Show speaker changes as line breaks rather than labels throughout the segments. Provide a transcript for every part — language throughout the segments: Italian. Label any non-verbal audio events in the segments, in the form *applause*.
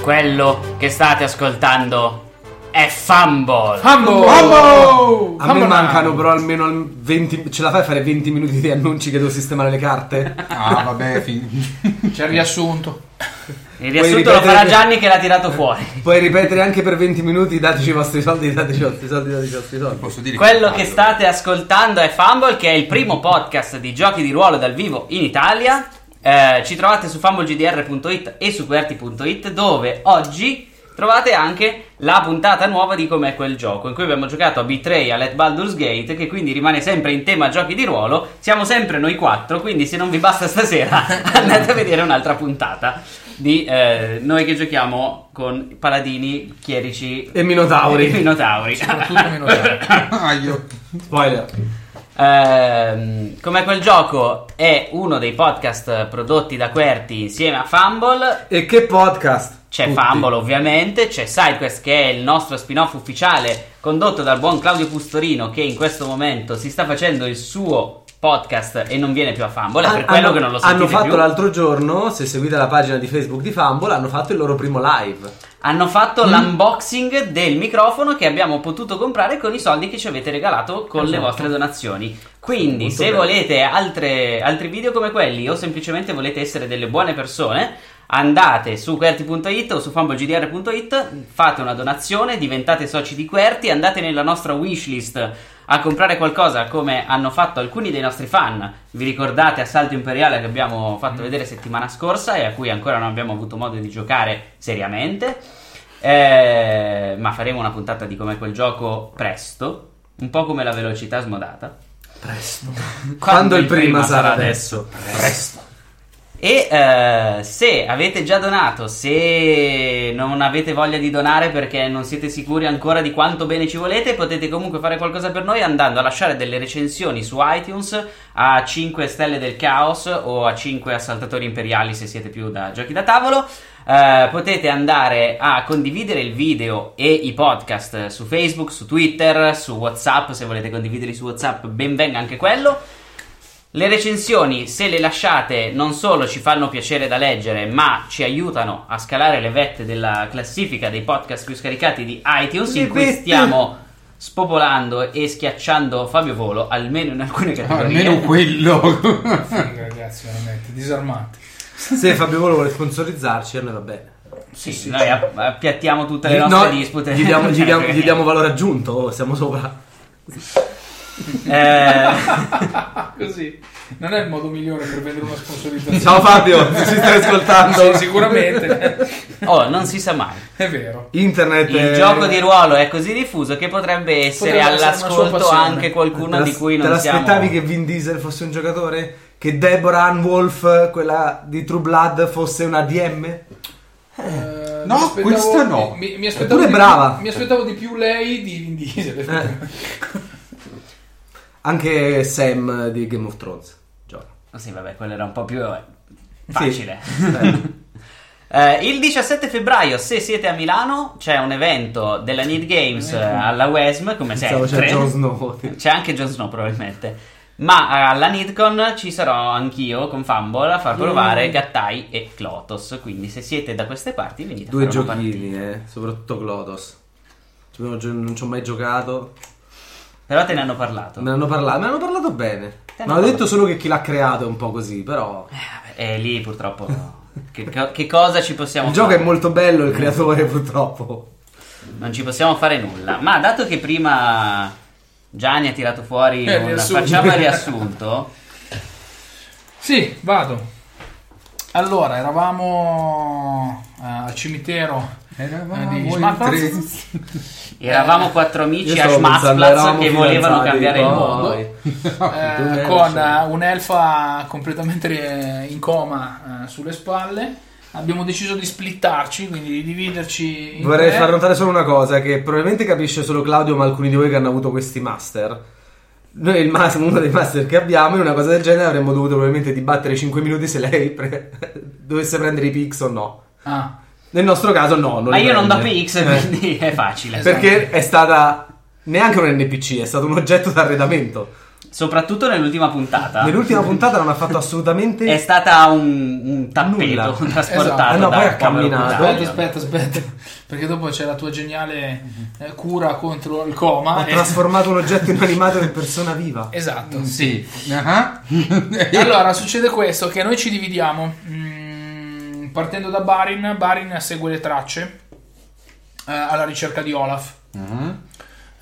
Quello che state ascoltando è Fumble.
Mambo!
Fumble! A me
Mambo
mancano
Mambo.
però almeno al- 20... Ce la fai a fare 20 minuti di annunci che devo sistemare le carte?
Ah, vabbè, fin-
*laughs* C'è il riassunto.
Il riassunto lo
ripetere-
farà Gianni che l'ha tirato fuori.
Puoi ripetere anche per 20 minuti dateci i vostri soldi, dateci i vostri soldi, dateci i vostri soldi.
posso dire
Quello
fanno.
che state ascoltando è Fumble, che è il primo podcast di giochi di ruolo dal vivo in Italia. Eh, ci trovate su fumblegdr.it e su qwerty.it dove oggi trovate anche la puntata nuova di Com'è quel gioco, in cui abbiamo giocato a Betrayal at Baldur's Gate, che quindi rimane sempre in tema giochi di ruolo. Siamo sempre noi quattro, quindi se non vi basta
*laughs*
stasera andate a vedere un'altra puntata di eh, noi che giochiamo con paladini, chierici
E Minotauri.
e
*laughs*
minotauri.
Soprattutto meno te.
*laughs*
Ah, io.
Spoiler.
Ehm, come quel gioco è uno dei podcast prodotti da Querti insieme a Fumble.
E che podcast?
C'è
Tutti.
Fumble ovviamente, c'è SideQuest che è il nostro spin-off ufficiale condotto dal buon Claudio Pustorino che in questo momento si sta facendo il suo podcast e non viene più a Fumble, è per
Ah,
quello
hanno-
che non lo sentite
Hanno fatto
più.
l'altro giorno, se seguite la pagina di Facebook di Fumble, hanno fatto il loro primo live.
Hanno
Mm?
fatto l'unboxing del microfono che abbiamo potuto comprare con i soldi che ci avete regalato con le
Esatto.
vostre donazioni. Quindi,
Molto
se
bene.
volete altre- altri video come quelli, o semplicemente volete essere delle buone persone, andate su QWERTY.it o su fumblegdr.it, fate una donazione, diventate soci di QWERTY, andate nella nostra wishlist a comprare qualcosa come hanno fatto alcuni dei nostri fan. Vi ricordate Assalto Imperiale che abbiamo fatto
Mm.
vedere settimana scorsa e a cui ancora non abbiamo avuto modo di giocare seriamente. Eh, ma faremo una puntata di come quel gioco presto, un po' come la velocità smodata.
Presto. Quando,
Quando
il prima, sarà adesso.
Presto.
E eh, se avete già donato, se non avete voglia di donare perché non siete sicuri ancora di quanto bene ci volete, potete comunque fare qualcosa per noi andando a lasciare delle recensioni su iTunes a 5 stelle del caos o a 5 assaltatori imperiali se siete più da giochi da tavolo. Eh, potete andare a condividere il video e i podcast su Facebook, su Twitter, su WhatsApp, se volete condividerli su WhatsApp, ben venga anche quello. Le recensioni, se le lasciate, non solo ci fanno piacere da leggere, ma ci aiutano a scalare le vette della classifica dei podcast più scaricati di iTunes, in
Le
cui
vette.
stiamo spopolando e schiacciando Fabio Volo, almeno in alcune categorie.
Almeno quello.
Ragazzi, veramente, disarmante.
Se Fabio Volo vuole sponsorizzarci, a noi va bene.
Sì, noi app- appiattiamo tutte le
Gli-
nostre
no,
dispute.
Gli diamo, gli diamo-
*laughs*
gli diamo valore aggiunto, oh, siamo sopra.
Eh,
Ah, Così. Non è il modo migliore per vendere una sponsorizzazione.
Ciao
*laughs*
Fabio, ci stai ascoltando.
Sì, sicuramente.
oh, non si sa mai.
È vero.
Internet.
Il
è-
gioco di ruolo è così diffuso che potrebbe essere
Potrebbe essere una sua
all'ascolto
passione.
anche qualcuno
Te la-
di cui
Te
non siamo.
l'aspettavi che Vin Diesel fosse un giocatore? Che Deborah Ann Wolf, quella di True Blood, fosse una
*laughs*
DM?
Eh,
No,
mi aspettavo-
questa no.
Mi, mi aspettavo
Eppure
di
è brava.
Più, mi aspettavo di più lei di Vin Diesel.
Eh. Anche Sam di Game of Thrones. Gioca.
Oh, Sì, vabbè, quello era un po' più eh,
*laughs*
facile. Eh, il 17 febbraio, se siete a Milano, c'è un evento della Need Games eh, alla WESM, come
Pensavo c'era
sempre. *laughs*
Jon Snow.
C'è anche Jon Snow probabilmente. Ma eh, alla Nidcon ci sarò anch'io con Fumble a far provare Gattai e Clotos. Quindi se siete da queste parti venite
Due
a fare una
giochini, eh, soprattutto Clodos. Ci abbiamo gio- Non ci ho mai giocato.
Però te ne hanno parlato.
Me ne hanno parlato, me ne hanno parlato bene.
Te ne
Mi hanno
parla-
detto solo che chi l'ha creato è un po' così, però...
E Eh, lì purtroppo.
*laughs*
Che, co- che cosa ci possiamo
Il gioco
fare?
è molto bello, il creatore purtroppo.
Non ci possiamo fare nulla. Ma dato che prima Gianni ha tirato fuori
Eh,
un
riassunto.
facciamo il riassunto.
*laughs*
Sì, vado. Allora, eravamo eh, al cimitero eh, di Schmackplatz.
Eravamo quattro amici
Eh, Io
a
stavo pensando,
Schmatzplatz
eravamo
che volevano
fidanzati,
cambiare il
*laughs* no,
mondo.
noi.
Eh,
Dove
con
era?
eh, un'elfa completamente eh, in coma eh, sulle spalle. Abbiamo deciso di splittarci, quindi di dividerci. in
Vorrei
tre.
far notare solo una cosa che probabilmente capisce solo Claudio, ma alcuni di voi che hanno avuto questi master. Noi il mas- uno dei master che abbiamo, in una cosa del genere avremmo dovuto probabilmente dibattere 5 minuti se lei pre- *laughs* dovesse prendere i pix o no.
Ah,
Nel nostro caso no, non
Ma
li
io non do
prende.
PX,
Eh,
quindi è facile.
Perché è stata neanche un NPC, è stato un oggetto d'arredamento.
Soprattutto nell'ultima puntata.
Nell'ultima puntata non ha fatto assolutamente
Ah. È stata un, un tappeto
Nulla.
trasportato
Esatto.
Eh
da
no, poi
un
ha
povero
camminato.
puttano.
aspetta, aspetta, aspetta. Perché dopo c'è la tua geniale eh, cura contro il coma. Eh,
ha
e-
trasformato un oggetto inanimato in persona viva.
Esatto. Eh?
Sì. Ah.
Allora succede questo: che noi ci dividiamo. Mm, partendo da Barin, Barin segue le tracce eh, alla ricerca di Olaf.
Ah.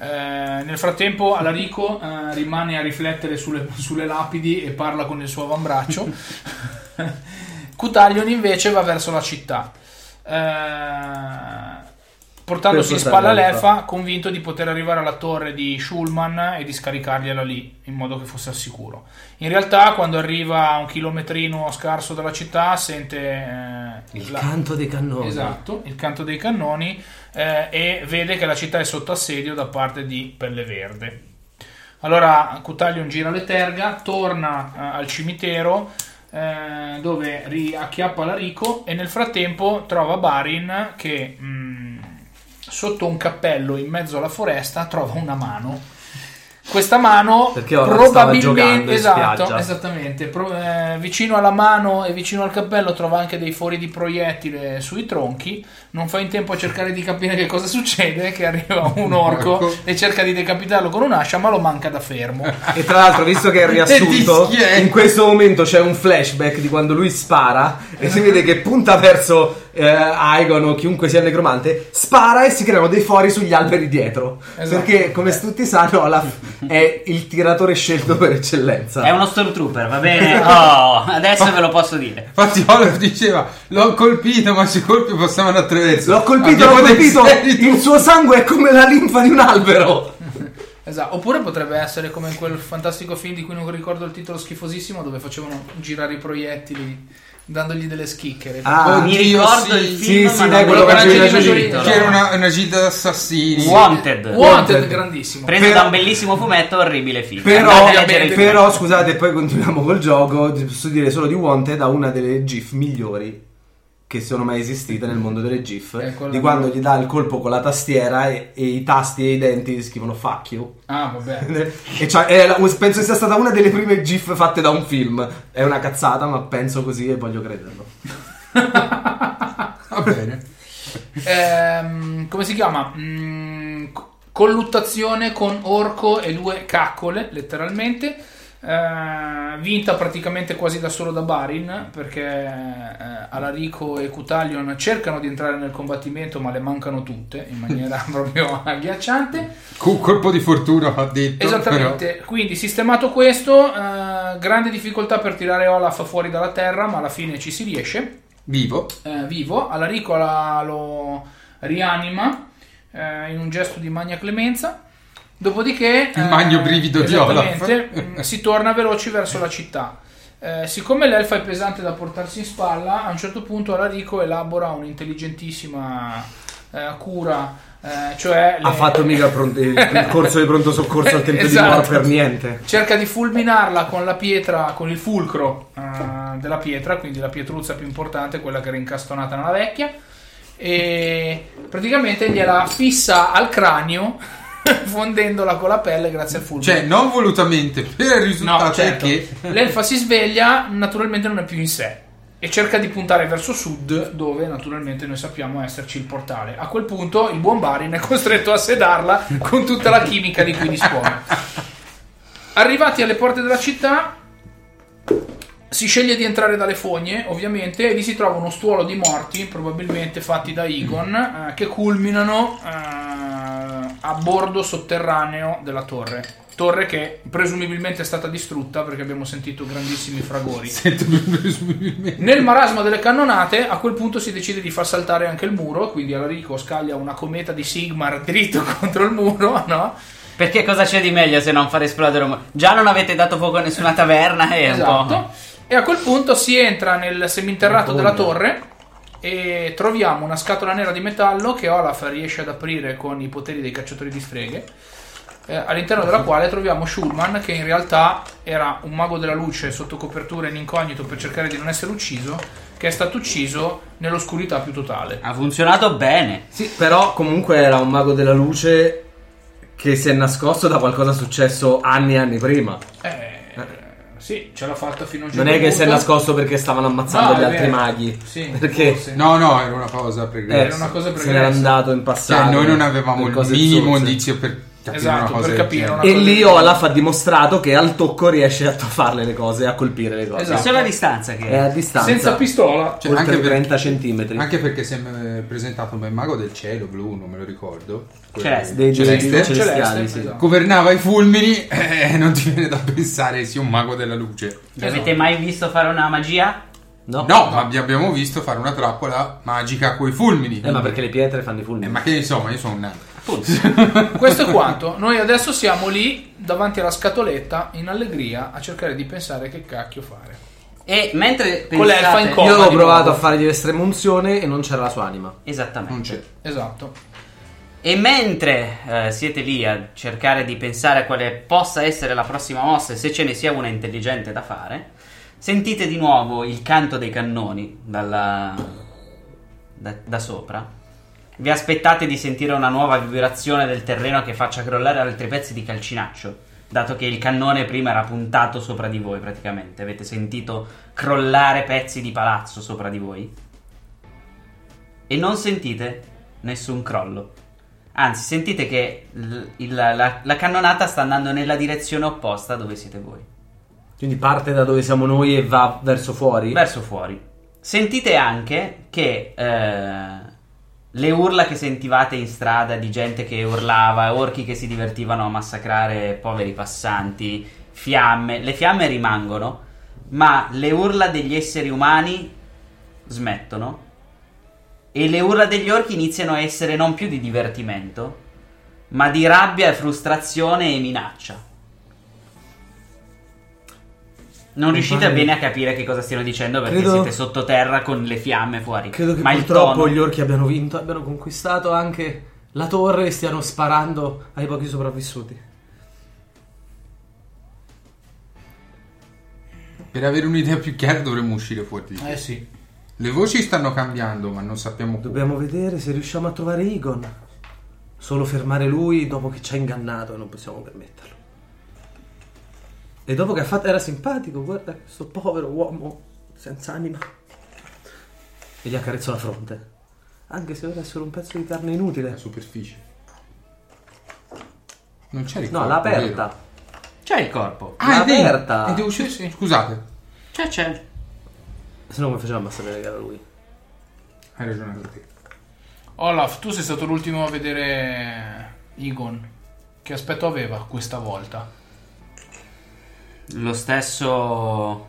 Eh, nel frattempo Alarico eh, rimane a riflettere sulle, sulle lapidi e parla con il suo avambraccio. Cutaglion invece va verso la città, eh, portandosi in
Questo
spalla
sarebbe
l'Efa, convinto di poter arrivare alla torre di Schulman e di scaricargliela lì, in modo che fosse al sicuro. In realtà, quando arriva a un chilometrino scarso dalla città, sente eh,
Il
la-
canto dei cannoni.
Esatto, il canto dei cannoni eh, e vede che la città è sotto assedio da parte di Pelle Verde. Allora Cutaglion gira le terga, torna eh, al cimitero eh, dove riacchiappa Larico e nel frattempo trova Barin che mh, sotto un cappello in mezzo alla foresta trova una mano. Questa mano
Perché Orlando stava giocando
probabilmente
in
esatto,
spiaggia.
esattamente, Pro- eh, vicino alla mano e vicino al cappello trova anche dei fori di proiettile sui tronchi. Non fa in tempo a cercare di capire che cosa succede che arriva un orco
Orco.
e cerca di decapitarlo con un'ascia, ma lo manca da fermo.
E tra l'altro, visto che è riassunto,
Chi è?
in questo momento c'è un flashback di quando lui spara e si vede che punta verso eh, Aegon o chiunque sia il necromante, spara e si creano dei fori sugli alberi dietro.
Esatto.
Perché, come tutti sanno, Olaf è il tiratore scelto per eccellenza.
È uno stormtrooper, va
*laughs*
bene? Oh, adesso ve lo posso dire.
Infatti Olaf diceva l'ho colpito ma sui colpi passavano attraverso.
L'ho colpito,
Abbiamo
l'ho
dei
colpito!
seri tu-
Il suo sangue è come la linfa di un albero!
Esatto. Oppure potrebbe essere come in quel fantastico film di cui non ricordo il titolo schifosissimo, dove facevano girare i proiettili dandogli delle schicchere.
Ah,
Mi
Oddio,
ricordo
sì.
il film,
Sì,
ma
sì,
non
dai, quello
quello che
con Angelina
c'era
Jolie.
scritto.
C'era una, una gita d'assassini.
Wanted.
Wanted, grandissimo.
Preso
Però-
da un bellissimo fumetto, orribile film.
Però,
Andate a leggere il
però,
fumetto.
scusate, poi continuiamo col gioco. Posso dire solo di Wanted ha una delle GIF migliori che sono mai esistite nel mondo delle GIF.
Eh, quella
di
di-
quando gli dà il colpo con la tastiera e, e i tasti e i denti scrivono fuck you. *laughs*
Ah, vabbè. *laughs*
E cioè, è la- penso sia stata una delle prime GIF fatte da un film. È una cazzata, ma penso così e voglio crederlo.
Va bene.
Ehm, come si chiama? Mm, co- colluttazione con orco e due caccole, letteralmente. Eh, vinta praticamente quasi da solo da Barin perché eh, Alarico e Cutaglion cercano di entrare nel combattimento ma le mancano tutte in maniera proprio agghiacciante
Cu- colpo di fortuna ha detto.
Esattamente, quindi sistemato questo, eh, grande difficoltà per tirare Olaf fuori dalla terra, ma alla fine ci si riesce.
però, vivo.
eh, vivo, Alarico la- lo rianima eh, in un gesto di magna clemenza. Dopodiché, eh,
Il magno brivido di Olaf.
esattamente, mh, si torna veloci verso la città. Eh, siccome l'elfa è pesante da portarsi in spalla, a un certo punto Alarico elabora un'intelligentissima eh, cura, eh, cioè
Ha
le-
fatto mica pronto- il corso di pronto
*laughs*
soccorso al tempo
Esatto.
di Mor per niente.
cerca di fulminarla con la pietra, con il fulcro eh, della pietra, quindi la pietruzza più importante, quella che era incastonata nella vecchia, e praticamente gliela fissa al cranio, *laughs* fondendola con la pelle grazie al fulcro.
Cioè, non volutamente, per il risultato
No, certo.
è che
L'elfa si sveglia, naturalmente non è più in sé. e cerca di puntare verso sud, dove naturalmente noi sappiamo esserci il portale. A quel punto il buon Barin è costretto a sedarla con tutta la chimica di cui dispone. *laughs* Arrivati alle porte della città, si sceglie di entrare dalle fogne, ovviamente, e lì si trova uno stuolo di morti, probabilmente fatti da Igon, eh, che culminano eh, a bordo sotterraneo della torre. Torre che presumibilmente è stata distrutta perché abbiamo sentito grandissimi fragori.
Sento presumibilmente.
Nel marasma delle cannonate, a quel punto si decide di far saltare anche il muro, quindi Alarico scaglia una cometa di Sigmar dritto *laughs* contro il muro, no?
Perché cosa c'è di meglio se non far esplodere un muro? Già non avete dato fuoco a nessuna taverna e
Esatto.
un po'. eh.
E a quel punto si entra nel seminterrato
Madonna.
della torre e troviamo una scatola nera di metallo che Olaf riesce ad aprire con i poteri dei cacciatori di streghe. eh, all'interno della quale troviamo Schulman che in realtà era un mago della luce sotto copertura in incognito per cercare di non essere ucciso, che è stato ucciso nell'oscurità più totale.
Ha funzionato bene.
Sì, però comunque era un mago della luce che si è nascosto da qualcosa successo anni e anni prima.
Eh, sì, ce l'ha fatta fino a un
Non
certo
è che si è
punto.
nascosto perché stavano ammazzando
No,
gli
è
altri
vero.
maghi.
Ah, Sì,
perché
forse.
No, no, era una cosa pregressa.
Era una cosa
se n'era
pregressa.
andato in
Cioè,
passato.
noi non
Eh, per
avevamo il
cose
minimo
zozze.
indizio per capire
Esatto,
una cosa
per
del
capire
genere.
una-
E lì Olaf ha dimostrato che al tocco riesce a farle le cose, a colpire le cose.
È
Esatto.
solo a distanza che
È a distanza.
senza pistola.
Cioè,
oltre
anche
30
perché-
centimetri.
Anche perché si è eh, presentato come mago del cielo blu, non me lo ricordo. Quello-
Celeste.
dei dei-
Celeste.
dei
Celeste,
celestiali, sì.
esatto.
Governava i fulmini e non ti viene da pensare sia un mago della luce.
Vi Avete mai visto fare una magia?
No,
No, ma vi abbiamo visto fare una trappola magica coi fulmini.
Eh, ma perché le pietre fanno i
Eh,
fulmini.
ma che insomma, io sono un nano.
Questo è quanto. Noi adesso siamo lì davanti alla scatoletta in allegria a cercare di pensare che cacchio fare.
E mentre
Con l'elfa in
pensate-
coma.
Io ho
di
provato
nuovo.
a fargli l'estrema unzione e non c'era la sua anima.
Esattamente.
Non c'è.
Esatto.
E mentre eh, siete lì a cercare di pensare a quale possa essere la prossima mossa e se ce ne sia una intelligente da fare, sentite di nuovo il canto dei cannoni dalla- da, da sopra. Vi aspettate di sentire una nuova vibrazione del terreno che faccia crollare altri pezzi di calcinaccio, dato che il cannone prima era puntato sopra di voi praticamente. Avete sentito crollare pezzi di palazzo sopra di voi. E non sentite nessun crollo. Anzi, sentite che l- il- la, la cannonata sta andando nella direzione opposta dove siete voi,
Quindi parte da dove siamo noi e va verso fuori.
verso fuori. Sentite anche che eh, le urla che sentivate in strada di gente che urlava, orchi che si divertivano a massacrare poveri passanti, fiamme, le fiamme rimangono, ma le urla degli esseri umani smettono e le urla degli orchi iniziano a essere non più di divertimento, ma di rabbia, frustrazione e minaccia. Non riuscite
pare-
bene a capire che cosa stiano dicendo perché
Credo-
siete sottoterra con le fiamme fuori.
Credo che
ma il
purtroppo
tono-
gli orchi abbiano vinto, abbiano conquistato anche la torre e stiano sparando ai pochi sopravvissuti.
Per avere un'idea più chiara dovremmo uscire fuori di qui.
Eh sì.
Le voci stanno cambiando, ma non sappiamo come.
Dobbiamo vedere se riusciamo a trovare Igon. Solo fermare lui dopo che ci ha ingannato e non possiamo permetterlo. E dopo che ha fatto... Era simpatico, guarda questo povero uomo senza anima. E gli accarezzo la fronte. Anche se ora è solo un pezzo di carne
la
inutile.
superficie. Non c'è il
No,
corpo,
l'ha
Eh, vero?
aperta.
C'è il corpo.
Ah, è
L'ha
dentro.
aperta.
E devo uscire, sì. Scusate.
C'è, c'è.
Se no come facevamo a sapere che era lui?
Hai ragione anche te.
Olaf, tu sei stato l'ultimo a vedere Igon. Che aspetto aveva questa volta?
Lo stesso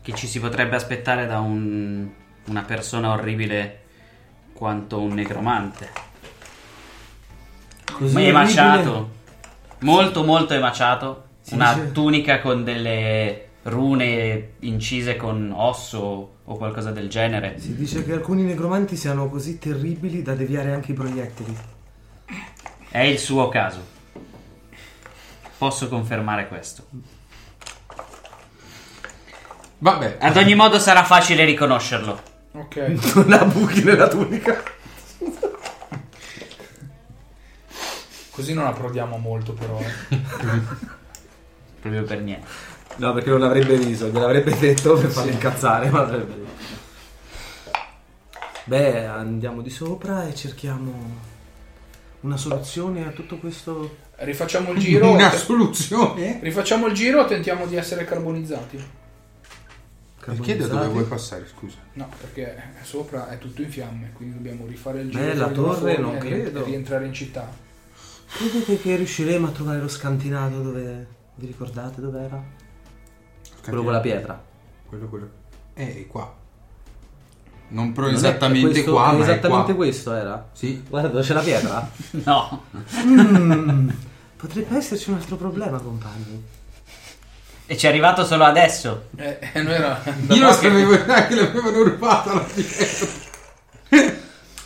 che ci si potrebbe aspettare da un- una persona orribile quanto un necromante.
Così
Ma è
orribile.
emaciato. Molto, molto emaciato.
Si
una
dice-
tunica con delle rune incise con osso o qualcosa del genere.
Si dice che alcuni necromanti siano così terribili da deviare anche i
*laughs*
proiettili.
È il suo caso. Posso confermare questo.
Vabbè.
Ad ogni modo sarà facile riconoscerlo.
Ok.
Non ha buchi nella tunica.
Così non approdiamo molto però. eh.
Proprio per niente.
No, perché non l'avrebbe riso, gliel'avrebbe detto per farlo incazzare, ma l'avrebbe detto. Beh, andiamo di sopra e cerchiamo una soluzione a tutto questo.
Rifacciamo il giro.
Una
te-
soluzione?
Rifacciamo il giro, tentiamo di essere carbonizzati.
Perché da dove vuoi passare, scusa?
No, perché sopra è tutto in fiamme, quindi dobbiamo rifare il
Beh,
giro.
la
togliere
torre
fuori
non
e ri-
credo.
e rientrare in città.
Credete che riusciremo a trovare lo scantinato dove. Vi ricordate dov'era? Quello con la pietra.
Quello, quello. Eh, qua. Non però
Non è-
esattamente
questo-
qua, ma
Esattamente
è qua.
questo era.
Sì.
Guarda, dove c'è la pietra.
*laughs* No.
Mm, potrebbe esserci un altro problema, compagni.
E ci è arrivato solo adesso.
Eh, eh, noi era *laughs*
Io non sapevo neanche che l'avevano rubata la pietra.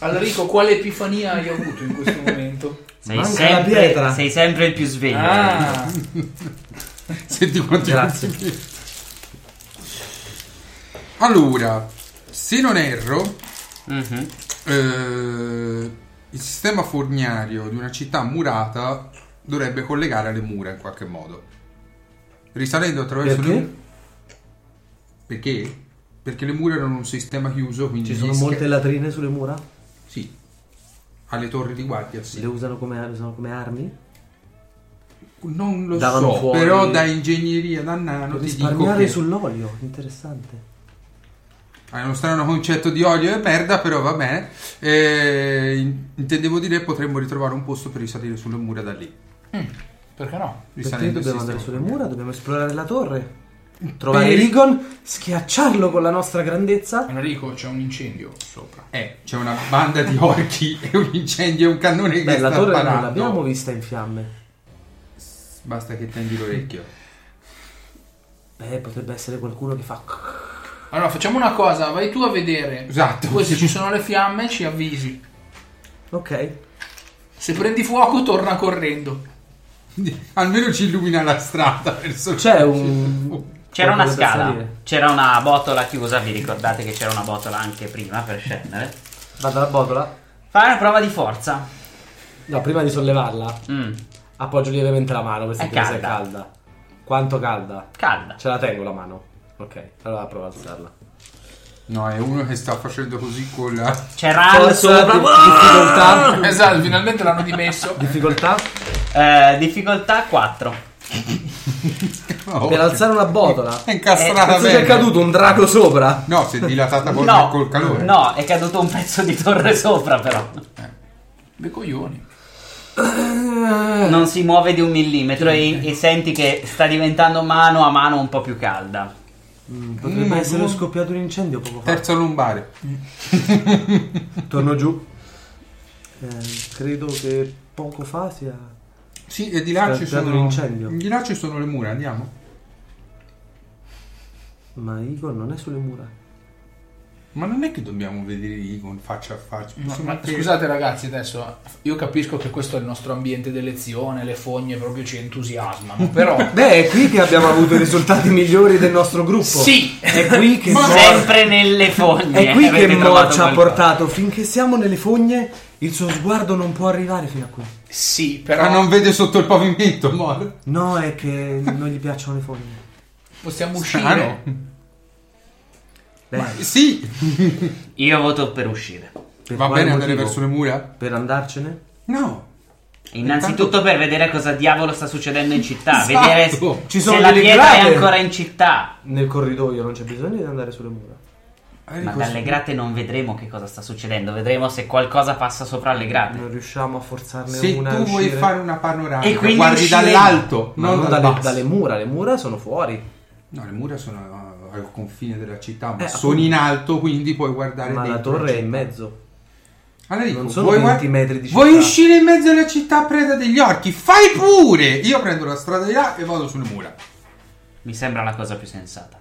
Alrico, quale epifania hai avuto in questo momento?
Sei
Manca la
sempre,
pietra.
sei sempre il più sveglio.
*laughs* ah,
Senti quanti
Grazie.
complimenti. Allora, se non erro,
Mm-hmm.
Mhm.
eh, il sistema forniario di una città murata dovrebbe collegare alle mura in qualche modo. Risalendo attraverso
Perché?
le Perché? Perché le mura erano un sistema chiuso, quindi
Ci
gli
sono
sca-
molte latrine sulle mura?
Sì. Alle torri di guardia, sì.
Le usano come, le usano come armi?
Non lo
Davano
so,
fuori-
però da ingegneria da nano
Per
ti dico
risparmiare
che
sull'olio, interessante.
hai uno strano concetto di olio e merda, però va bene. Eh, in- intendevo dire potremmo ritrovare un posto per risalire sulle mura da lì.
perché no?
Risalendo
Perché dobbiamo
il
andare sulle
sistema.
mura, dobbiamo esplorare la torre, trovare
Per-
Rigon, schiacciarlo con la nostra grandezza.
Enrico, c'è un incendio sopra.
Eh, c'è una banda di orchi *laughs* e un incendio e un cannone che
Beh,
sta
la torre non
sparando.
l'abbiamo vista in fiamme.
Basta che tendi l'orecchio.
Beh, potrebbe essere qualcuno che fa... *laughs*
Allora, facciamo una cosa, vai tu a vedere.
Esatto.
Poi se ci sono le fiamme ci avvisi.
Ok,
Se prendi fuoco torna correndo.
Almeno ci illumina la strada *laughs* verso
c'è un...
C'era una
qualcosa da
scala,
salire.
c'era una botola chiusa, vi ricordate che c'era una botola anche prima per scendere?
Vado alla botola.
Fai una prova di forza.
No, prima di sollevarla,
Mm,
appoggio lievemente la mano, questa
È
presa è
calda.
calda. Quanto calda?
calda.
Ce la tengo la mano. Ok, allora provo ad alzarla.
No, è uno che sta facendo così con la
Ah,
C'era al
Forza,
sopra.
di- difficoltà.
Esatto, finalmente l'hanno dimesso.
Difficoltà?
Eh, difficoltà 4.
Per alzare una botola.
Eh,
È incastrata
Cazzo, c'è
bene.
caduto un drago sopra.
No, si è dilatata
*laughs*
col,
No,
col calore.
no, è caduto un pezzo di torre sopra però.
Beh, coglioni.
Eh.
Non si muove di un millimetro e, e senti che sta diventando mano a mano un po' più calda.
Potrebbe
Mm,
essere
boh.
scoppiato un incendio poco fa.
Terza lombare.
Torno giù. Eh, credo che poco fa sia.
Sì, e di là
Sta
ci
creando
sono.
un incendio.
Di là ci sono le mura, andiamo.
Ma Igor non è sulle mura.
Ma non è che dobbiamo vedere Igon faccia a faccia.
No,
Possiamo
ma
anche-
scusate ragazzi, adesso eh, io capisco che questo è il nostro ambiente di lezione, le fogne proprio ci entusiasmano, però
Beh, è qui che abbiamo avuto i risultati migliori del nostro gruppo.
sì,
È qui che, Mor-
Sempre nelle fogne.
è qui
avete
che Mor
trovato
ci ha
qualcosa.
portato. Finché siamo nelle fogne, il suo sguardo non può arrivare fino a qui.
sì,
Ma
però
non vede sotto il pavimento, Mor.
No, è che non gli piacciono le fogne.
possiamo uscire.
Strano.
Beh,
Ma sì,
Io voto per uscire.
per
va
quale
bene andare
motivo?
verso le mura?
Per andarcene?
No.
Innanzitutto per vedere cosa diavolo sta succedendo in città,
Esatto.
vedere
Ci
se
sono
la
delle
pietra è
grate.
ancora in città.
Nel corridoio non c'è bisogno di andare sulle mura.
Ma dalle grate non vedremo che cosa sta succedendo, vedremo se qualcosa passa sopra le grate.
Non riusciamo a forzarne
Se tu
una. a
vuoi
uscire.
fare una panoramica,
E quindi
guardi
usciremo.
dall'alto,
Ma
non,
non
dal
dalle,
basso.
dalle mura, le mura sono fuori.
No, le mura sono eh, al confine della città, ma
Eh,
sono
appunto.
in alto, quindi puoi guardare
Ma la
dentro
torre è
città.
in mezzo.
Allora dico,
Non sono
vuoi,
20 metri di
vuoi
città.
uscire in mezzo alla città preda degli orchi? Fai pure! Io prendo la strada di là e vado sulle mura.
Mi sembra la cosa più sensata.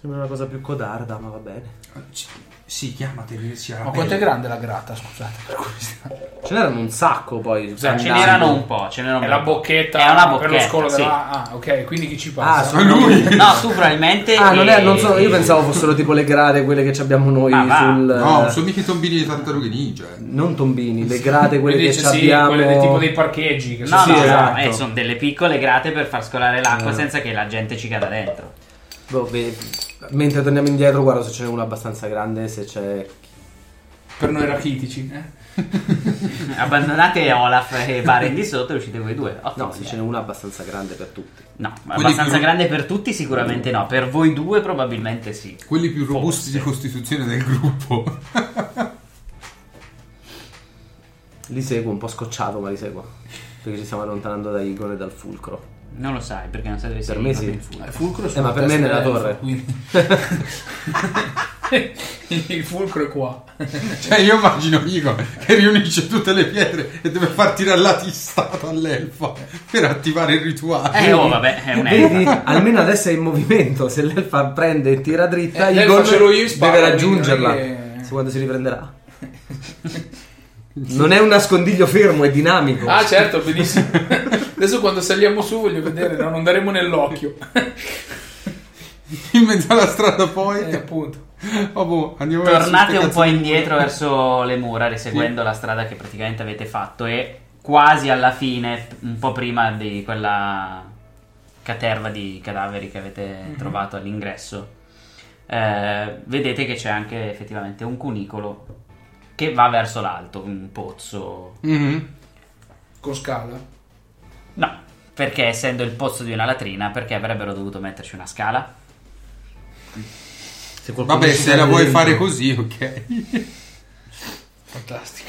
Sembra una cosa più codarda, ma va bene.
C- Sì, chiama tenersi alla
Ma quanto è
pelle.
grande la grata, scusate per questa.
Ce n'erano un sacco poi.
Cioè, ce
andando.
n'erano un po', ce n'erano
È
un
la
po'.
bocchetta,
È una bocchetta,
per lo scolo
sì. *laughs*
della... Ah, ok, quindi chi ci
Ah,
passa?
sono-
*laughs* Lui!
No, tu probabilmente...
Ah, non, è, non so,
eh,
io pensavo fossero tipo le grate, quelle che ci abbiamo noi
Ma va.
sul.
Ah, No,
eh,
sono mica i tombini di tartarughe ninja. eh.
Non tombini, le grate, quelle
Quindi
che
dice
ci
sì,
abbiamo.
quelle del tipo dei parcheggi che
No,
sono
Sì,
no, no,
esatto.
eh, sono delle piccole grate per far scolare l'acqua
Eh.
senza che la gente ci cada dentro.
Boh, beh, Mentre torniamo indietro, guardo se ce n'è uno abbastanza grande, se c'è...
Per noi rachitici. Eh?
Abbandonate Olaf e Baren di sotto e uscite voi due. Ottimo
No, se
idea.
ce n'è uno abbastanza grande per tutti.
No, ma
Quelli
abbastanza
più-
grande per tutti sicuramente no, per voi due probabilmente sì.
Quelli più robusti
Forse.
di costituzione del gruppo. *laughs*
Li seguo, un po' scocciato, ma li seguo. Perché ci stiamo allontanando da Igor e dal fulcro.
Non lo sai perché non sai dove
Per
sei.
me
proprio
sì.
in fuga.
Il fulcro è
Eh,
sulla
ma per me è
testa
nella
dell'elfo,
torre.
quindi. *laughs* il fulcro è qua.
Cioè, io immagino Igor che riunisce tutte le pietre e deve far tirare la tistata all'elfa per attivare il rituale.
Eh oh vabbè, è un
Vedi,
*laughs*
elfo.
almeno adesso è in movimento. Se l'elfa prende e tira dritta,
Eh,
Igor
l'elfa ce l'ho io in spalla,
deve raggiungerla.
quindi non è che-
Se quando si riprenderà. Non è un nascondiglio fermo, è dinamico.
Ah certo, benissimo. Adesso quando saliamo su voglio vedere, no? non daremo nell'occhio.
In mezzo alla strada poi.
*laughs* Eh, appunto.
Oh, boh, andiamo verso
Tornate
ste
un po'
cazzo di-
indietro verso le mura, riseguendo la strada che praticamente avete fatto e quasi alla fine, un po' prima di quella caterva di cadaveri che avete
Mhm.
trovato all'ingresso, eh, vedete che c'è anche effettivamente un cunicolo che va verso l'alto, un pozzo
Mhm.
Con scala.
No, perché essendo il pozzo di una latrina, perché avrebbero dovuto metterci una scala?
Se qualcuno
Vabbè,
ci
se
cade
la vuoi
dentro-
fare così, ok.
Fantastico.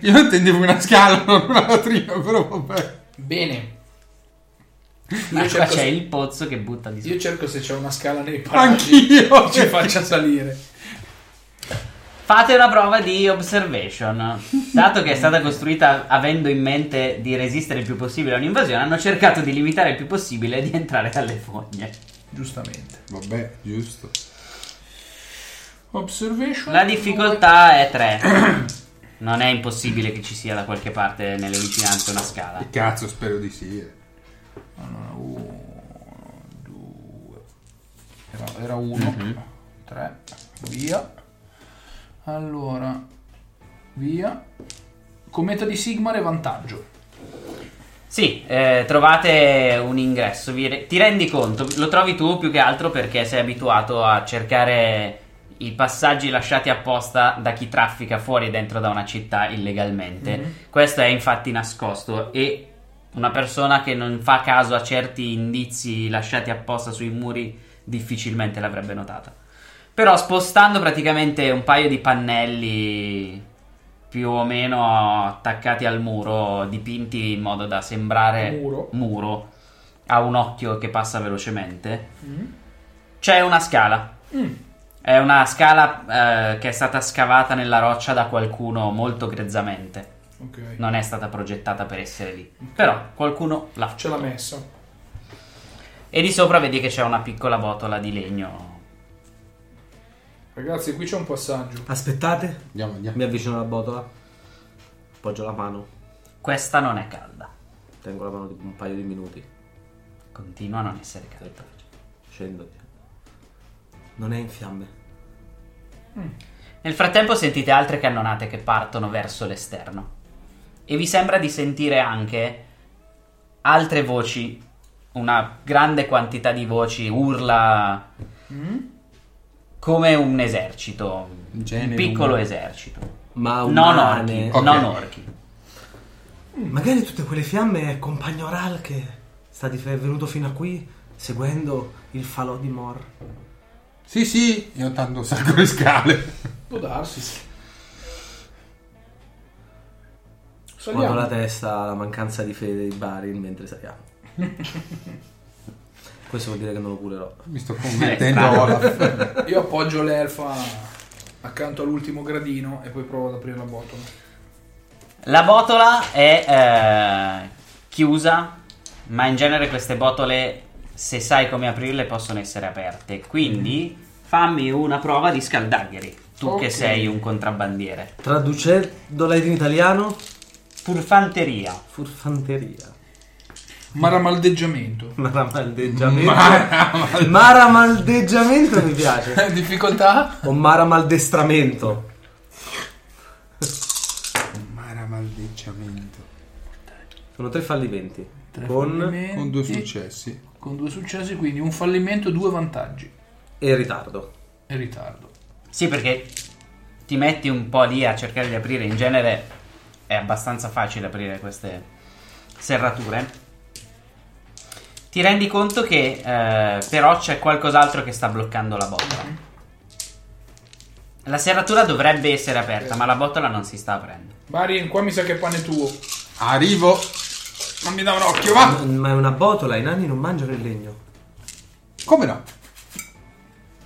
Io intendevo una scala, non una latrina, però vabbè.
Bene.
Ma qua
Io cerco,
c'è il pozzo che butta di su.
io cerco se c'è una scala nei paraggi
Anch'io!
che ci faccia salire.
Fate una prova di observation. Dato che è stata costruita avendo in mente di resistere il più possibile a un'invasione, hanno cercato di limitare il più possibile di entrare dalle fogne.
Giustamente.
Vabbè, giusto.
Observation.
La difficoltà è 3. Non è impossibile che ci sia da qualche parte nelle vicinanze una scala.
Che cazzo, spero di sì. eh.
Allora, uno, due. Era, era uno. Tre. Via. Allora, via. Cometa di Sigmar e vantaggio.
Sì, eh, trovate un ingresso, vi re- ti rendi conto, lo trovi tu più che altro perché sei abituato a cercare i passaggi lasciati apposta da chi traffica fuori e dentro da una città illegalmente.
Mhm.
Questo è infatti nascosto e una persona che non fa caso a certi indizi lasciati apposta sui muri difficilmente l'avrebbe notata. Però spostando praticamente un paio di pannelli più o meno attaccati al muro, dipinti in modo da sembrare
Muro.
muro, a un occhio che passa velocemente, c'è una scala.
Mm.
È una scala eh, che è stata scavata nella roccia da qualcuno molto grezzamente.
Ok.
Non è stata progettata per essere lì. Però qualcuno l'ha
Ce l'ha messa.
E di sopra vedi che c'è una piccola botola di legno.
Ragazzi, qui c'è un passaggio.
Aspettate,
Andiamo, andiamo.
mi avvicino alla botola. Poggio la mano,
Questa non è calda.
tengo la mano tipo un paio di minuti.
Continua a non essere calda.
Scendo. Non è in fiamme.
Nel frattempo sentite altre cannonate che partono verso l'esterno. E vi sembra di sentire anche altre voci, una grande quantità di voci, urla come un esercito,
Un genere
un piccolo
umano.
esercito.
Ma
Non
umane.
orchi,
Ok.
non orchi.
Magari tutte quelle fiamme è compagno Ral che sta di- è venuto fino a qui seguendo il falò di Mor.
Sì, sì, io tanto un sacco le scale. *laughs*
Può darsi.
Vado la
Saliamo.
testa alla mancanza di fede di Barin mentre saliamo.
*laughs*
Questo vuol dire che non lo curerò.
Mi sto
Eh,
convertendo a
strano.
Olaf. *laughs*
Io appoggio l'elfa accanto all'ultimo gradino e poi provo ad aprire la botola.
La botola è eh, chiusa, ma in genere queste botole, se sai come aprirle, possono essere aperte. Quindi fammi una prova di scaldagheri, tu
Ok.
che sei un contrabbandiere.
Traducendola in italiano,
Furfanteria.
furfanteria.
Maramaldeggiamento.
Maramaldeggiamento. Maramaldeggiamento mi
*laughs*
piace.
Difficoltà?
O maramaldestramento.
Maramaldeggiamento.
Sono tre fallimenti.
Tre
con...
fallimenti.
Con due successi.
Con due successi, quindi un fallimento, due vantaggi.
E il ritardo.
E ritardo.
Sì, perché ti metti un po' lì a cercare di aprire. In genere è abbastanza facile aprire queste serrature. Ti rendi conto che eh, però c'è qualcos'altro che sta bloccando la botola. La serratura dovrebbe essere aperta, ma la botola non si sta aprendo.
Bari, qua mi sa che pane è tuo.
Arrivo. Non mi dà un occhio, va.
Ma è una botola, i nani non mangiano il legno.
Come no?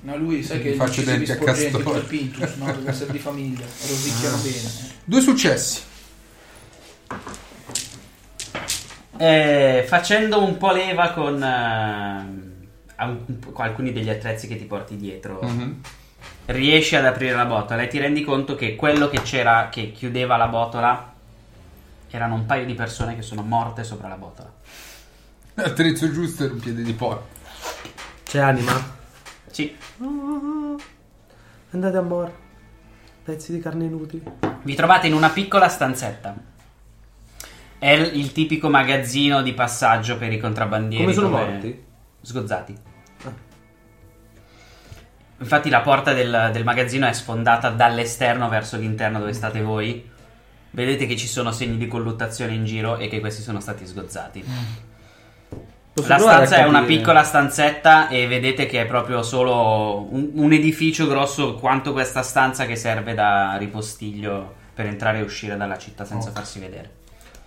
No, lui sai
Gli
che
faccio
i
denti a
sporgenti,
castore. Ah.
tipo il Pintus, no? Deve essere di famiglia, rosicchiano bene.
Due successi.
Eh, facendo un po' leva con, ehm, al- con alcuni degli attrezzi che ti porti dietro,
Mhm.
riesci ad aprire la botola e ti rendi conto che quello che c'era che chiudeva la botola erano un paio di persone che sono morte sopra la botola.
Attrezzo giusto era un piede di porco.
C'è anima?
Sì,
Andate a mor. Pezzi di carne inutili.
vi trovate in una piccola stanzetta. È il il tipico magazzino di passaggio per i contrabbandieri.
Come sono
dove-
morti?
Sgozzati.
Ah.
Infatti la porta del, del magazzino è sfondata dall'esterno verso l'interno dove state voi. Vedete che ci sono segni di colluttazione in giro e che questi sono stati sgozzati.
Posso
La
provare a
stanza è una
capire?
piccola stanzetta e vedete che è proprio solo un, un edificio grosso quanto questa stanza che serve da ripostiglio per entrare e uscire dalla città
Oh.
senza farsi vedere.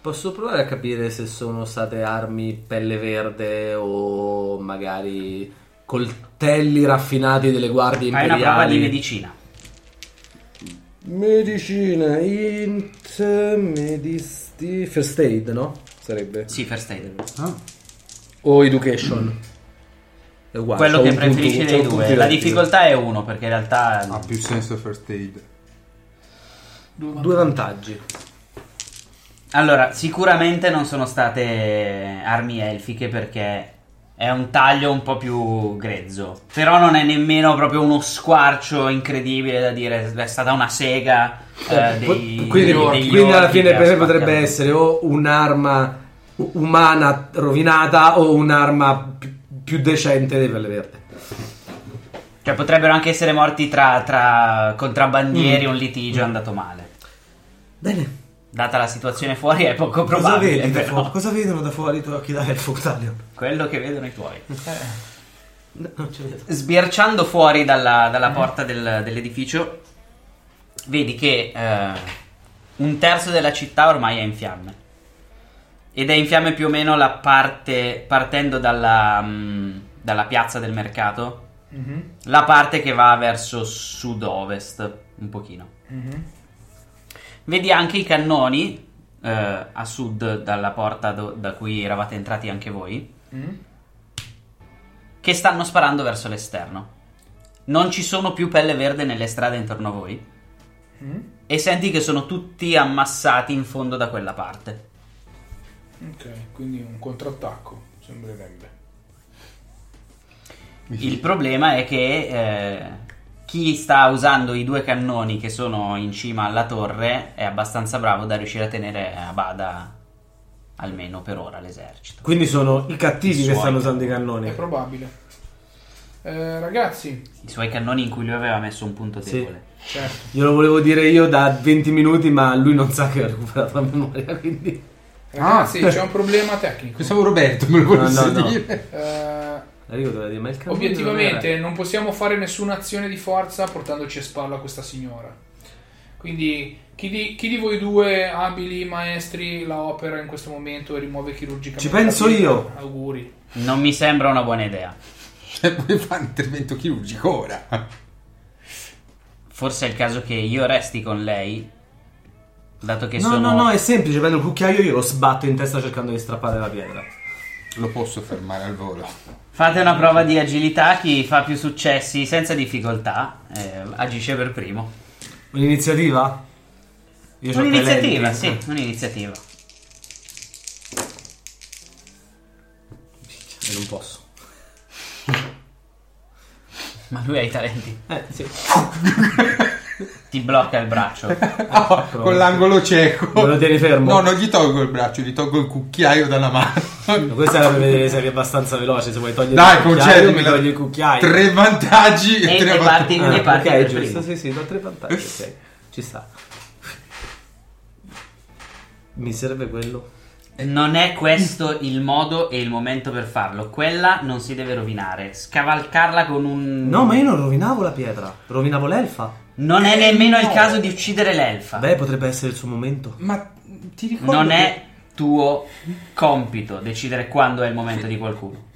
Posso provare a capire se sono state armi pelle verde o magari coltelli raffinati delle guardie
Fai una
imperiali?
prova di medicina.
Medicina, int, medisti, first aid, no? Sarebbe.
Sì, first aid.
O education. È uguale.
Quello
c'ho
che
un punto-
preferisci
c'ho un
dei
punto Ah,
due.
in
La
attivo.
difficoltà è uno perché in realtà...
Ha più senso first aid.
Due
Due
vantaggi.
vantaggi.
Allora, sicuramente non sono state armi elfiche perché è un taglio un po' più grezzo. Però non è nemmeno proprio uno squarcio incredibile da dire è stata una sega eh,
Po-
dei,
quindi,
degli
quindi
orchi
alla fine
che
per me
ha
potrebbe
spaccato.
essere o un'arma u- umana rovinata o un'arma pi- più decente dei pelle verde.
Cioè potrebbero anche essere morti tra, tra contrabbandieri
Mm.
un litigio è andato male.
Bene.
Data la situazione fuori è poco
Cosa,
probabile.
vedi da
però.
fu- cosa vedono da fuori i tuoi occhi da elfo Talion?
Quello che vedono
*laughs*
i tuoi.
Eh. No, non ci vedo. Eh.
Sbirciando fuori dalla, dalla porta del- dell'edificio, vedi che eh, un terzo della città ormai è in fiamme. Ed è in fiamme più o meno la parte partendo dalla, mm, dalla piazza del mercato,
Mhm,
la parte che va verso sud-ovest, un pochino.
Mm-hmm.
mhm.
Vedi anche i cannoni eh, a sud dalla porta do- da cui eravate entrati anche voi,
Mm.
che stanno sparando verso l'esterno. Non ci sono più pelle verde nelle strade intorno a voi
Mm.
e senti che sono tutti ammassati in fondo da quella parte.
Ok, quindi un contrattacco, sembrerebbe.
Il problema è che eh, chi sta usando i due cannoni che sono in cima alla torre è abbastanza bravo da riuscire a tenere a bada almeno per ora l'esercito.
Quindi sono i cattivi
I
che
suoi.
stanno usando i
È
cannoni.
probabile. Eh, ragazzi,
I suoi cannoni in cui lui aveva messo un punto
Sì.
debole.
certo.
Glielo volevo dire io da 20 minuti, ma lui non sa che ho recuperato la memoria, *laughs* quindi...
Ah,
Ragazzi, c'è un problema tecnico.
Pensavo Roberto me lo volesse
no, no.
dire. *laughs*
Eh,
Arrivo dove dire, ma il cannone
Obiettivamente non possiamo fare nessuna azione di forza portandoci a spalla questa signora. Quindi chi di, chi di voi due abili maestri la opera in questo momento e rimuove chirurgicamente?
Ci penso
la pietra?
io.
Auguri.
Non mi sembra una buona idea.
Cioè, vuoi fare un intervento chirurgico ora?
Forse è il caso che io resti con lei. Dato che
No,
sono.
no, no, è semplice, prendo il cucchiaio e io lo sbatto in testa cercando di strappare la pietra.
Lo posso fermare al volo.
Fate una prova di agilità. Chi fa più successi senza difficoltà eh, agisce per primo.
Un'iniziativa? Io c'ho
Un'iniziativa, sì,
talenti.
un'iniziativa.
Eh,
E non posso.
Ma lui ha i talenti.
Eh, sì.
ti blocca il
*laughs*
braccio.
Ah, con l'angolo cieco.
Me lo tieni fermo?
No, non gli tolgo il braccio, gli tolgo il cucchiaio dalla mano.
Questa era per vedere se eri abbastanza veloce. Se vuoi togliere
Dai,
il cucchiaio, mi
concedimela.
togli il cucchiaio.
Tre vantaggi e,
e,
tre
e
vantaggi.
parti,
Ah,
e parti
ok,
Eh, per
giusto,
primo.
sì, sì, do tre vantaggi, ok. Ci sta. Mi serve quello.
Non è questo il modo e il momento per farlo. Quella non si deve rovinare. Scavalcarla con un.
No, ma io non rovinavo la pietra, rovinavo l'elfa.
Non è nemmeno il
No.
caso di uccidere l'elfa.
Beh, potrebbe essere il suo momento.
Ma ti ricordo
non
che-
è tuo compito decidere quando è il momento di qualcuno.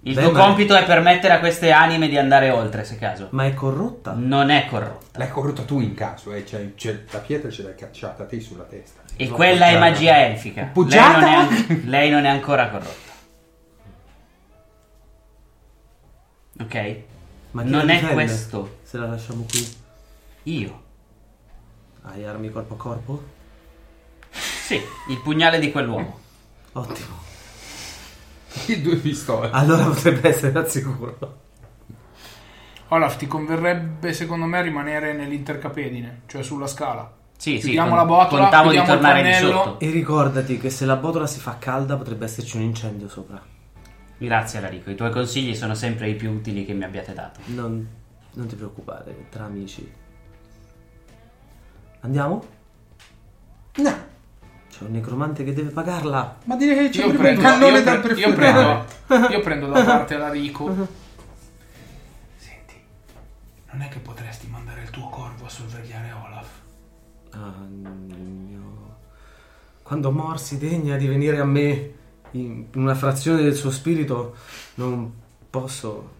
Il
Beh,
tuo
ma-
compito è permettere a queste anime di andare oltre, se caso.
Ma è corrotta.
Non è corrotto.
L'hai corrotta tu in caso, eh? cioè, c'è- la pietra ce l'hai cacciata te sulla testa.
E quella è
poggiata.
magia elfica. Lei
Poggiata?
non, è, an- lei non è ancora corrotta. Ok?
Ma chi la
non è
difende?
questo.
Se la lasciamo qui,
Io.
hai armi corpo a corpo?
Sì, il pugnale di quell'uomo.
Ottimo.
I due pistole.
Allora potrebbe essere al sicuro.
Olaf, ti converrebbe secondo me rimanere nell'intercapedine, cioè sulla scala.
Sì, sì.
Chiudiamo
con-
la botola,
contavo di
chiudiamo il
tornare di
pannello.
sotto.
E ricordati che se la botola si fa calda potrebbe esserci un incendio sopra.
Grazie, Larico. I tuoi consigli sono sempre i più utili che mi abbiate dato.
Non, non ti preoccupare, tra amici. Andiamo?
No,
C'è un necromante che deve pagarla.
ma direi che c'è
Io
proprio un
prendo,
cannone
io,
da
pre- io
perfumare.
prendo- io prendo da parte la
*laughs*
Rico. Senti, non è che potresti mandare il tuo corvo a sorvegliare Olaf?
Ah, mio... Quando Mor si degna di venire a me in una frazione del suo spirito, non posso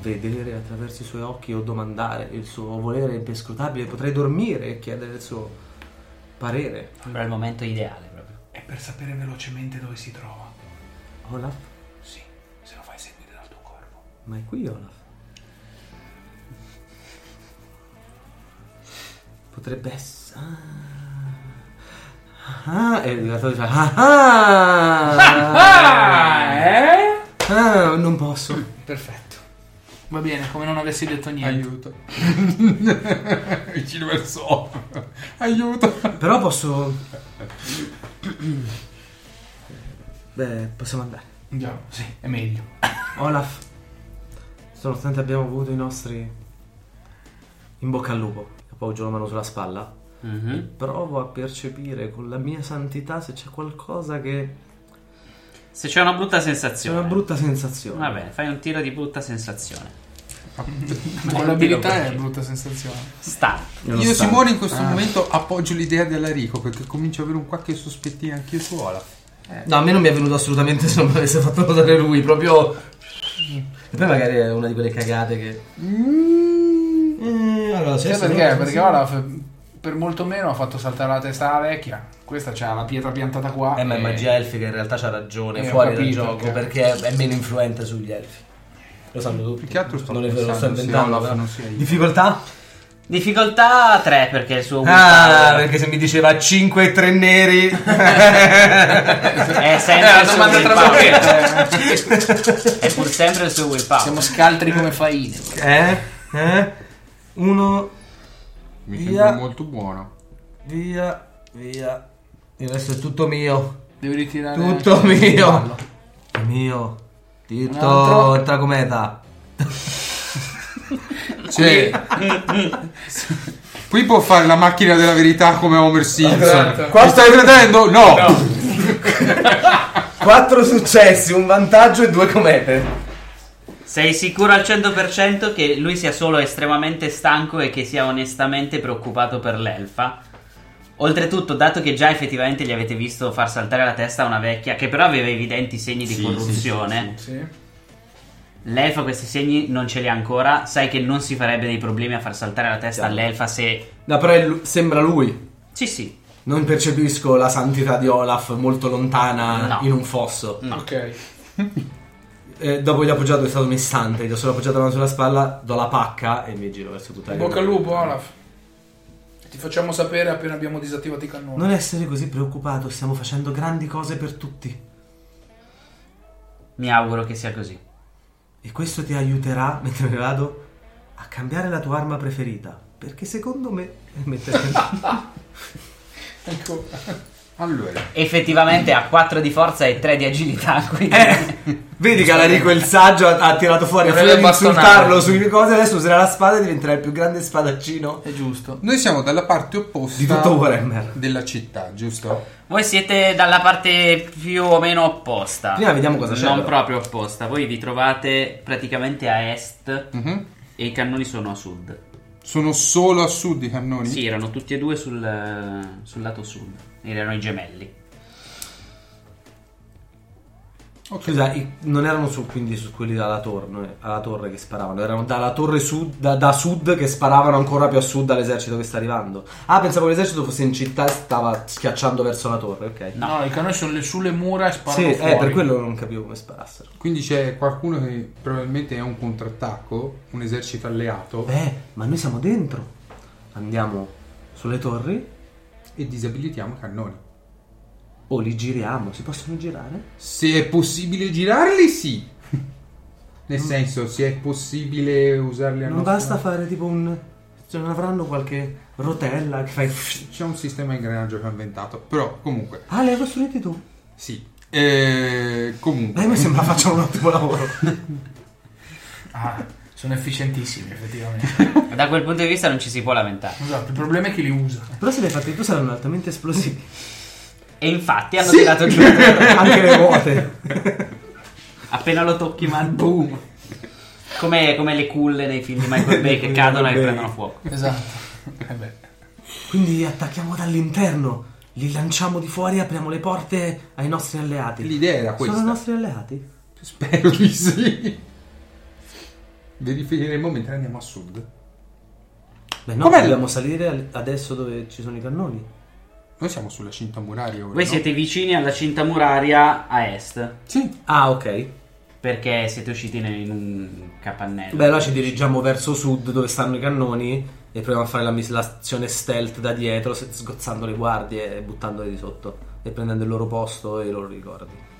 vedere attraverso i suoi occhi o domandare il suo volere imperscrutabile. Potrei dormire e chiedere il suo parere.
Sembra il momento ideale proprio.
È per sapere velocemente dove si trova.
Olaf?
Sì, se lo fai seguire dal tuo corvo.
Ma è qui Olaf? Potrebbe essere... Ah, e il gatto dice... Ah, ah,
Ah, eh?
ah, non posso.
Perfetto. Va bene, come non avessi detto niente.
Aiuto. *laughs* Vicino verso ovra. Aiuto.
Però posso... Beh, possiamo andare.
Già, sì, è meglio.
Olaf, nonostante abbiamo avuto i nostri... In bocca al lupo. E poi giù la mano sulla spalla. Mm-hmm.
Mhm.
Provo a percepire con la mia santità se c'è qualcosa che...
Se c'è una brutta
C'è
sensazione.
una brutta sensazione.
Va bene, fai un tiro di brutta sensazione.
Con l'abilità è brutta sensazione.
Sta.
Io, Simone, in
Ah.
questo momento appoggio l'idea dell'Arico perché comincio ad avere un qualche sospettino anch'io su Olaf.
No, a me non mi è venuto assolutamente se non me l'avesse fatto notare lui, proprio... E poi magari è una di quelle cagate che... Eh, allora, c'è
Sai
solo-
perché? Perché Olaf per molto meno ha fatto saltare la testa alla vecchia. Questa c'ha la pietra piantata qua.
Eh, ma è
e-
magia elfica in realtà c'ha ragione,
Eh, ho
fuori dal
capito,
gioco,
ok.
perché è meno influente sugli elfi. Lo sanno tutti.
Più che altro sto
non è vero, lo sto
pensando se
inventando.
Olaf
però.
non sia io.
Difficoltà?
Difficoltà 3 perché il suo
Ah,
gusto
perché se mi diceva 5 e 3 neri...
*laughs*
è
Eh,
sempre il
la
suo
domanda tra
willpower.
*laughs*
virgolette.
È pur sempre il suo willpower.
Siamo scaltri come faine.
*laughs* eh? Eh? Uno...
Mi
Via.
sembra molto buono.
Via, via. Il resto è tutto mio.
Devi ritirare
Tutto mio.
Fallo.
È mio.
Un
Tutto
altro.
tragometa.
Cioè, qui può fare la macchina della verità come Homer Simpson.
Esatto.
Qua stai credendo? No.
4 successi, un vantaggio e due comete.
Sei sicuro al 100% che lui sia solo estremamente stanco e che sia onestamente preoccupato per l'elfa? Oltretutto, dato che già effettivamente gli avete visto far saltare la testa a una vecchia che però aveva evidenti segni di
Sì, sì,
corruzione,
Sì.
l'elfa questi segni non ce li ha ancora, sai che non si farebbe dei problemi a far saltare la testa all'elfa se...
No, però è lu- sembra lui.
Sì, sì,
Non percepisco la santità di Olaf molto lontana
No.
in un fosso.
No.
Ok.
Eh, dopo gli ho appoggiato è stato un istante, gli ho solo appoggiato la mano sulla spalla, do la pacca e mi giro verso tutta la
Bocca al lupo, Olaf. Ti facciamo sapere appena abbiamo disattivato i cannoni.
Non essere così preoccupato, stiamo facendo grandi cose per tutti.
mi auguro che sia così.
*laughs*
E questo ti aiuterà, mentre me ne vado, a cambiare la tua arma preferita. Perché secondo me... Mettere...
*laughs* Ecco.
Allora,
Effettivamente ha 4 di forza e 3 di agilità. *laughs* Quindi
Vedi Calarico il saggio ha, ha tirato fuori a
Dovrebbe
furia di
bastonare.
insultarlo sulle cose, adesso userà la spada e diventerà il più grande spadaccino
È giusto.
noi siamo dalla parte opposta
di tutto Warhammer.
della città, giusto?
voi siete dalla parte più o meno opposta.
Prima vediamo cosa c'è,
Non
però.
proprio opposta. Voi vi trovate praticamente a est
Mhm.
e i cannoni sono a sud.
Sono solo a sud i cannoni?
Sì, erano tutti e due sul, sul lato sud. Erano i gemelli. *laughs*
Scusa,
Scusa,
i- non erano su, quindi su quelli dalla torre, alla torre che sparavano, erano dalla torre sud, da, da sud che sparavano ancora più a sud dall'esercito che sta arrivando. Ah, pensavo che l'esercito fosse in città e stava schiacciando verso la torre, ok.
No.
No, i cannoni sono le- sulle mura e sparano
Sì,
fuori.
eh, per quello non capivo come sparassero.
Quindi c'è qualcuno che probabilmente è un contrattacco, un esercito alleato
Beh, Eh, ma noi siamo dentro. Andiamo sulle torri
e disabilitiamo i cannoni.
o li giriamo, si possono girare?
Se è possibile girarli, sì. Nel senso, se è possibile usarli
Cioè,
a
Non
nostra-
basta fare tipo un... cioè, non avranno qualche rotella che *laughs* fai...
C'è un sistema a ingranaggio che ho inventato, però comunque,
Ah, li hai costruiti tu?
sì. Eh,
Beh,
comunque,
mi sembra facciamo un ottimo lavoro. *laughs*
Ah, sono efficientissimi, effettivamente. *laughs*
Da quel punto di vista non ci si può lamentare.
Esatto, il problema è che li usa.
Però se li hai fatti tu saranno altamente esplosivi.
E infatti hanno
Sì.
tirato giù.
*laughs* anche le ruote.
Appena lo tocchi, man, boom. Come, come le culle nei film di Michael Bay che cadono e
Bay.
prendono fuoco.
Esatto. *laughs* Eh beh.
Quindi attacchiamo dall'interno, li lanciamo di fuori e apriamo le porte ai nostri alleati.
l'idea era
Sono
questa.
i nostri alleati?
Spero di sì. Verificheremo mentre andiamo a sud.
Beh no,
Com'è?
dobbiamo salire al- adesso dove ci sono i cannoni.
Noi siamo sulla cinta muraria ora.
Voi
no?
siete vicini alla cinta muraria a est.
Sì.
Ah, ok.
Perché siete usciti ne- in un capannello.
Beh, allora ci dirigiamo verso sud dove stanno i cannoni e proviamo a fare la mis- l'azione stealth da dietro, se- sgozzando le guardie e buttandole di sotto e prendendo il loro posto e i loro ricordi.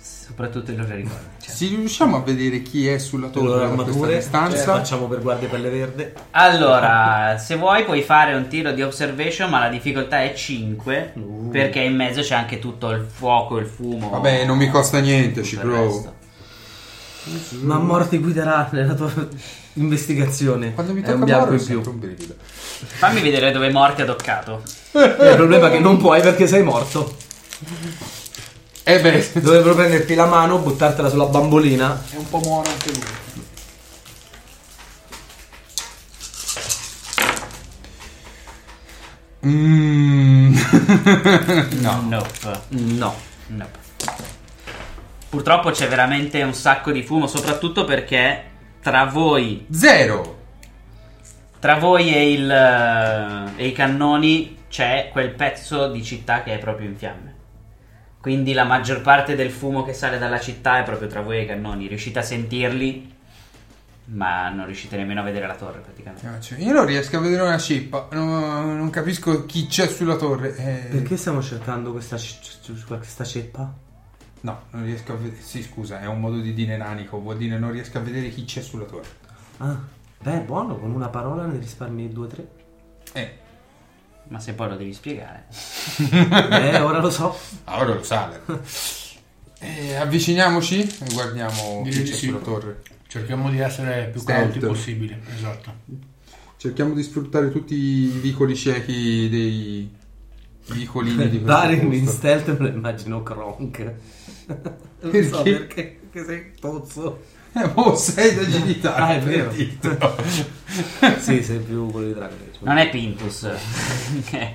Soprattutto il loro ricordo. *laughs* cioè.
Se riusciamo a vedere chi è sulla
Le loro
torre da questa
armature, ce le
distanza,
Cioè, facciamo per guardie pelle verde.
*laughs*
Allora, se vuoi puoi fare un tiro di observation, ma la difficoltà è 5.
Uh.
Perché in mezzo c'è anche tutto il fuoco, il fumo.
Vabbè, non mi costa niente,
tutto
ci
il
provo.
resto.
Ma Morti guiderà nella tua investigazione.
quando mi
È un
tocca
bianco
Morro
in più.
sento un brivido.
Fammi vedere dove Morte ha toccato.
Il problema è che non puoi perché sei morto.
Eh beh,
Dovrebbero prenderti la mano, buttartela sulla bambolina.
È un po' moro anche lui.
*laughs* Mm. *laughs* no.
Nope.
No.
Nope. Purtroppo c'è veramente un sacco di fumo, soprattutto perché tra voi
Zero.
Tra voi e, il, eh, e i cannoni c'è quel pezzo di città che è proprio in fiamme. Quindi la maggior parte del fumo che sale dalla città è proprio tra voi e i cannoni. Riuscite a sentirli, ma non riuscite nemmeno a vedere la torre praticamente.
Ah, cioè, Io non riesco a vedere una cippa. No, non capisco chi c'è sulla torre. eh.
Perché stiamo cercando questa, c- c- questa ceppa?
No, non riesco a vedere. Sì, scusa, è un modo di dire nanico. Vuol dire non riesco a vedere chi c'è sulla torre.
Ah, beh, buono, con una parola ne risparmi due o tre.
Eh,
Ma se poi lo devi spiegare.
Eh, ora lo
*laughs*
so.
allora lo
*laughs*
sale. Eh, avviciniamoci e guardiamo
Direi
chi
di
c'è
sì.
sulla torre.
Cerchiamo di essere più
Stealth.
cauti possibile. Esatto.
Cerchiamo di sfruttare tutti i vicoli ciechi dei
*laughs*
vicolini di questo
Darin in
posto.
stealth me lo immagino Kronk.
*laughs*
Non so
Perché?
perché, che sei tozzo.
Eh, oh,
*laughs*
sei da agilità.
Ah, è vero. *laughs*
Pentito.
Sì, sei più quello di Dragon Age.
Non è Pintus. *laughs* Ok.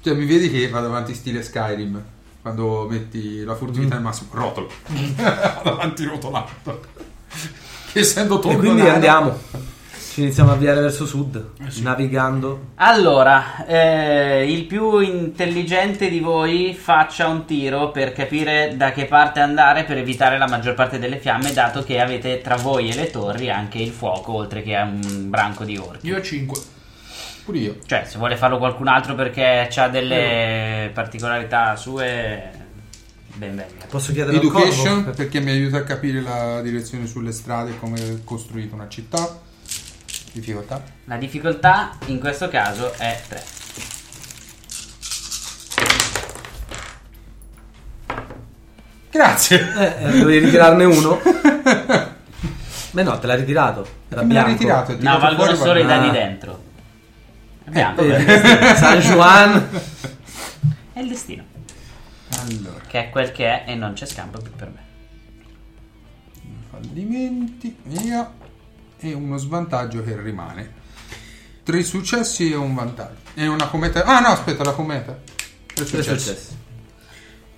Cioè, mi vedi che vado avanti stile Skyrim quando metti la furtività
Mm.
al massimo, rotolo. vado avanti rotolato. Che essendo
E
tornato.
quindi andiamo. Ci iniziamo a avviare verso sud, navigando.
Allora, eh, il più intelligente di voi faccia un tiro per capire da che parte andare per evitare la maggior parte delle fiamme, dato che avete tra voi e le torri anche il fuoco, oltre che a un branco di orchi.
Io ho 5.
Pure io.
Cioè, se vuole farlo qualcun altro perché ha delle particolarità sue, ben venga.
Posso chiedere a un
Education
corvo?
perché mi aiuta a capire la direzione sulle strade e come è costruita una città. Difficoltà?
La difficoltà in questo caso è 3.
Grazie!
Eh, dovevi ritirarne uno. *laughs* Beh no, te l'ha ritirato. Era
Mi ha
bianco.
ritirato. ti
No,
ho
valgono
fuori,
solo i
guarda.
dadi
Ah.
dentro. È bianco,
Eh,
quello.
San Juan.
è il destino.
Allora,
Che è quel che è e non c'è scampo più per me.
fallimenti, via. E uno svantaggio che rimane. Tre successi e un vantaggio. E una cometa... Ah no, aspetta, la cometa. Tre
Che è
successi.
successo?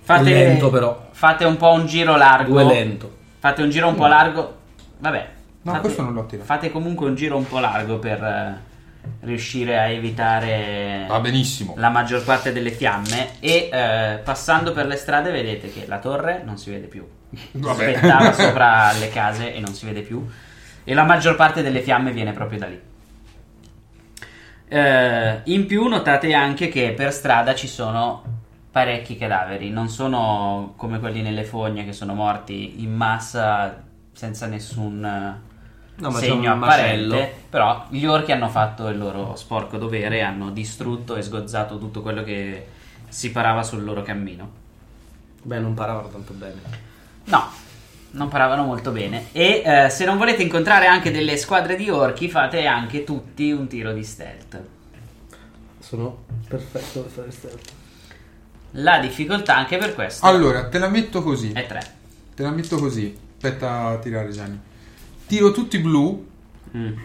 È lento, però.
Fate un po' un giro largo.
Due lento.
Fate un giro un po' largo. Vabbè.
Mm. No,
fate,
questo non l'ho tirato.
Fate comunque un giro un po' largo per eh, riuscire a evitare
Va benissimo.
la maggior parte delle fiamme. E eh, passando per le strade vedete che la torre non si vede
*laughs*
più.
Vabbè.
Spettava sopra le case e non si vede più. E la maggior parte delle fiamme viene proprio da lì. Eh, in più notate anche che per strada ci sono parecchi cadaveri, non sono come quelli nelle fogne che sono morti in massa senza nessun eh,
No, ma c'è
segno
un
apparente,
macello.
però gli orchi hanno fatto il loro sporco dovere, hanno distrutto e sgozzato tutto quello che si parava sul loro cammino.
Beh, non paravano tanto bene.
No, non paravano molto bene. E eh, se non volete incontrare anche delle squadre di orchi, fate anche tutti un tiro di stealth.
Sono perfetto per fare stealth.
La difficoltà anche per questo
Allora, te la metto così.
è 3.
Te la metto così. Aspetta a tirare Gianni. Tiro tutti blu
Mm.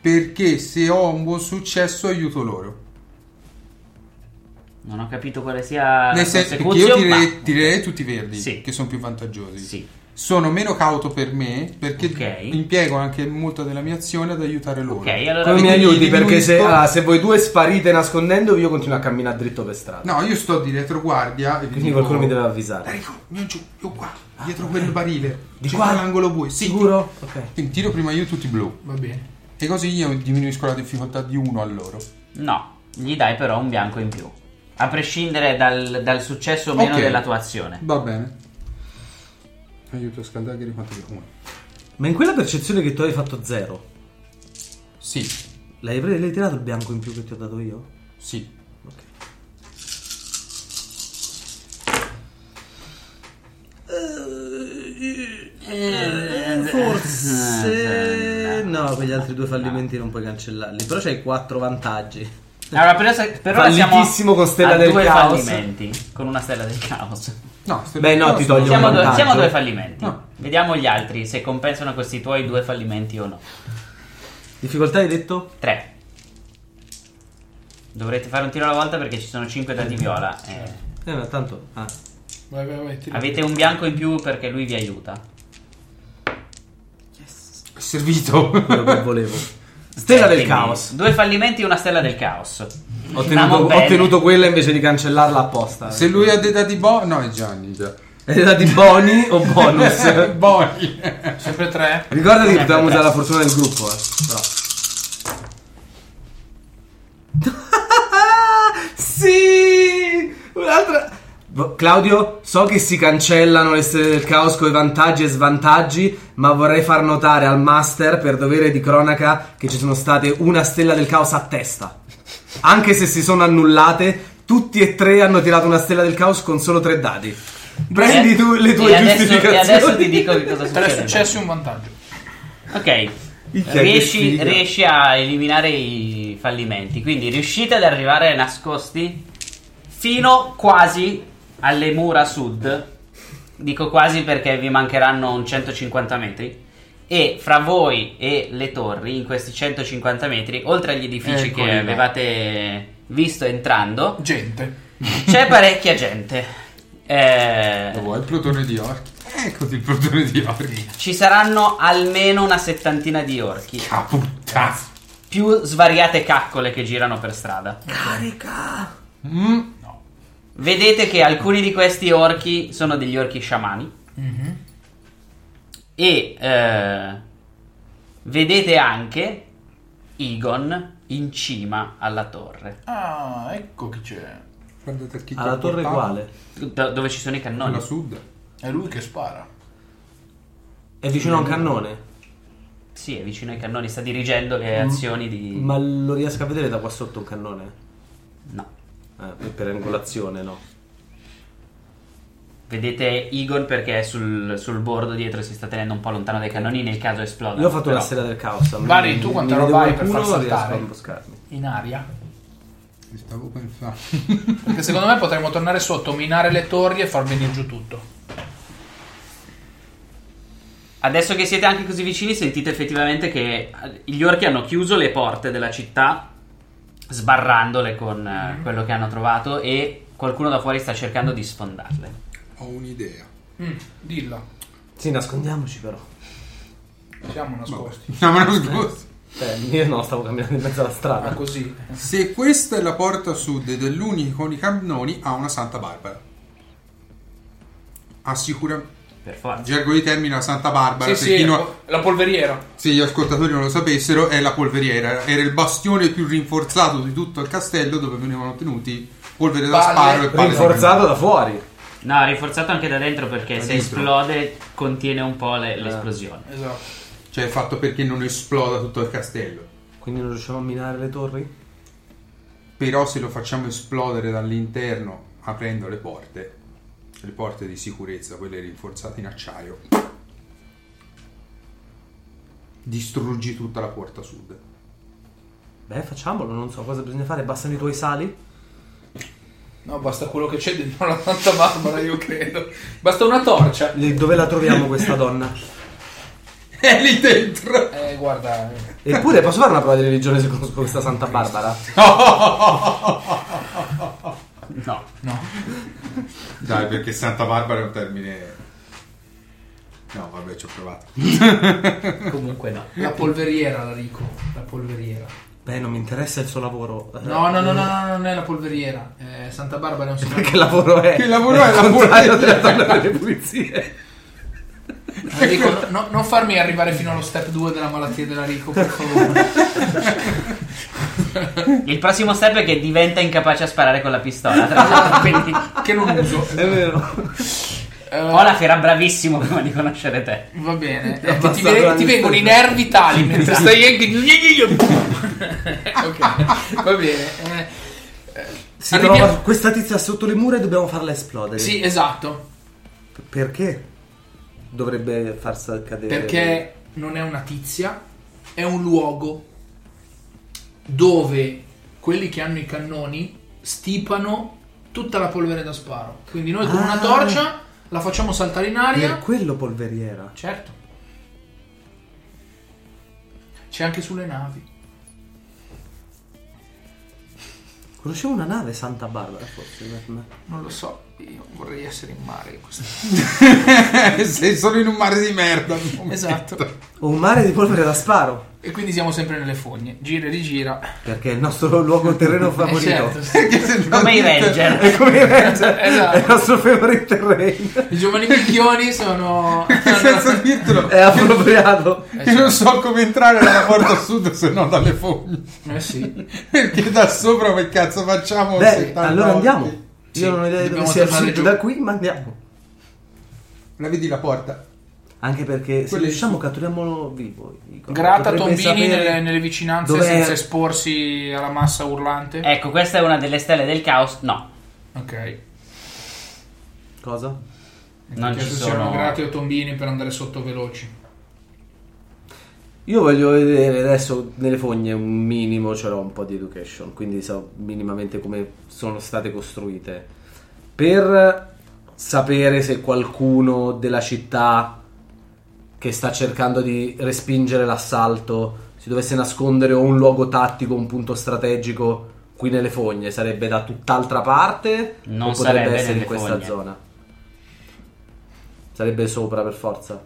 perché se ho un buon successo aiuto loro.
Non ho capito quale sia Ah, la
Nel senso che io
consecuzione.
tirerei, tirerei tutti verdi
Sì.
che sono più vantaggiosi.
Sì.
Sono meno cauto per me perché
Ok.
impiego anche molto della mia azione ad aiutare loro.
Ok, allora
Come mi
vedi-
aiuti? Perché se,
diminuisco-
ah, se voi due sparite nascondendovi, io continuo a camminare dritto per strada.
No, io sto di retroguardia e vi
Quindi
dico-
qualcuno mi deve avvisare.
Enrico, non giù, io qua, dietro quel barile.
Di
c'è
qua?
quell'angolo buio. Sì,
Sicuro? Ok.
Quindi tiro prima io tutti blu.
Va bene.
E così io diminuisco la difficoltà di uno a loro.
Eh. No, gli dai però un bianco in più. A prescindere dal, dal successo o meno
Ok.
della tua azione.
Va bene. Aiuto a scaldare quanto che uno.
Ma in quella percezione che tu hai fatto zero,
Sì,
l'hai, pre- l'hai tirato il bianco in più che ti ho dato io?
sì.
Eh, Forse... No, quegli altri due fallimenti non puoi cancellarli. Però c'hai quattro vantaggi.
Allora, per, ora- per ora siamo
Fallitissimo con Stella
a
del
due
Caos.
fallimenti. Con una stella del caos.
No, diciamo se-
Beh, no, ti
sono-
toglio
Siamo,
un
due-
vantaggio.
siamo due fallimenti.
No.
Vediamo gli altri se compensano questi tuoi due fallimenti o no.
Difficoltà hai detto?
3. Dovrete fare un tiro alla volta perché ci sono 5 dadi viola. eh.
Eh, ma tanto... Ah.
Vai, vai, vai. tira.
Avete un bianco in più perché lui vi aiuta.
È servito.
quello che volevo. Stella del
Quindi,
caos.
Due fallimenti e una stella del caos.
Ho
Stiamo
tenuto, ho
bene.
tenuto quella invece di cancellarla apposta.
*laughs* se lui ha dei dati bo... No, è Gianni già.
È dati boni o
Eh. *laughs*
bonus?
Boi.
Sempre 3.
Ricordati che
Sempre
dobbiamo
tre.
usare la fortuna del gruppo. eh. Però. *laughs* sì! Un'altra. Vo- Claudio, so che si cancellano le stelle del caos con i vantaggi e svantaggi, ma vorrei far notare al master, per dovere di cronaca, che ci sono state una stella del caos a testa. Anche se si sono annullate, tutti e tre hanno tirato una stella del caos con solo tre dadi. Prendi
E-
tu le tue
e adesso-
giustificazioni.
E adesso ti dico che
*laughs*
cosa
Te l'è
succede.
successo un vantaggio.
Ok.
Minchia, che
Riesci,
sfiga.
riesci a eliminare i fallimenti. Quindi riuscite ad arrivare nascosti fino quasi alle mura sud. Dico quasi perché vi mancheranno un 150 metri. E fra voi e le torri, in questi 150 metri, oltre agli edifici
Ecco, eh,
Eccoli
che
là.
avevate visto entrando,
Gente.
c'è parecchia gente. Eh,
Lo vuoi il plotone di orchi? Eccoti il plotone di orchi.
ci saranno almeno una settantina di orchi.
Ah, puttana.
più svariate caccole che girano per strada.
Mm.
Vedete che alcuni di questi orchi sono degli orchi sciamani. E eh, vedete anche Igon in cima alla torre,
Ah, ecco chi c'è.
Guardate chi
Alla torre quale?
do- dove ci sono i cannoni.
Alla sud.
È lui che spara. Mm.
È vicino a un cannone?
Sì, è vicino ai cannoni, sta dirigendo le azioni di...
Mm.
Ma lo riesco a vedere da qua sotto un cannone?
No.
Ah, per- per angolazione, no.
Vedete Egon perché è sul, sul bordo dietro e si sta tenendo un po' lontano dai cannoni nel caso esploda.
Io ho fatto
Però-
la sera del caos.
Bari, tu quanta roba hai per far saltare?
riesco a imboscarmi.
in aria.
Ci Stavo *laughs* pensando.
Perché secondo me potremmo tornare sotto, minare le torri e far venire giù tutto.
Adesso che siete anche così vicini, sentite effettivamente che eh, gli orchi hanno chiuso le porte della città, sbarrandole con
Mm.
eh, quello che hanno trovato, e qualcuno da fuori sta cercando di sfondarle.
Ho un'idea.
Mm, dilla,
Sì, nascondiamoci però.
siamo nascosti.
No, ma non scusa.
Beh, Cioè, *laughs* io no, stavo camminando in mezzo alla
Ah,
strada.
così.
Se questa è la porta sud dell'unico di cannoni, ha una Santa Barbara. Ha sicuramente.
Per forza.
Gergo di termine la Santa Barbara.
Sì,
se chi
sì,
no-
la polveriera.
se gli ascoltatori non lo sapessero, è la polveriera. Era il bastione più rinforzato di tutto il castello dove venivano tenuti polvere da
Palle
sparo e palle da
Rinforzato da fuori.
No, rinforzato anche da dentro perché se
dentro.
esplode contiene un po' le- l'esplosione.
Esatto.
prendere. Cioè, il fatto perché non esploda tutto il castello.
Quindi non riusciamo a minare le torri?
Però se lo facciamo esplodere dall'interno aprendo le porte, le porte di sicurezza, quelle rinforzate in acciaio, distruggi tutta la porta sud.
Beh, facciamolo, non so cosa bisogna fare, bastano i tuoi sali.
No, basta quello che c'è dentro la Santa Barbara, io credo. Basta una torcia. *laughs*
Lì, Dove la troviamo questa donna?
È lì dentro!
Eh, guarda. eh.
Eppure posso fare una prova di religione se conosco questa Santa Barbara?
No.
No.
Dai, perché Santa Barbara è un termine... No, vabbè, ci ho provato.
Comunque no. La polveriera, la dico. La polveriera.
Beh, non mi interessa il suo lavoro.
No, no, no, no, no, non è la polveriera. Eh, Santa Barbara è un sinonimo.
*laughs* Che lavoro è?
Che lavoro è?
il
La
contrario della donna delle
*laughs*
pulizie.
Eh, Rico, no- non farmi arrivare fino allo step 2 della malattia della Rico, per favore.
Il prossimo step è che diventa incapace a sparare con la pistola. Tra l'altro, quindi
che non uso.
È vero.
*laughs* Eh,
Olaf era bravissimo *laughs* prima di conoscere te.
Va bene.
È
Eh, ti, ti
passato
ve-
anni
ti vengono i
scorsi.
nervi
*laughs*
tali mentre stai anche. *laughs* ok, va bene. Eh, eh,
Si
arriviamo-
trova questa tizia sotto le mura e dobbiamo farla esplodere.
Sì, esatto.
Perché? Dovrebbe farsi cadere.
Perché non è una tizia, è un luogo dove quelli che hanno i cannoni stipano tutta la polvere da sparo. Quindi noi con una
Ah.
torcia la facciamo saltare in
Per
aria.
quello polveriera.
Certo. C'è anche sulle navi.
Conoscevo una nave Santa Barbara, forse. per me.
Non lo so, io vorrei essere in mare. in questo-
Eh, Se sono in un mare di merda. al momento. *laughs*
Esatto.
O un mare di polvere da sparo.
E quindi siamo sempre nelle fogne. Gira e rigira.
Perché è il nostro *laughs* luogo terreno
Eh,
favorito.
certo,
*laughs*
sì.
Perché se no-
Come i Ranger.
È come i Ranger,
Esatto.
è il nostro favorite terreno.
I giovani minchioni
*laughs*
sono... Eh,
Senza dirtelo.
È appropriato.
Io
certo.
non so come entrare dalla porta sud se non dalle fogne.
Eh sì.
Perché da sopra che cazzo facciamo?
Beh,
70
allora
volte?
andiamo.
Sì,
Io non ho idea di dove
dobbiamo
sia il
tornare
sud
giù.
da qui, ma andiamo.
La vedi la porta?
Anche perché se
Quello è il
riusciamo
sud.
catturiamolo vivo. Igor.
Grata
Potrebbe
tombini
sapere
nelle, nelle vicinanze
dov'è- Eh,
senza esporsi alla massa urlante.
Ecco, questa è una delle stelle del caos. No,
Ok.
Cosa?
non ci
Adesso
sono.
siamo grati o tombini per andare sotto veloci.
Io voglio vedere adesso nelle fogne un minimo, ce l'ho un po' di education, quindi so minimamente come sono state costruite. Per sapere se qualcuno della città che sta cercando di respingere l'assalto si dovesse nascondere o un luogo tattico, un punto strategico qui nelle fogne, sarebbe da tutt'altra parte
Non
o potrebbe
sarebbe
essere in
nelle
questa
fogne.
zona? Sarebbe sopra per forza.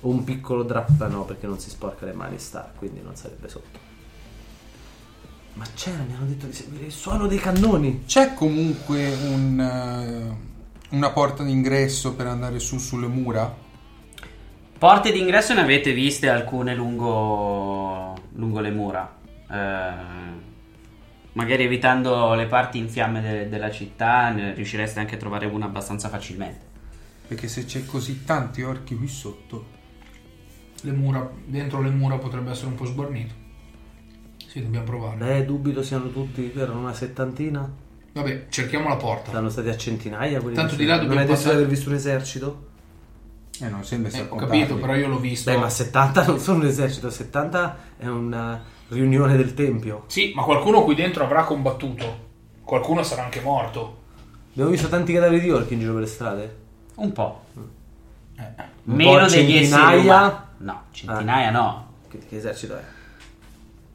O un piccolo drappa no, perché non si sporca le mani sta, quindi non sarebbe sotto. Ma c'era, mi hanno detto di seguire il suono dei cannoni.
C'è comunque un, eh, una porta d'ingresso per andare su sulle mura?
Porte d'ingresso ne avete viste alcune lungo, lungo le mura. Eh, magari evitando le parti in fiamme de- della città, ne riuscireste anche a trovare una abbastanza facilmente.
Perché se c'è così tanti orchi qui sotto,
le mura, dentro le mura potrebbe essere un po' sguarnito. Sì, dobbiamo provare.
Beh, dubito siano tutti, erano una settantina.
Vabbè, cerchiamo la porta.
Saranno stati a centinaia quelli
Tanto
che
di
sono-
là
Non
dobbiamo
hai detto di
passare-
aver visto un esercito?
Eh, non sembra
Eh,
sia
ho capito, però io l'ho visto.
Beh, ma 70 non sono un esercito, 70 è una riunione del tempio.
Sì, ma qualcuno qui dentro avrà combattuto. Qualcuno sarà anche morto.
Abbiamo visto tanti cadaveri di orchi in giro per le strade.
Un po'.
Eh.
Un
Meno
po'
degli esseri
centinaia.
umani. No, centinaia no.
Che, che esercito è?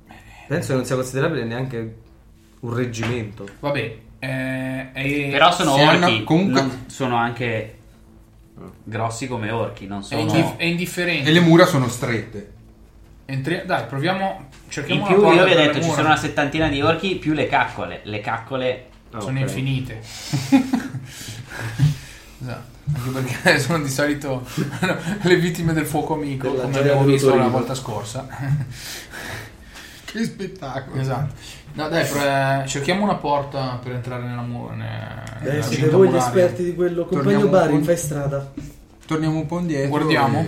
Eh,
Penso che non sia considerabile neanche un reggimento.
Vabbè, eh, eh,
Però sono
se hanno-
orchi.
comunque-
non- sono anche grossi come orchi, non
è,
sono...
indif- è
E
indifferente.
le mura sono strette.
Entri- dai, proviamo.
In
Cerchiamo la
più
porta.
io vi ho
dalle
detto ci
mura.
sono una settantina di orchi più le caccole. Le caccole...
Ah,
Sono
ok.
infinite. *laughs* Esatto. Anche perché *laughs* sono di solito le vittime del fuoco amico,
Della
come
gioia
abbiamo
del
visto la
Torino.
volta scorsa. *laughs*
Che spettacolo.
esatto. No, dai, pre- cerchiamo una porta per entrare nella, mu- ne-
Eh,
Eh,
nella
Eh,
cinta muraria.
di quello.
Compagno Barin, fai
strada.
Torniamo un po' indietro.
Guardiamo.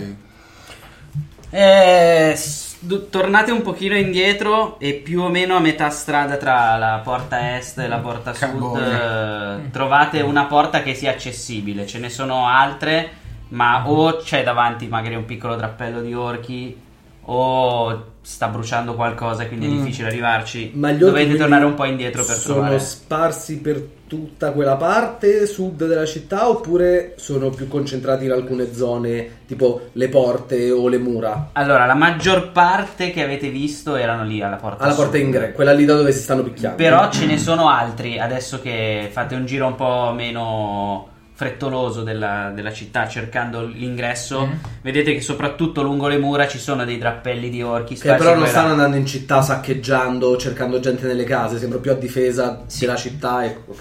e-
Eh, s- d- tornate un pochino indietro e più o meno a metà strada tra la porta est e la porta sud
Carbone.
eh, trovate una porta che sia accessibile. Ce ne sono altre, ma o c'è davanti magari un piccolo drappello di orchi o sta bruciando qualcosa e quindi è difficile arrivarci.
Mm. Ma gli orchi
Dovete
quindi
tornare un po' indietro per
sono
trovare.
sparsi per tutta quella parte sud della città oppure sono più concentrati in alcune zone, tipo le porte o le mura?
Allora, la maggior parte che avete visto erano lì alla porta
Alla porta
sud.
in greco, quella lì da dove si stanno picchiando.
Però ce ne sono altri adesso che fate un giro un po' meno frettoloso della, della città cercando l'ingresso.
Mm.
Vedete che soprattutto lungo le mura ci sono dei drappelli di orchi
che
sparsi
però non
qua e là.
stanno andando in città saccheggiando, cercando gente nelle case, sembra più a difesa della città. E... ok.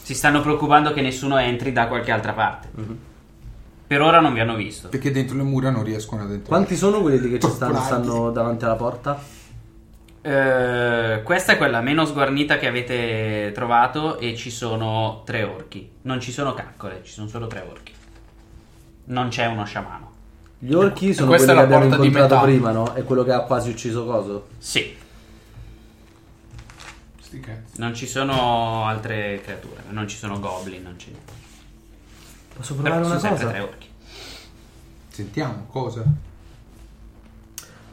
Si stanno preoccupando che nessuno entri da qualche altra parte.
Mhm.
Per ora non vi hanno visto.
Perché dentro le mura non riescono ad entrare.
Quanti sono quelli che ci stanno,
Troppo larghi.
stanno davanti alla porta?
Eh, questa è quella meno sguarnita che avete trovato e ci sono tre orchi. Non ci sono caccole, ci sono solo tre orchi. Non c'è uno sciamano.
Gli orchi sono quelli
Ecco, questa
che
è la
abbiamo
porta di
incontrato
metà.
prima, no? È quello che ha quasi ucciso Coso.
Sì,
Sti cazzi.
Non ci sono altre creature, non ci sono goblin, non c'è niente.
Posso
Però
Eh,
provare
sono
una
sempre
cosa?
tre orchi.
Sentiamo cosa.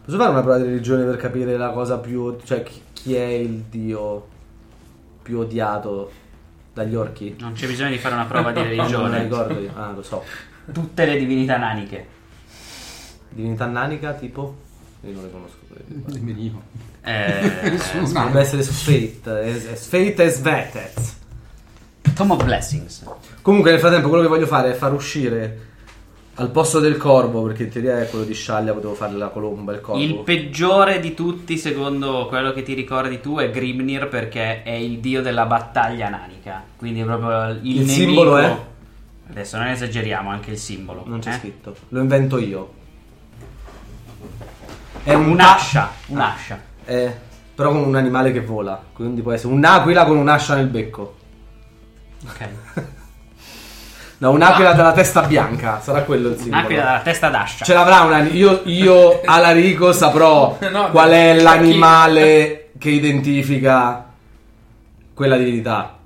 Posso fare una prova di religione per capire la cosa più. cioè chi, chi è il dio più odiato dagli orchi?
Non c'è bisogno di fare una prova
*laughs*
di
Non me la
religione.
ricordo io. Ah, lo so.
Tutte le divinità naniche.
Divinità nanica, tipo. Io non le conosco. quelle.
Venivo.
Eh,
Dovrebbe essere Sfate. È- è Sfate e Svetet.
Tom of Blessings.
Comunque, nel frattempo, quello che voglio fare è far uscire al posto del corvo, perché in teoria è quello di Sciaglia, potevo fare la colomba, il corvo.
Il peggiore di tutti, secondo quello che ti ricordi tu, è Grimnir perché è il dio della battaglia nanica. Quindi è proprio il,
Il
nemico.
simbolo è?
Adesso non esageriamo, anche il simbolo.
Non c'è
eh?
scritto. Lo invento io. È un
Un'ascia, un'ascia.
Eh, però con un animale che vola. Quindi può essere un'aquila con un'ascia nel becco. *laughs*
Ok.
No, un'aquila dalla testa bianca. Sarà quello il simbolo.
Un'aquila dalla testa d'ascia.
Ce l'avrà una. Io,
*laughs*
io Alarico, saprò
No,
qual è
chi-
l'animale che identifica quella divinità.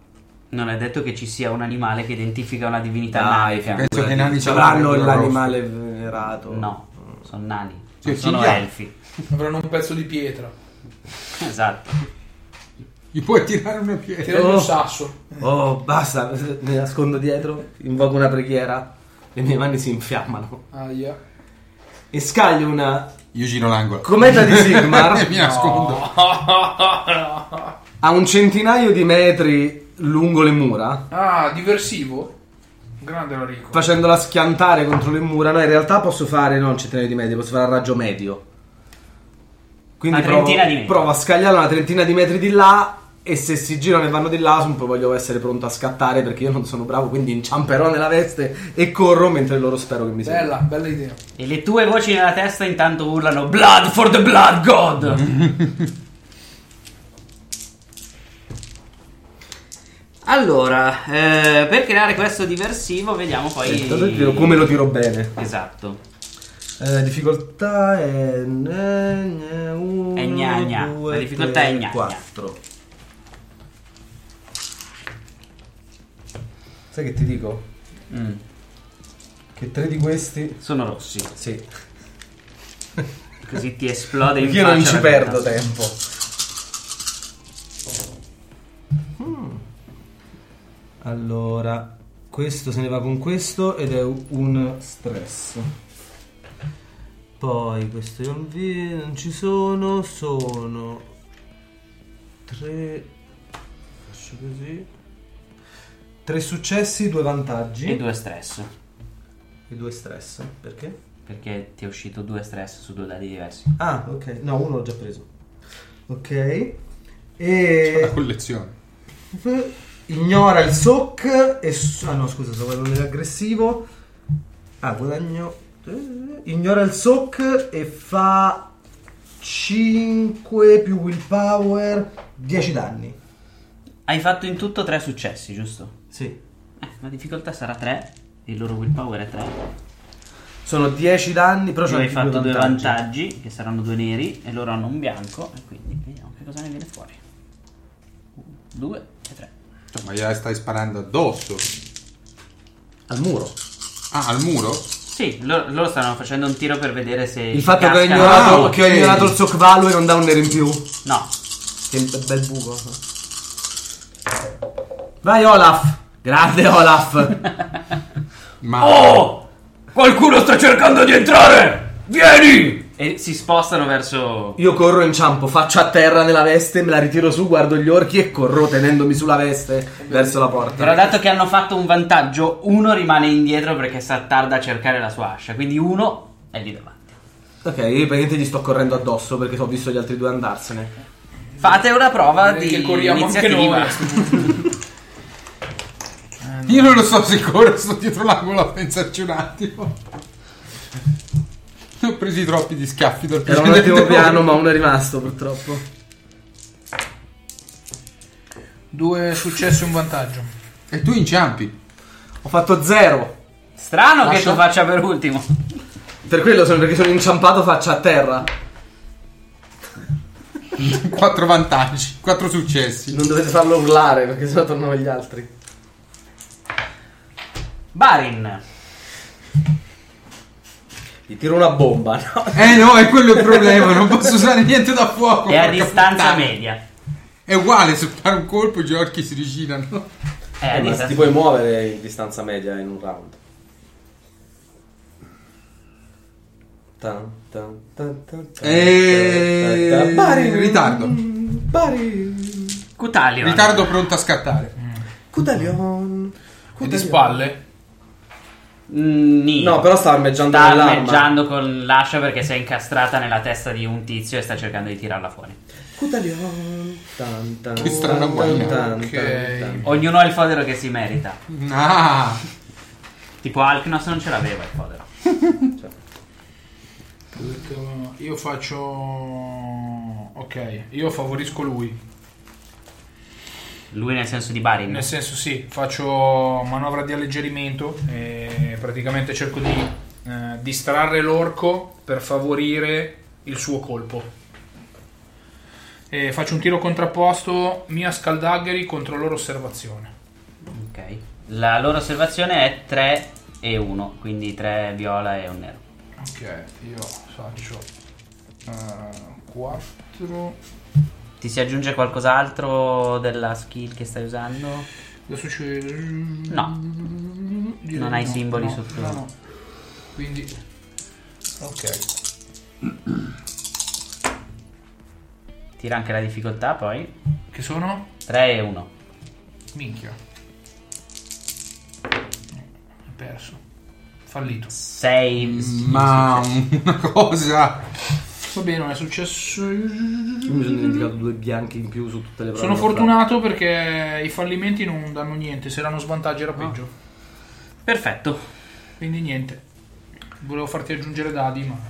Non è detto che ci sia un animale che identifica una divinità
Dai,
nanica.
figurati.
Penso Cioè, che i nani ce
Avranno
l'avrebbero
l'animale venerato.
No, sono nani.
Sì,
non sono
cinghiali.
elfi. *laughs*
Avranno un pezzo di pietra.
Esatto.
Gli puoi tirare una pietra.
Tirano
Oh.
un sasso.
Oh, basta. Mi nascondo dietro. Invoco una preghiera. Le mie mani si infiammano.
Aia.
E scaglio una
Io giro l'angolo. *laughs*
cometa di
E
Sigmar.
*laughs* mi nascondo.
a un centinaio di metri lungo le mura,
Ah, diversivo. Grande Enrico.
facendola schiantare contro le mura. No, in realtà posso fare non un centinaio di metri, posso fare un raggio medio. Quindi
Una
provo,
trentina di metri.
provo a scagliare una trentina di metri di là. E se si girano e vanno di là, un po' voglio essere pronto a scattare perché io non sono bravo, quindi inciamperò nella veste e corro mentre loro spero che mi seguano.
Bella, bella idea.
E le tue voci nella testa intanto urlano Blood for the Blood God! *laughs* allora, eh, per creare questo diversivo vediamo poi...
Tanto il tiro- Come lo tiro bene?
Esatto.
Eh, difficoltà è... ne- ne- uno,
È gna gna.
due,
La difficoltà
tre,
è gna gna.
quattro. Sai che ti dico?
Mm.
Che tre di questi...
Sono rossi.
Sì.
Così ti esplode in
Io
faccia
non ci
la
perdo
verità.
tempo. Hmm. Allora, questo se ne va con questo ed è un stress. Poi questi non, vi- non ci sono, sono tre... Faccio così. Tre successi, due vantaggi
E due stress.
e due stress. Perché?
Perché ti è uscito due stress su due dadi diversi.
Ah, ok. No, uno l'ho già preso. Ok.
La
E
collezione.
ignora il soc e s- ah no, scusa, sto guardando l'aggressivo. Ah, guadagno eh, ignora il soc e fa 5 più willpower 10 danni.
Hai fatto in tutto tre successi, giusto?
Sì.
Eh, la difficoltà sarà tre. Il loro willpower è tre.
Sono 10 danni, però
Tu
c'ho
hai
anche
fatto due vantaggi, che saranno due neri, e loro hanno un bianco. E quindi vediamo che cosa ne viene fuori. Uno, due e tre.
Cioè, ma gliela stai sparando addosso.
al muro.
Ah, al muro?
Sì, loro, loro stanno facendo un tiro per vedere se.
Il fatto che ho,
cascano-
ignorato,
Ah, ok.
che ho ignorato il sock value non dà un nero in più.
No,
Che bel buco. Vai Olaf! Grande
*laughs*
Olaf!
Ma
Oh! Qualcuno sta cercando di entrare! Vieni! E si spostano verso.
Io corro e inciampo, faccio a terra nella veste, me la ritiro su, guardo gli orchi e corro tenendomi sulla veste verso la porta.
Però dato che hanno fatto un vantaggio, uno rimane indietro perché sta tarda a cercare la sua ascia. Quindi uno è lì davanti.
Ok, io praticamente gli sto correndo addosso perché ho visto gli altri due andarsene.
Fate una prova
Direi
di
che corriamo anche
iniziativa.
eh,
noi a questo
io non lo so sicuro, sto dietro l'angolo a pensarci un attimo. Ne ho presi troppi di schiaffi dal
Era un
precedente *laughs*
attimo piano,
volo.
ma uno è rimasto purtroppo.
Due successi e un vantaggio.
E tu inciampi.
Ho fatto zero.
Strano che tu faccia per ultimo.
Per quello sono perché sono inciampato faccia a terra.
Quattro vantaggi, quattro successi.
Non dovete farlo urlare perché sennò tornano gli altri.
Barin.
Gli tiro una bomba, no?
Eh no, è quello il problema, non posso usare niente da fuoco.
È a
porca
distanza
puttana.
media.
È uguale, se fare un colpo i orchi si ricinano.
È a
ma ti
distanza.
puoi muovere in distanza media in un round. Tan, tan, tan, tan, tan,
Eh,
tan, tan, tan. Bari!
in ritardo.
Bari!
Cutalion.
Ritardo pronto a scattare.
Cutalion!
E di spalle.
Mm, Nino.
No, però sta armeggiando
Sta
nell'arma.
armeggiando con l'ascia perché si è incastrata nella testa di un tizio e sta cercando di tirarla fuori.
Cutalion! Tan, tan,
Che strana
tan,
guagna.
tan,
Ok.
tan, tan.
Ognuno ha il fodero che si merita.
Ah,
Tipo Alknos non ce l'aveva il fodero.
Io faccio... Ok, io favorisco lui.
Lui nel senso di Barin.
Nel senso sì, faccio manovra di alleggerimento e praticamente cerco di eh, distrarre l'orco per favorire il suo colpo. E faccio un tiro contrapposto mia Scaldagheri contro loro osservazione.
Ok. La loro osservazione è 3 e 1, quindi 3 viola e un nero.
Ok, io faccio eh, 4.
Ti si aggiunge qualcos'altro della skill che stai usando?
Adesso c'è...
No.
Direi
Non hai
no,
simboli
no,
sotto.
no, no. Quindi... Ok.
Tira anche la difficoltà poi.
Che sono?
3 e 1.
Minchia. Ho perso. Fallito.
6.
ma una cosa.
Va bene, non è successo.
Io mi sono dimenticato due bianchi in più su tutte le prove.
Sono fortunato perché i fallimenti non danno niente, se erano svantaggi era peggio.
Perfetto.
Quindi niente. Volevo farti aggiungere dadi, ma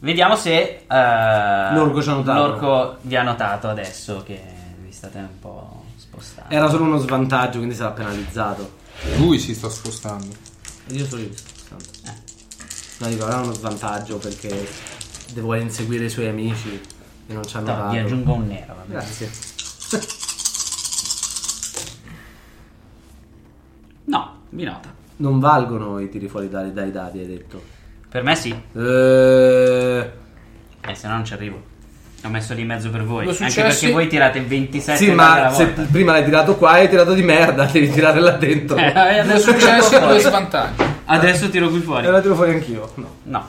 Vediamo se eh,
L'orco ci ha notato.
l'orco vi ha notato adesso che vi state un po' spostando.
Eh,
Era solo uno svantaggio, quindi sarà penalizzato.
Lui si sta spostando.
Io sono io. tanto.
No, dico, avrà uno svantaggio perché devo inseguire i suoi amici e non ci hanno
No,
dato.
gli aggiungo un nero, va bene.
Grazie.
No, mi nota.
Non valgono i tiri fuori dai, dai dadi, hai detto.
Per me sì,
Eh,
eh, se no non ci arrivo. L'ho messo lì in mezzo per voi.
Due
Anche
successi.
perché voi tirate
Eh,
27
Sì,
dadi alla
ma se
volta.
prima l'hai tirato qua e hai tirato di
*laughs*
merda, devi tirare là dentro.
Eh,
E
Due
adesso, tiro *laughs*
successi,
fuori.
due svantaggi.
adesso tiro qui fuori.
la tiro fuori anch'io. No.
No,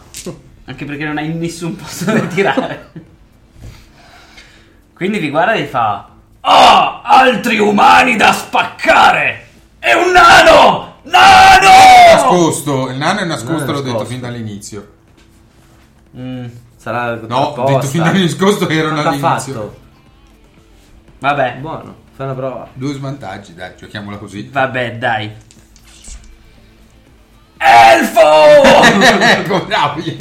anche perché non hai nessun posto da tirare. Quindi vi guarda e vi fa: Ah, altri umani da spaccare! È un nano! Nano!
Nascosto, il nano è nascosto,
Il nano è
l'ho detto
nascosto.
fin dall'inizio.
Mm,
sarà
No, ho detto fin dall'inizio che erano
Quanto ha
all'inizio.
fatto?
vabbè,
Buono, fai una prova.
Due svantaggi, dai,
*laughs*
giochiamola così.
vabbè, dai. Elfo!
ecco, bravi.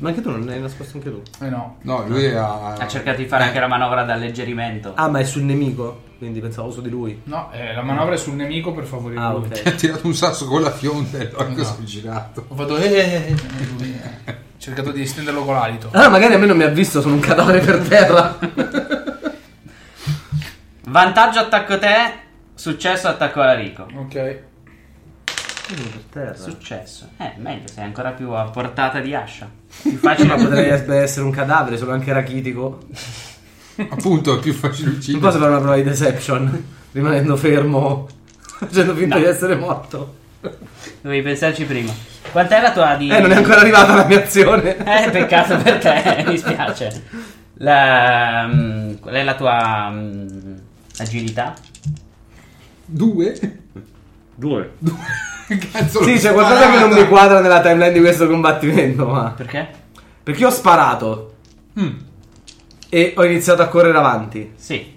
Ma anche tu non ne hai nascosto anche tu.
Eh no.
No, lui ha...
ha cercato di fare
Eh,
anche la manovra d'alleggerimento.
Ah, ma è sul nemico? Quindi pensavo su di lui.
No, eh, la manovra è sul nemico per favorire
Ah,
lui.
Ha
ok.
tirato un sasso con la fionda e l'orco
No.
si è girato.
Vado eh, eh, eh, eh, lui, eh. Ho *laughs* cercato di stenderlo con l'alito.
Ah, magari a me non mi ha visto, sono un cadavere per terra.
Vantaggio attacco te, successo attacco alla Rico.
Ok.
per terra.
Successo. Eh, meglio, sei ancora più a portata di ascia. Più facile *laughs*
Ma *laughs* potrei es- essere un cadavere, sono anche rachitico.
Appunto, è più facile
Non posso
uccidere.
fare una prova di deception, rimanendo fermo, facendo finta
No.
di essere morto.
Dovevi pensarci prima. Quant'è la tua di...
Eh, non è ancora arrivata la mia azione.
Eh, peccato per te, *laughs* mi spiace. La, mm, qual è la tua mm, agilità?
Due?
Due.
*laughs* Cazzo,
Sì,
l'ho
c'è qualcosa che non mi
Ah.
sparato.
quadra nella timeline di questo combattimento, ma...
Perché?
Perché io ho sparato
Mm.
e ho iniziato a correre avanti.
Sì.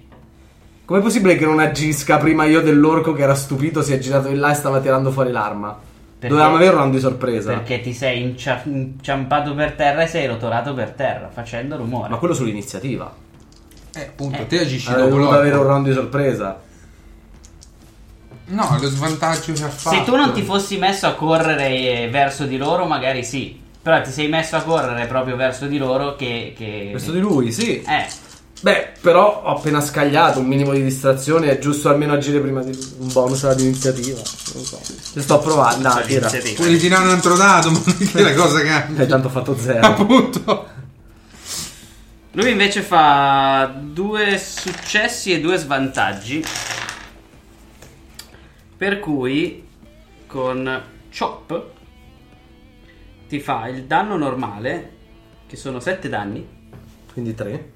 Com'è possibile che non agisca prima io dell'orco che era stupito, si è girato in là e stava tirando fuori l'arma?
Perché?
Dovevamo avere un round di sorpresa.
Perché ti sei incia- inciampato per terra e sei rotolato per terra, facendo rumore.
Ma quello sull'iniziativa.
Eh, appunto, te agisci
Avrei
dopo
dovuto
l'orco.
avere un round di sorpresa.
No, lo svantaggio che ha fatto.
Se tu non ti fossi messo a correre eh, verso di loro, magari sì. Però ti sei messo a correre proprio verso di loro che... che...
Questo di lui, sì.
Eh,
Beh, però ho appena scagliato un minimo di distrazione, è giusto almeno agire prima di un bonus ad iniziativa. Non so. Ci sto provando. No, Ah, tira. E
Puoi tirare un altro dado, ma *laughs* non è che la cosa cambia.
tanto ho fatto *laughs* zero.
Appunto.
Lui invece fa due successi e due svantaggi. Per cui con Chop ti fa il danno normale, che sono 7 danni.
Quindi tre.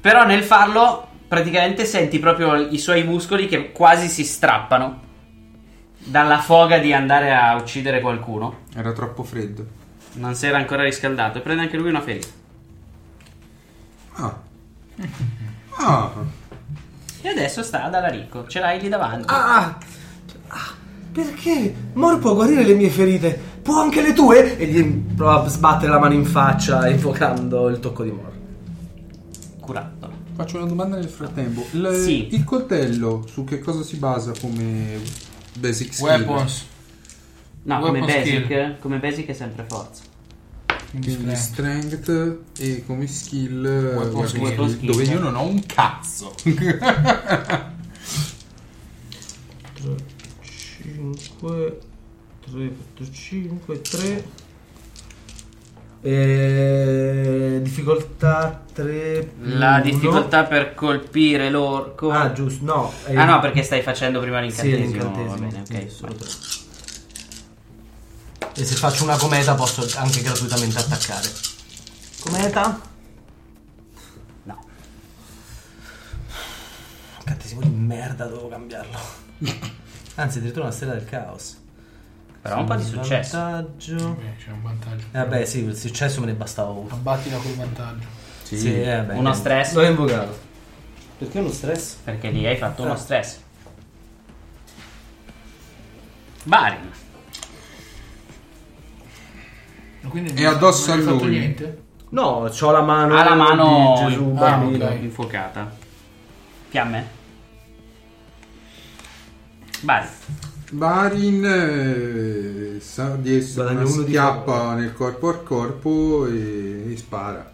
Però nel farlo praticamente senti proprio i suoi muscoli che quasi si strappano dalla foga di andare a uccidere qualcuno.
Era troppo freddo.
Non si era ancora riscaldato. Prende anche lui una ferita.
Ah. Ah.
E adesso sta ad Alarico. Ce l'hai lì davanti.
Ah! Ah, Perché? Mor può guarire le mie ferite, può anche le tue? E gli prova a sbattere la mano in faccia, invocando il tocco di Mor.
Curato.
Faccio una domanda nel frattempo. Il,
Sì.
il coltello su che cosa si basa come basic skill?
Weapons.
No,
Weapon
come basic,
skill.
come basic è sempre forza.
Quindi
Quindi
strength.
strength e come skill eh,
Weapon
weapon
skill.
skill,
skill.
dove io non ho un cazzo.
5 3 4 5 3 e... Eh, difficoltà 3
La difficoltà per colpire l'orco.
ah giusto no è-
Ah, no, perché stai facendo prima
sì, è
l'incantesimo.
l'incantesimo
Va bene, ok.
Quindi solo tre. e se faccio una cometa posso anche gratuitamente attaccare cometa
No.
incantesimo di merda dovevo
*laughs*
cambiarlo anzi addirittura una stella del caos
Però un po' di successo.
vantaggio
Vabbè, c'è un vantaggio.
Eh, vabbè, sì, il successo me ne bastava uno.
Abbattila col vantaggio.
Sì, eh, beh.
Uno stress.
L'ho invocato. Perché uno stress?
Perché lì hai fatto uno
Ah.
stress. Barin.
Quindi
E addosso
non hai
a
fatto
lui.
niente?
No, ho la mano.
Ha la mano
di Gesù,
in-
bambino.
Ah, ok.
Infuocata. Fiamme. Barin.
Barin eh, sa di essere
Guadagno
una
uno di
schiappa nel corpo a corpo e, e spara.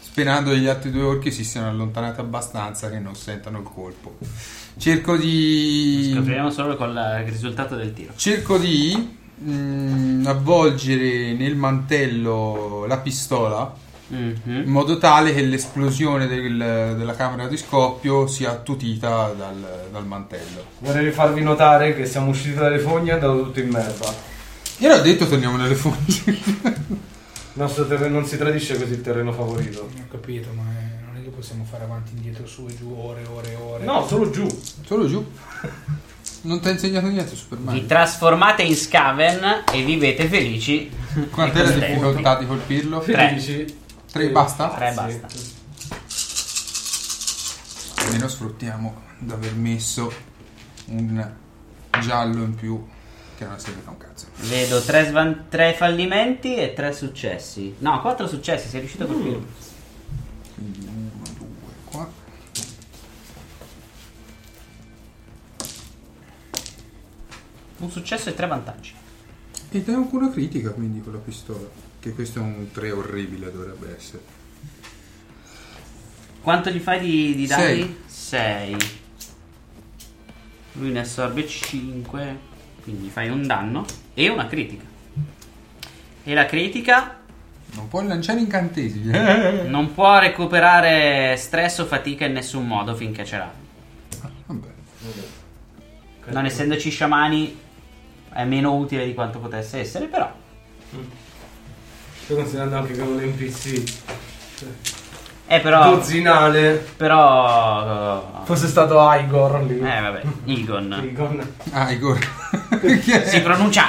Sperando che gli altri due orchi si siano allontanati abbastanza che non sentano il colpo. Cerco di...
Scopriremo solo con la- il risultato del tiro.
Cerco di mm, avvolgere nel mantello la pistola
Mhm.
in modo tale che l'esplosione del- della camera di scoppio sia attutita dal, dal mantello.
Vorrei farvi notare che siamo usciti dalle fogne e andato tutto in merda.
Io l'ho detto, torniamo nelle fonti.
Il nostro terreno non si tradisce così il terreno favorito.
Ho capito, ma eh, non è che possiamo fare avanti e indietro, su e giù, ore, ore, ore.
No, solo giù.
*laughs* Solo giù. Non ti ha insegnato niente Superman.
Vi trasformate in scaven e vivete felici.
Quant'è la
E contenti.
difficoltà di colpirlo?
Tre.
Dici,
Tre, basta?
Tre, basta.
Almeno sfruttiamo di aver messo un giallo in più che non è servito a un cazzo.
Vedo tre, svan- tre fallimenti e tre successi. No, quattro successi, sei riuscito a colpirlo.
Mm.
Quindi uno, due, qua.
Un successo e tre vantaggi.
Ed è anche una critica quindi con la pistola. Che questo è un 3 orribile dovrebbe essere.
Quanto gli fai di, di
Sei.
dadi? 6. Lui ne assorbe 5, quindi gli fai un danno e una critica. E la critica
Non puoi lanciare incantesimi. eh?
non può recuperare stress o fatica in nessun modo finché ce l'ha.
Vabbè.
Non essendoci sciamani è meno utile di quanto potesse essere, però
Sto considerando anche che è un NPC.
è Eh, però
Dozzinale.
però
Fosse stato Igor lì.
eh vabbè, Igon.
Igon.
Ah, Igor. *laughs* Che
Si
è?
pronuncia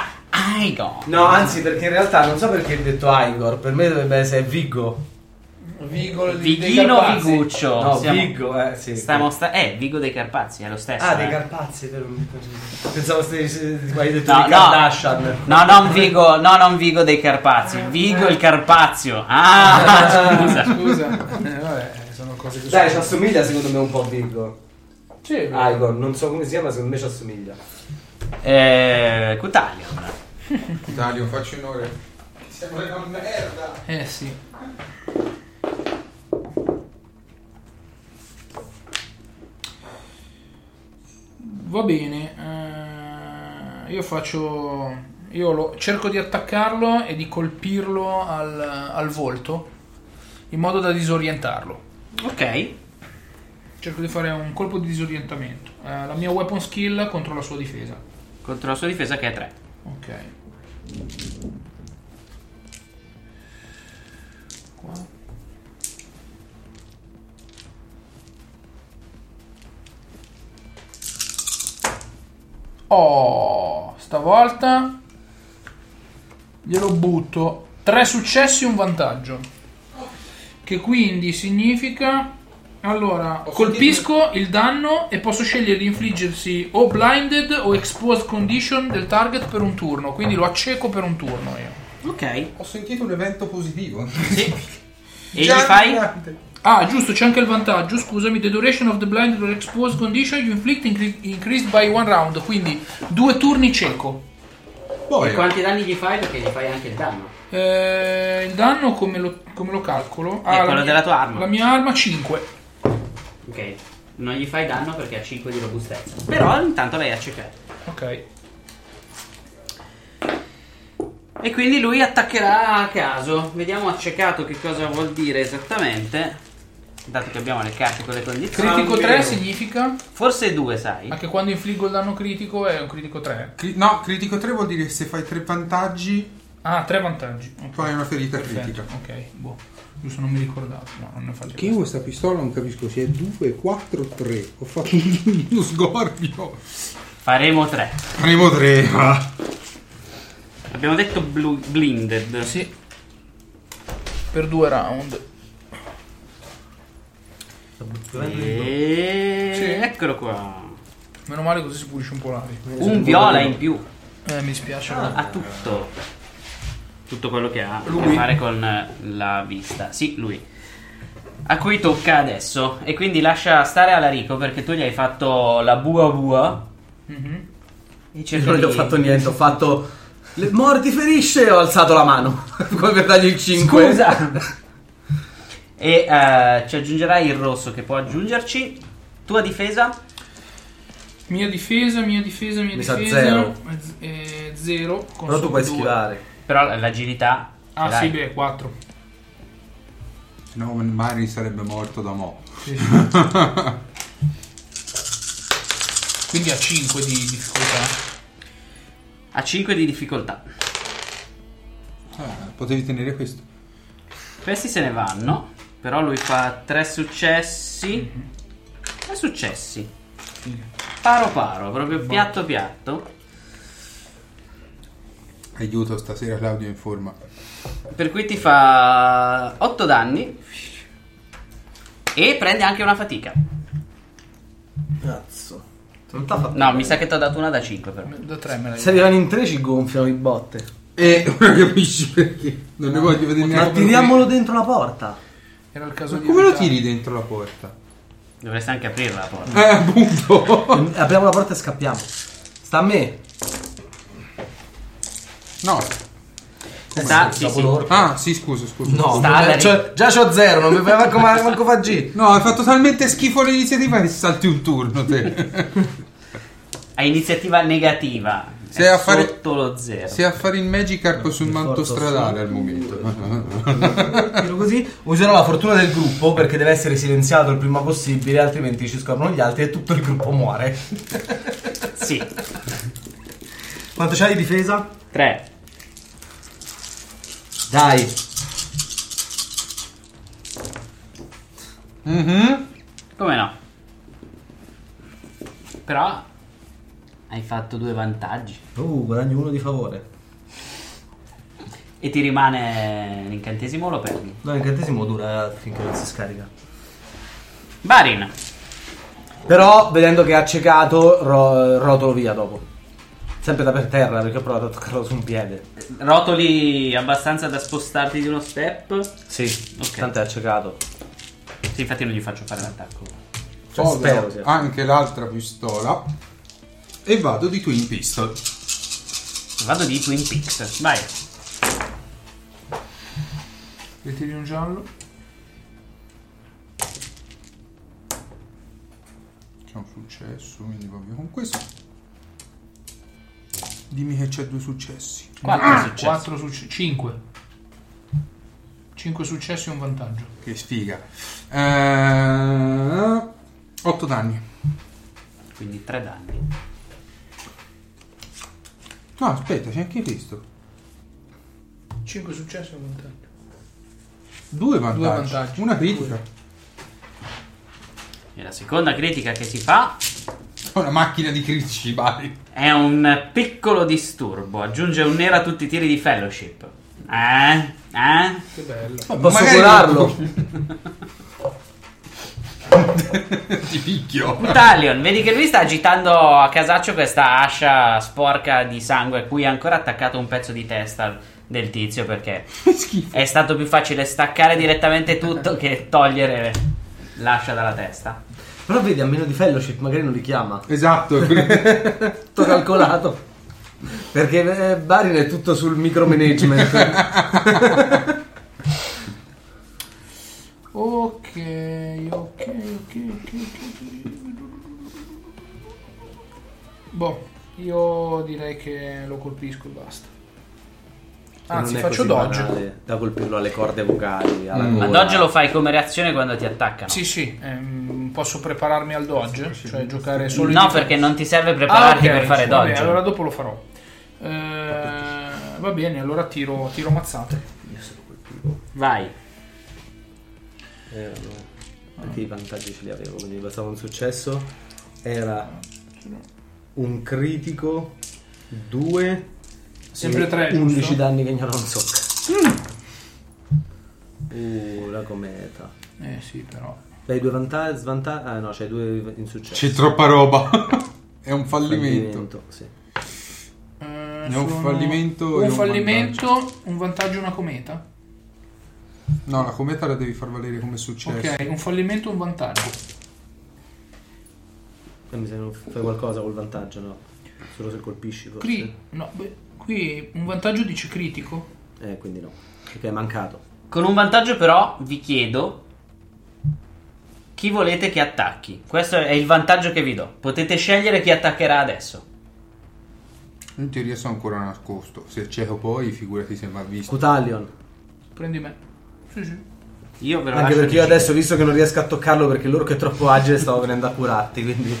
Igon.
No, anzi, perché in realtà non so perché hai detto Igor. Per me dovrebbe essere Vigo.
Vigolo di dei
Vighino
Carpazzi.
Viguccio.
No,
Siamo-
Vigo, eh, sì.
Stiamo sta- eh, Vigo dei Carpazzi, è lo stesso.
Ah,
eh.
dei Carpazzi, vero? mi ricordo. Pensavo stessi hai detto
No,
di
no.
Kardashian.
No, non Vigo, no, non Vigo dei Carpazzi, Vigo il Carpazio. Ah,
*laughs*
scusa.
Scusa, *laughs* eh, vabbè, sono cose che
Dai, ci
sono.
assomiglia secondo me un po' a Vigo.
Sì, è vero.
Igor, non so come si chiama, secondo me ci assomiglia.
Eh, Cutaglio.
Dario, facci un'ora. Siamo una merda.
Eh sì. Va bene, eh, io faccio. Io lo- cerco di attaccarlo e di colpirlo al, al volto in modo da disorientarlo.
Ok.
Cerco di fare un colpo di disorientamento. Eh, la mia weapon skill contro la sua difesa.
Contro la sua difesa che è 3.
Ok. 4 Oh, stavolta glielo butto. Tre successi un vantaggio. Che quindi significa... Allora, colpisco il danno e posso scegliere di infliggersi o blinded o exposed condition del target per un turno. Quindi lo acceco per un turno io.
Ok. E
Ho sentito un evento positivo. *laughs*
gli fai?
Ah, giusto, c'è anche il vantaggio. Scusami, the duration of the blinded or exposed condition you inflict incre- increased by one round. Quindi due turni cieco.
Poi,
Quanti danni gli fai? Perché gli fai anche il danno.
Eh, il danno come lo, come lo calcolo? Ah,
Eh, quello
la mia-
della tua arma.
La mia arma 5.
Ok. Non gli fai danno perché ha 5 di robustezza. Però intanto lei ha accecato.
Ok.
E quindi lui attaccherà a caso. Vediamo accecato che cosa vuol dire esattamente. Dato che abbiamo le carte con le condizioni.
Critico 3 significa
Forse 2, sai.
anche quando infliggo il danno critico è un critico 3.
Cri- no, critico 3 vuol dire che se fai tre vantaggi
Ah, tre vantaggi. Ok.
fai una ferita
Perfetto,
critica.
ok, boh. Giusto, non mi ricordavo. No, non ne faccio
Che io questa pistola non capisco se è 2, 4 o 3. Ho *laughs* fatto un- uno sgorbio.
Faremo 3.
Primo 3, va.
Abbiamo detto blu- blinded.
Sì. Per due round.
E...
Sì.
Eccolo qua.
Meno male così si pulisce un po' l'aria.
Un viola in più.
Eh, mi dispiace.
Ah.
Ha tutto. Tutto quello che ha a
Lui?
che fare con eh, la vista. Sì, lui. A cui tocca adesso. E quindi lascia stare Alarico perché tu gli hai fatto la bua bua.
Mhm.
cercano
Non gli ho fatto niente, ho fatto. Le morti ferisce e ho alzato la mano. *laughs* Come per dargli il 5.
Scusa. E eh, ci aggiungerai il rosso che può aggiungerci. Tua difesa?
Mia difesa, mia difesa, mia
Mi sa
difesa.
zero.
Eh, z- eh, zero. con
Però tu
solo
puoi
due.
schivare.
Però l'agilità.
Ah,
ce l'hai.
sì, beh, 4.
Se no, Mari sarebbe morto da mo'.
Quindi a 5 di difficoltà.
A 5 di difficoltà.
Ah, potevi tenere questo.
Questi se ne vanno. Però lui fa 3 successi.
Mhm.
3 successi. Paro paro, proprio piatto piatto.
Aiuto, stasera Claudio è in forma.
Per cui ti fa 8 danni. E prende anche una fatica.
Cazzo. Non t'ha fatto.
No, mi sa che ti ho dato una da 5 però.
Da 3 me l'hai
Se arrivano in tre ci gonfiano i botte.
E *laughs* ora Eh, capisci perché. Non ne voglio vedere
Ma
neanche per
tiriamolo dentro la porta.
Era il
qui.
caso di
Come lo
evitare.
tiri dentro la porta?
Dovresti anche aprirla la porta.
Eh, appunto.
Apriamo la porta e scappiamo. Sta a me.
*laughs* No.
Sta, sì, sì.
Ah, sì, scusa, scusa.
No,
Sta alla-
cioè, già c'ho zero, non mi fai manco, manco fa G.
No, hai fatto talmente schifo l'iniziativa che salti un turno *laughs* te.
A iniziativa negativa.
Sei
È
a fare-
Sotto lo zero.
Sei a fare il magic arco sul manto
Forza,
stradale al momento.
Tiro così, userò la fortuna del gruppo perché deve essere silenziato il prima possibile, altrimenti ci scoprono gli altri e tutto il gruppo muore.
Sì.
Quanto c'hai di difesa?
3.
Dai.
Mhm.
Come no? Però hai fatto due vantaggi.
Uh, guadagno uno di favore.
E ti rimane l'incantesimo o lo perdi?
No, l'incantesimo dura finché non si scarica.
Barin.
Però, vedendo che è accecato, ro- rotolo via dopo. Sempre da per terra perché ho provato a toccarlo su un piede.
Rotoli abbastanza da spostarti di uno step.
Sì,
Ok.
tanto è accecato.
Sì, infatti non gli faccio fare l'attacco.
Cioè,
Povero,
spero sia.
anche l'altra pistola. E vado di Twin Pistol.
Vado di Twin Peaks. Vai.
Ritiri un giallo.
C'è un successo, quindi va via con questo. Dimmi che c'è due successi.
4
Ah,
successi.
4 su 5. 5 successi e un vantaggio.
Che sfiga. Eh, otto danni.
Quindi 3 danni.
No, aspetta, c'è anche questo.
5 successi e un vantaggio.
Due vantaggi.
Due vantaggi.
Una critica.
E la seconda critica che si fa
Una macchina di critici, pari.
è un piccolo disturbo. Aggiunge un nero a tutti i tiri di fellowship. Eh? Eh?
Che bello.
Posso curarlo?
Ti picchio.
Talion, vedi che lui sta agitando a casaccio questa ascia sporca di sangue a cui è ancora attaccato un pezzo di testa del tizio perché
Schifo.
è stato più facile staccare direttamente tutto che togliere l'ascia dalla testa.
Però vedi, a meno di fellowship magari non li chiama.
Esatto. *laughs* è
tutto calcolato. Perché eh, Barin è tutto sul
*laughs*
micromanagement.
Ok, ok, ok, ok, ok. Boh, io direi che lo colpisco e basta. Anzi,
Non è
faccio
così
dodge.
banale Da colpirlo alle corde vocali. Alla
Mm.
Ma
gola.
Dodge lo fai come reazione quando ti attaccano.
Sì, sì, ehm, posso prepararmi al dodge, cioè giocare solo in
No,
difesa.
perché non ti serve
Ah,
prepararti
ok,
per fare
va
dodge.
bene, allora dopo lo farò. Eh, va bene, allora tiro, tiro mazzate.
Vai.
Erano- Perché Eh, i vantaggi ce li avevo, quindi bastava un successo. Era un critico, due.
Sempre
e
tre,
11
giusto? Mm.
danni che ignorano un socco. Uh, la cometa.
Eh sì, però.
Hai due vantaggi, svantaggi. Ah no, c'hai due insuccessi.
C'è troppa roba. *laughs* È un fallimento.
Fallimento, sì.
Eh,
Ne ho un
sono
fallimento e
un
un
fallimento, un vantaggio e una cometa.
No, la cometa la devi far valere come successo.
Ok, un fallimento e un vantaggio.
E mi sembra fai qualcosa col vantaggio, no?
Solo se colpisci forse.
Cri- no, beh, qui un vantaggio dice critico.
Eh, quindi no. Perché è mancato.
Con un vantaggio però vi chiedo chi volete che attacchi. Questo è il vantaggio che vi do. Potete scegliere chi attaccherà adesso.
In teoria sono ancora nascosto. Se c'è poi, figurati se va visto.
Cutalion.
Prendi me. Sì, sì.
Io ve lo
Anche
lascio
perché io
decidere.
adesso, visto che non riesco a toccarlo perché l'orco è troppo agile, stavo venendo a curarti. Quindi,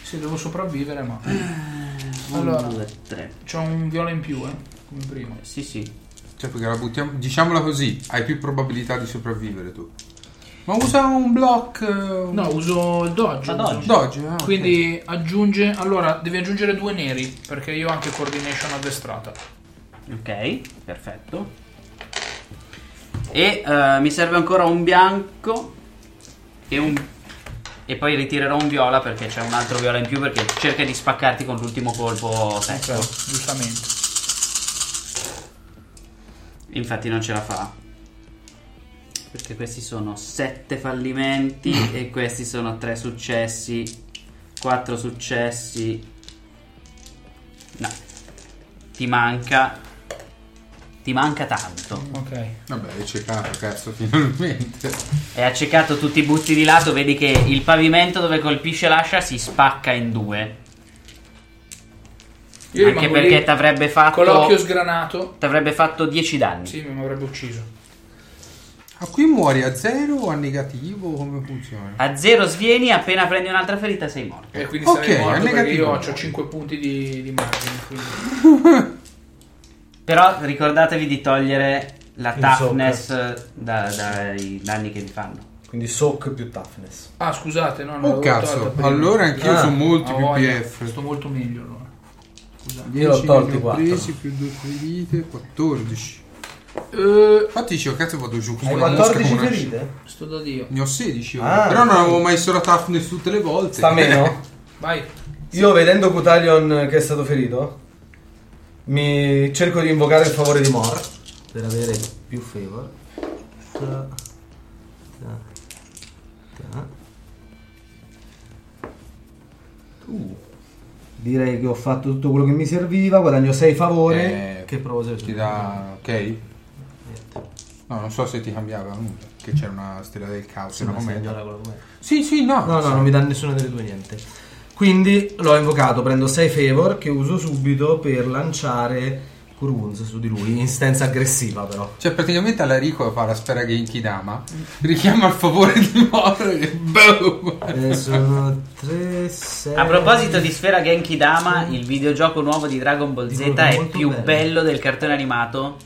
Sì, devo sopravvivere, ma. Allora,
Uno, due, tre.
c'ho un viola in più, eh. Come prima.
Sì, sì.
Cioè, perché la buttiamo. Diciamola così, hai più probabilità di sopravvivere tu. Ma usa un block. eh,
No, uso il dodge.
Ma
uso.
dodge.
Dodge. ah, ok.
Quindi aggiunge. Allora, devi aggiungere due neri. Perché io ho anche coordination addestrata.
Eh,
Ok, perfetto. E eh, mi serve ancora un bianco e un... E poi ritirerò un viola perché c'è un altro viola in più perché cerca di spaccarti con l'ultimo colpo secco.
Cioè,
certo.
Ecco.
giustamente.
Infatti non ce la fa. Perché questi sono 7 fallimenti e questi sono 3 successi, 4 successi. No. Ti manca ti manca tanto.
Ok.
Vabbè, hai cercato, cazzo, *laughs* finalmente.
È accecato tutti i butti di lato, vedi che il pavimento dove colpisce l'ascia si spacca in due.
Io
Anche
rimango
perché
lì
t'avrebbe
Con
fatto
l'occhio sgranato.
t'avrebbe fatto 10 danni.
Sì, mi avrebbe ucciso.
A Ah, qui muori a zero o a negativo? Come funziona?
Ah,
A zero svieni, appena prendi un'altra ferita sei morto.
E quindi
Ok,
sarei morto
è
perché
negativo.
io ho 5 punti di, di margine. Quindi...
Però ricordatevi di togliere la
Il
toughness eh, da- dai danni che vi fanno.
quindi soak più toughness.
Ah, scusate, no, no.
Oh
l'avevo tolta
cazzo,
prima.
allora anch'io
Ah,
sono molti
Ah,
più
voglia,
PF.
Sto molto meglio allora.
Io l'ho
10
tolti
ne ho
quattro.
presi più due ferite, 14.
Eh,
Infatti dicevo, cazzo, vado giù come
Hai
una mosca
14
come una-
ferite?
sto da Dio.
Ne ho 16
Ah.
ora. Però non avevo mai solo toughness tutte le volte.
Sta a meno?
Vai.
Io vedendo Cutalion che è stato ferito, mi cerco di invocare il favore di Mor.
Per avere più favor. Ta- ta- ta. Uh, Direi che ho fatto tutto quello che mi serviva, guadagno 6 favore.
Eh,
che provo se
Ti dà. ok? No, non so se ti cambiava nulla. Che c'era una stella del caos. era
Ma
com'era.
se andava quello com'è.
Sì, sì, no.
No, no, non mi dà nessuna delle due niente. Quindi l'ho invocato, prendo 6 favor che uso subito per lanciare Kurunz su di lui, in stanza aggressiva però.
Cioè, praticamente Alarico fa la sfera Genkidama, richiama il favore di Moro e boom!
Eh, sono 3, 6...
A proposito di Sfera Genkidama, il videogioco nuovo di Dragon Ball Z
Dicono che è
è
molto
più
bello.
bello del cartone animato.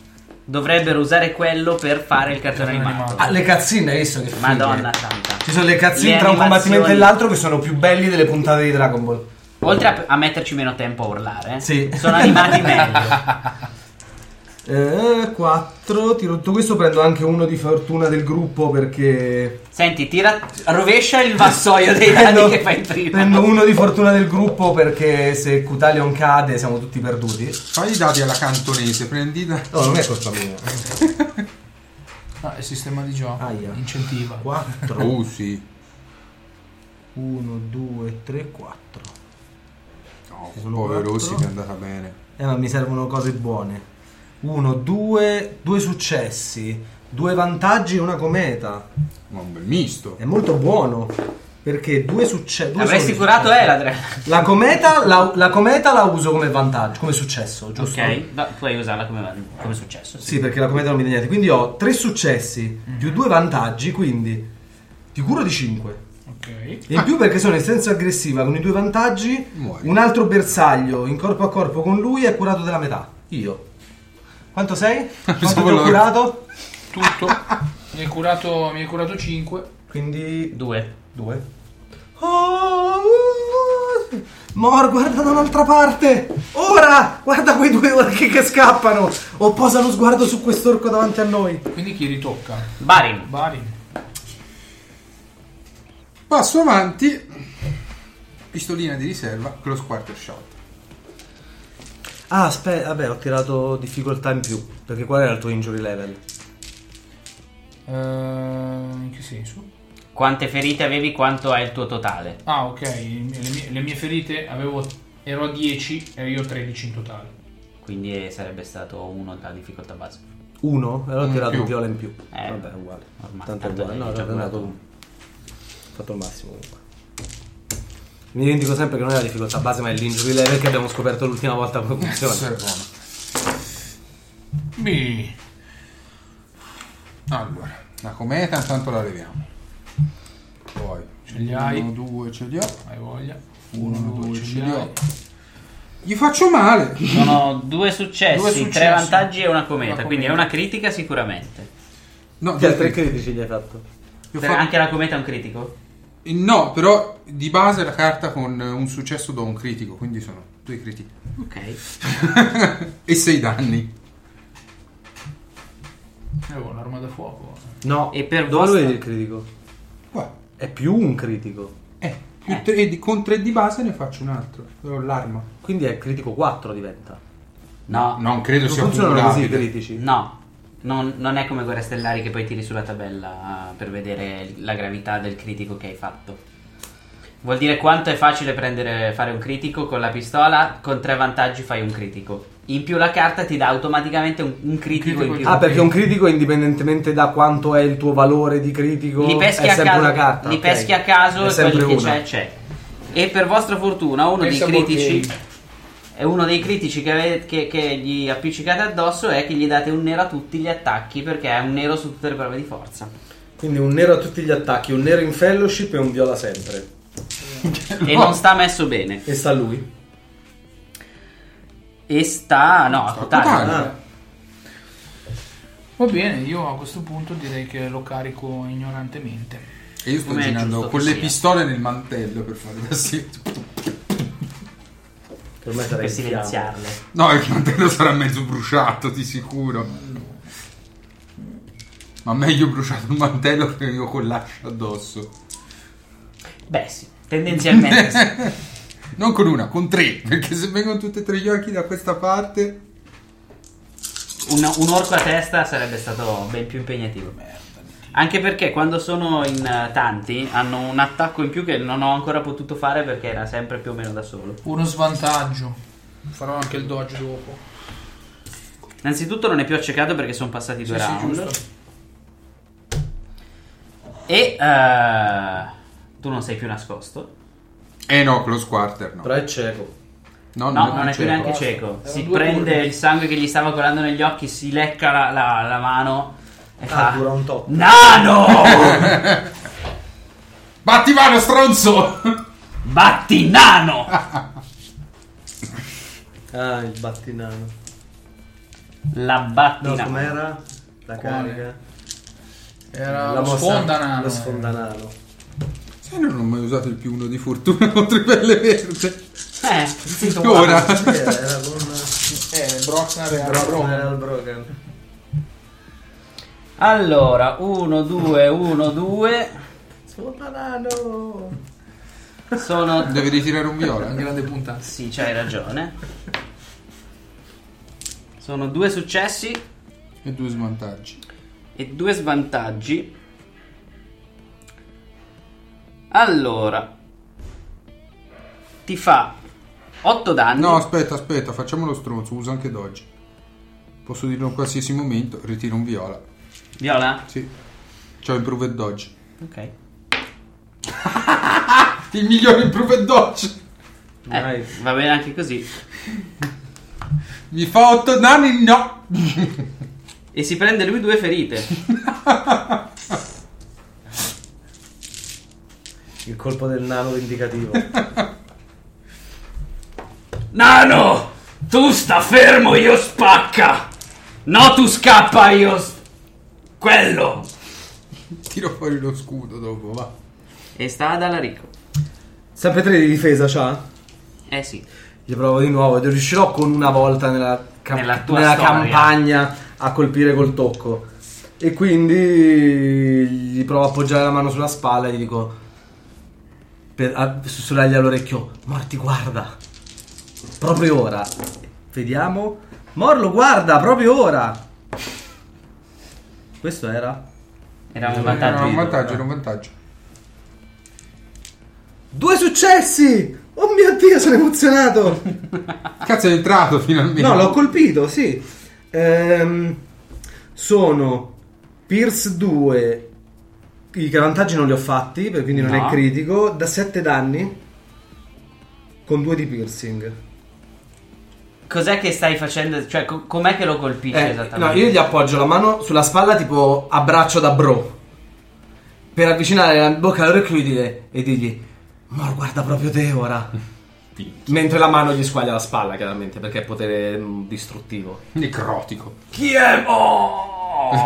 Dovrebbero usare quello per fare il cartone animato.
Ah, le cazzine hai visto che fighe?
Madonna santa.
Ci sono le
Le
cazzine tra un combattimento e
animazioni-
l'altro che sono più belli delle puntate di Dragon Ball.
Oltre a, a metterci meno tempo a urlare, eh,
Sì. *laughs*
sono animati meglio.
4, Eh, tiro tutto questo, prendo anche uno di fortuna del gruppo perché...
*laughs* Senti, tira, rovescia il vassoio dei danni che fai prima.
prendo uno di fortuna del gruppo perché se Cutalion cade siamo tutti perduti.
Fai i dati alla cantonese, prendi da...
No, non è colpa mia.
Ah, il sistema di gioco.
Aia.
Incentiva.
4,
Oh sì.
1, 2, 3, 4.
No,
Ci sono
povero
quattro.
sì, è andata bene.
Eh, ma mi servono cose buone. Uno, due, due successi, due vantaggi e una cometa.
Ma un bel misto.
È molto buono. Perché due successi.
Avresti curato Eladre.
La cometa la, la cometa la uso come vantaggio, come successo, giusto?
Ok, no, puoi usarla come, come è successo. Sì.
Sì, perché la cometa non mi dà niente. Quindi ho tre successi più due vantaggi, quindi ti curo di 5.
Ok.
E in più perché sono in senso aggressiva con i due vantaggi,
Muori.
un altro bersaglio in corpo a corpo con lui è curato della metà. Io. Quanto sei? Quanto ti
*laughs* Pensavo
ho
loro.
curato?
*laughs*
Tutto. mi hai curato, mi hai curato 5.
Quindi
Due.
due. Oh, uh, Mor, guarda da un'altra parte! Ora! Guarda quei due orchi che scappano! O posa lo sguardo su quest'orco davanti a noi!
Quindi chi ritocca?
Barin.
Barin.
Passo avanti. Pistolina di riserva, close quarter shot.
Ah, aspetta, vabbè, ho tirato difficoltà in più. Perché qual era il tuo injury level?
Ehm, in Eh, che senso?
quante ferite avevi, quanto è il tuo totale.
Ah, ok. Le mie, le mie ferite avevo. Ero a 10 e io 13 in totale.
Quindi eh, sarebbe stato uno da difficoltà base.
Uno? E allora ho
Mm,
tirato
più.
un viola in più.
Eh,
Vabbè, è uguale.
ormai,
Tanto è
tanto
uguale.
l'hai
No,
già
è andato
provato.
Ho fatto il massimo comunque. Mi dimentico sempre che non è la difficoltà base, ma è l'injury level che abbiamo scoperto l'ultima volta come
Questo
funziona.
era buono.
Mi.
Allora, la cometa intanto la leviamo. Poi ce
li hai?
Uno, due, ce li ho.
Hai voglia?
Uno, due,
ce
ce li
l'hai.
ho. Gli faccio male.
Sono due successi,
Due successi.
tre vantaggi e una cometa,
Una cometa.
quindi è una critica sicuramente.
No,
Che
due,
altri
tre.
critici gli hai fatto?
Gli ho
Per-
fatto-
Anche la cometa è un critico?
Eh, No, però di base la carta con eh, un successo do un critico, quindi sono due critici. *laughs*
Ok.
e sei danni.
Avevo Eh, oh, l'arma da fuoco.
No,
E per
dove
vostra-
vedi il critico?
Qua.
È più un critico.
Eh, più tre di- con tre di base ne faccio un altro. Però l'arma.
Quindi è critico 4 diventa.
No,
Ah, Non credo
Non
sia
funzionano così i
accumulabile.
critici.
no. Non, non è come Guerre Stellari che poi tiri sulla tabella eh, per vedere la gravità del critico che hai fatto. Vuol dire quanto è facile prendere, fare un critico con la pistola, con tre vantaggi fai un critico. In più la carta ti dà automaticamente un, un critico,
critico
in più.
Ah, perché un critico, indipendentemente da quanto è il tuo valore di critico,
li peschi
è
a
sempre
caso,
una carta.
li
ok?
peschi a caso
È
e
sempre
quelli che
una.
c'è c'è. E per vostra fortuna uno
Pensa
dei critici
Wargame.
è uno dei critici che, ave- che- che gli appiccicate addosso è che gli date un nero a tutti gli attacchi perché è un nero su tutte le prove di
*laughs*
forza.
Quindi un nero a tutti gli attacchi, un nero in fellowship e un viola sempre.
*laughs*
E non sta messo bene.
E sta lui.
E sta no, a
Totale.
Cotagna.
Va bene, io a questo punto direi che lo carico ignorantemente.
E io sto
Com'è
girando
giusto
con
che
le
sia.
pistole nel mantello per fare così.
Per me sarei
per
in fiamme.
silenziarle.
No, il mantello sarà mezzo bruciato, di sicuro. Ma meglio bruciato il mantello che io con l'ascia addosso.
Beh,
*laughs*
sì, tendenzialmente sì.
Non con una, con tre. *laughs* Perché se vengono tutti e tre gli occhi da questa parte...
un, un orco a testa sarebbe stato ben più impegnativo. Anche perché quando sono in eh, tanti hanno un attacco in più che non ho ancora potuto fare perché era sempre più o meno da solo.
Uno svantaggio. Farò anche il dodge dopo.
Innanzitutto non è più accecato perché sono passati due
Sì, sì,
round.
giusto.
e eh, tu non sei più nascosto.
Eh no, con lo squarter no.
Però è cieco.
No,
No, non è più
cieco.
neanche
basta.
cieco.
Erano
Si
due
prende
turni.
il sangue che gli stava colando negli occhi, si lecca la, la- la mano e
Ah, dura
fa...
un tot.
Nano!
Batti mano, stronzo! *laughs*
Batti nano!
Ah, il battinano.
La batti
No,
nano.
com'era? La carica.
Era
La
lo
mossa-
sfondanano.
Lo sfondanano.
Sai, non ho mai usato il più uno di fortuna *laughs* contro i pelle verde.
Eh, zitto,
Ora.
guarda.
Era, era con
Eh, Brockner era
Broken.
Brockner.
Era il Broken.
Allora, 1, 2, 1, 2.
Sfondanano.
Sono...
Devi ritirare un viola.
Un grande puntata.
Sì, c'hai ragione. Sono due successi
E due svantaggi.
e due svantaggi. Allora, ti fa 8 danni.
No, aspetta, aspetta, facciamo lo stronzo, usa anche Dodge. Posso dirlo in qualsiasi momento, ritiro un viola.
Viola? Eh,
Sì. C'ho improve e Dodge.
Ok.
Il migliore improve e Dodge!
Eh, va bene anche così.
Mi fa 8 danni? No!
E si prende lui due ferite. *laughs*
Il colpo del nano vendicativo.
Nano! Tu sta fermo, io spacca! No, tu scappa, io... s- Quello!
Tiro fuori lo scudo dopo, va.
E sta ad Alarico.
Sempre 3 di difesa c'ha?
Eh sì.
Gli provo di nuovo, ed riuscirò con una volta nella, cam-
Nella tua
nella
storia.
campagna a colpire col tocco. E quindi gli provo a appoggiare la mano sulla spalla e gli dico, per, a- sussurrargli all'orecchio, Morti guarda, proprio ora. Vediamo. Morlo guarda, proprio ora. Questo era?
Era un
Era
vantaggio.
un vantaggio, era un vantaggio.
Due successi! Oh mio Dio, sono emozionato!
Ah. Cazzo, è entrato finalmente.
No, l'ho colpito, sì. Ehm, sono Pierce 2. I cavantaggi non li ho fatti, per- quindi non
No.
è critico. Da 7 danni. Con 2 di piercing.
Cos'è che stai facendo? Cioè, co- com'è che lo colpisce
Eh, no,
esattamente?
io gli appoggio la mano sulla spalla tipo abbraccio da bro. Per avvicinare la bocca all'orecchio e dire, e dirgli, Mor guarda proprio
*laughs*
te ora. Mentre la mano gli squaglia la spalla, chiaramente, perché è potere mm, distruttivo.
Necrotico.
Chi è? Oh!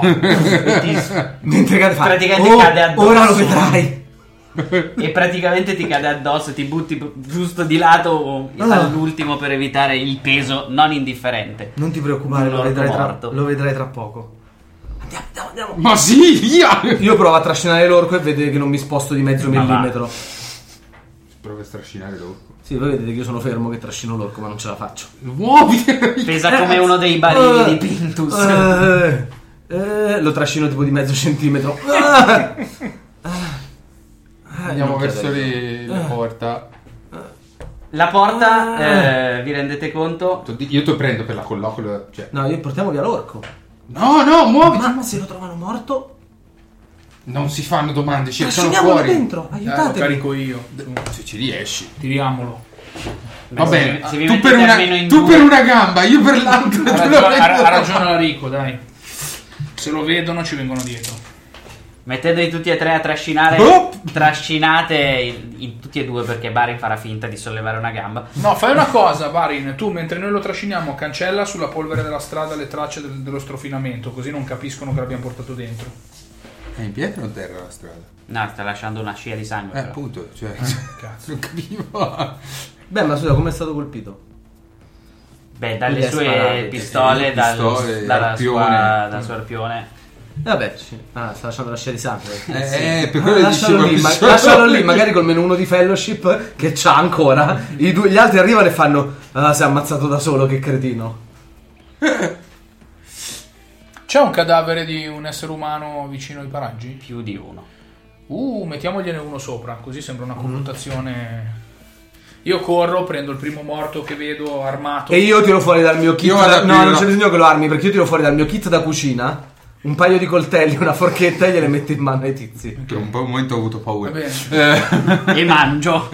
Mentre cade fa,
Praticamente
"Oh,
cade addosso."
Ora lo vedrai.
E praticamente ti cade addosso, ti butti p- giusto di lato o
Ah.
all'ultimo per evitare il peso non indifferente.
Non ti preoccupare,
Un
lo vedrai,
orco
tra,
morto.
lo vedrai tra poco.
Ma sì, via!
Io provo a trascinare l'orco e vedete che non mi sposto di mezzo
Ma va.
millimetro.
Prova a strascinare l'orco.
Sì, voi vedete che io sono fermo che trascino l'orco, ma non ce la faccio.
Eh,
Muoviti!
Pesa come uno dei barili
Eh,
di Pintus.
eh, eh, lo trascino tipo di mezzo centimetro.
*laughs* Eh.
Ah, ah,
Andiamo
non
verso
chiedere.
le- la
Eh.
porta.
La
Ah.
porta, eh, vi rendete conto?
Tu- Io ti prendo per la colloquio. Cioè.
No, io portiamo via l'orco.
No, no, muoviti!
Ma se lo trovano morto,
Non si fanno domande, ci sono
trasciniamolo
fuori.
dentro.
Dai, lo
Aiutatemi.
carico io. Su,
Se ci riesci.
*laughs*
Tiriamolo.
Va
se
bene,
vi- se vi
tu,
mettete
per una,
almeno in
tu
due.
per una gamba, io per
Ha
l'altra. te lo
ragione, ha-
prendo.
ha ragione la Rico, dai. Se lo vedono ci vengono dietro.
Mettendovi tutti e tre a trascinare,
Oh!
trascinate il- in tutti e due perché Barin farà finta di sollevare una gamba.
No, fai una cosa, Varin. Tu, mentre noi lo trasciniamo, cancella sulla polvere della strada le tracce del- dello strofinamento, così non capiscono che l'abbiamo portato dentro.
È in pietra o in terra la strada?
No, sta lasciando una scia di sangue.
Eh,
però.
appunto, cioè. *laughs*
Cazzo.
Non capivo.
Beh, ma scusa, come è stato colpito?
Beh, dalle
Quindi è
sue
sparato,
pistole,
sì,
dal,
pistole,
dalla
arpione.
sua, dal suo arpione.
Eh, Vabbè, ci- ah, sta lasciando la scia di sangue.
Eh,
Sì.
eh, per
Ah,
quello
lascialo,
dicevo
lì, ma-
che sono-
lascialo lì, magari col meno uno di fellowship che c'ha ancora. I due- gli altri arrivano e fanno: Ah, si è ammazzato da solo, che cretino.
C'è un cadavere di un essere umano vicino ai paraggi?
Più di uno. *laughs*
Uh, mettiamogliene uno sopra, così sembra una colluttazione. Io corro, prendo il primo morto che vedo armato.
E io tiro fuori dal mio kit.
Io vado a
no,
aprire
non
una-
c'è bisogno che lo armi perché io tiro fuori dal mio kit da cucina un paio di coltelli, una forchetta e gliele metto in mano ai tizi.
Per un po' momento ho avuto paura.
Va bene. *laughs*
Eh,
E mangio.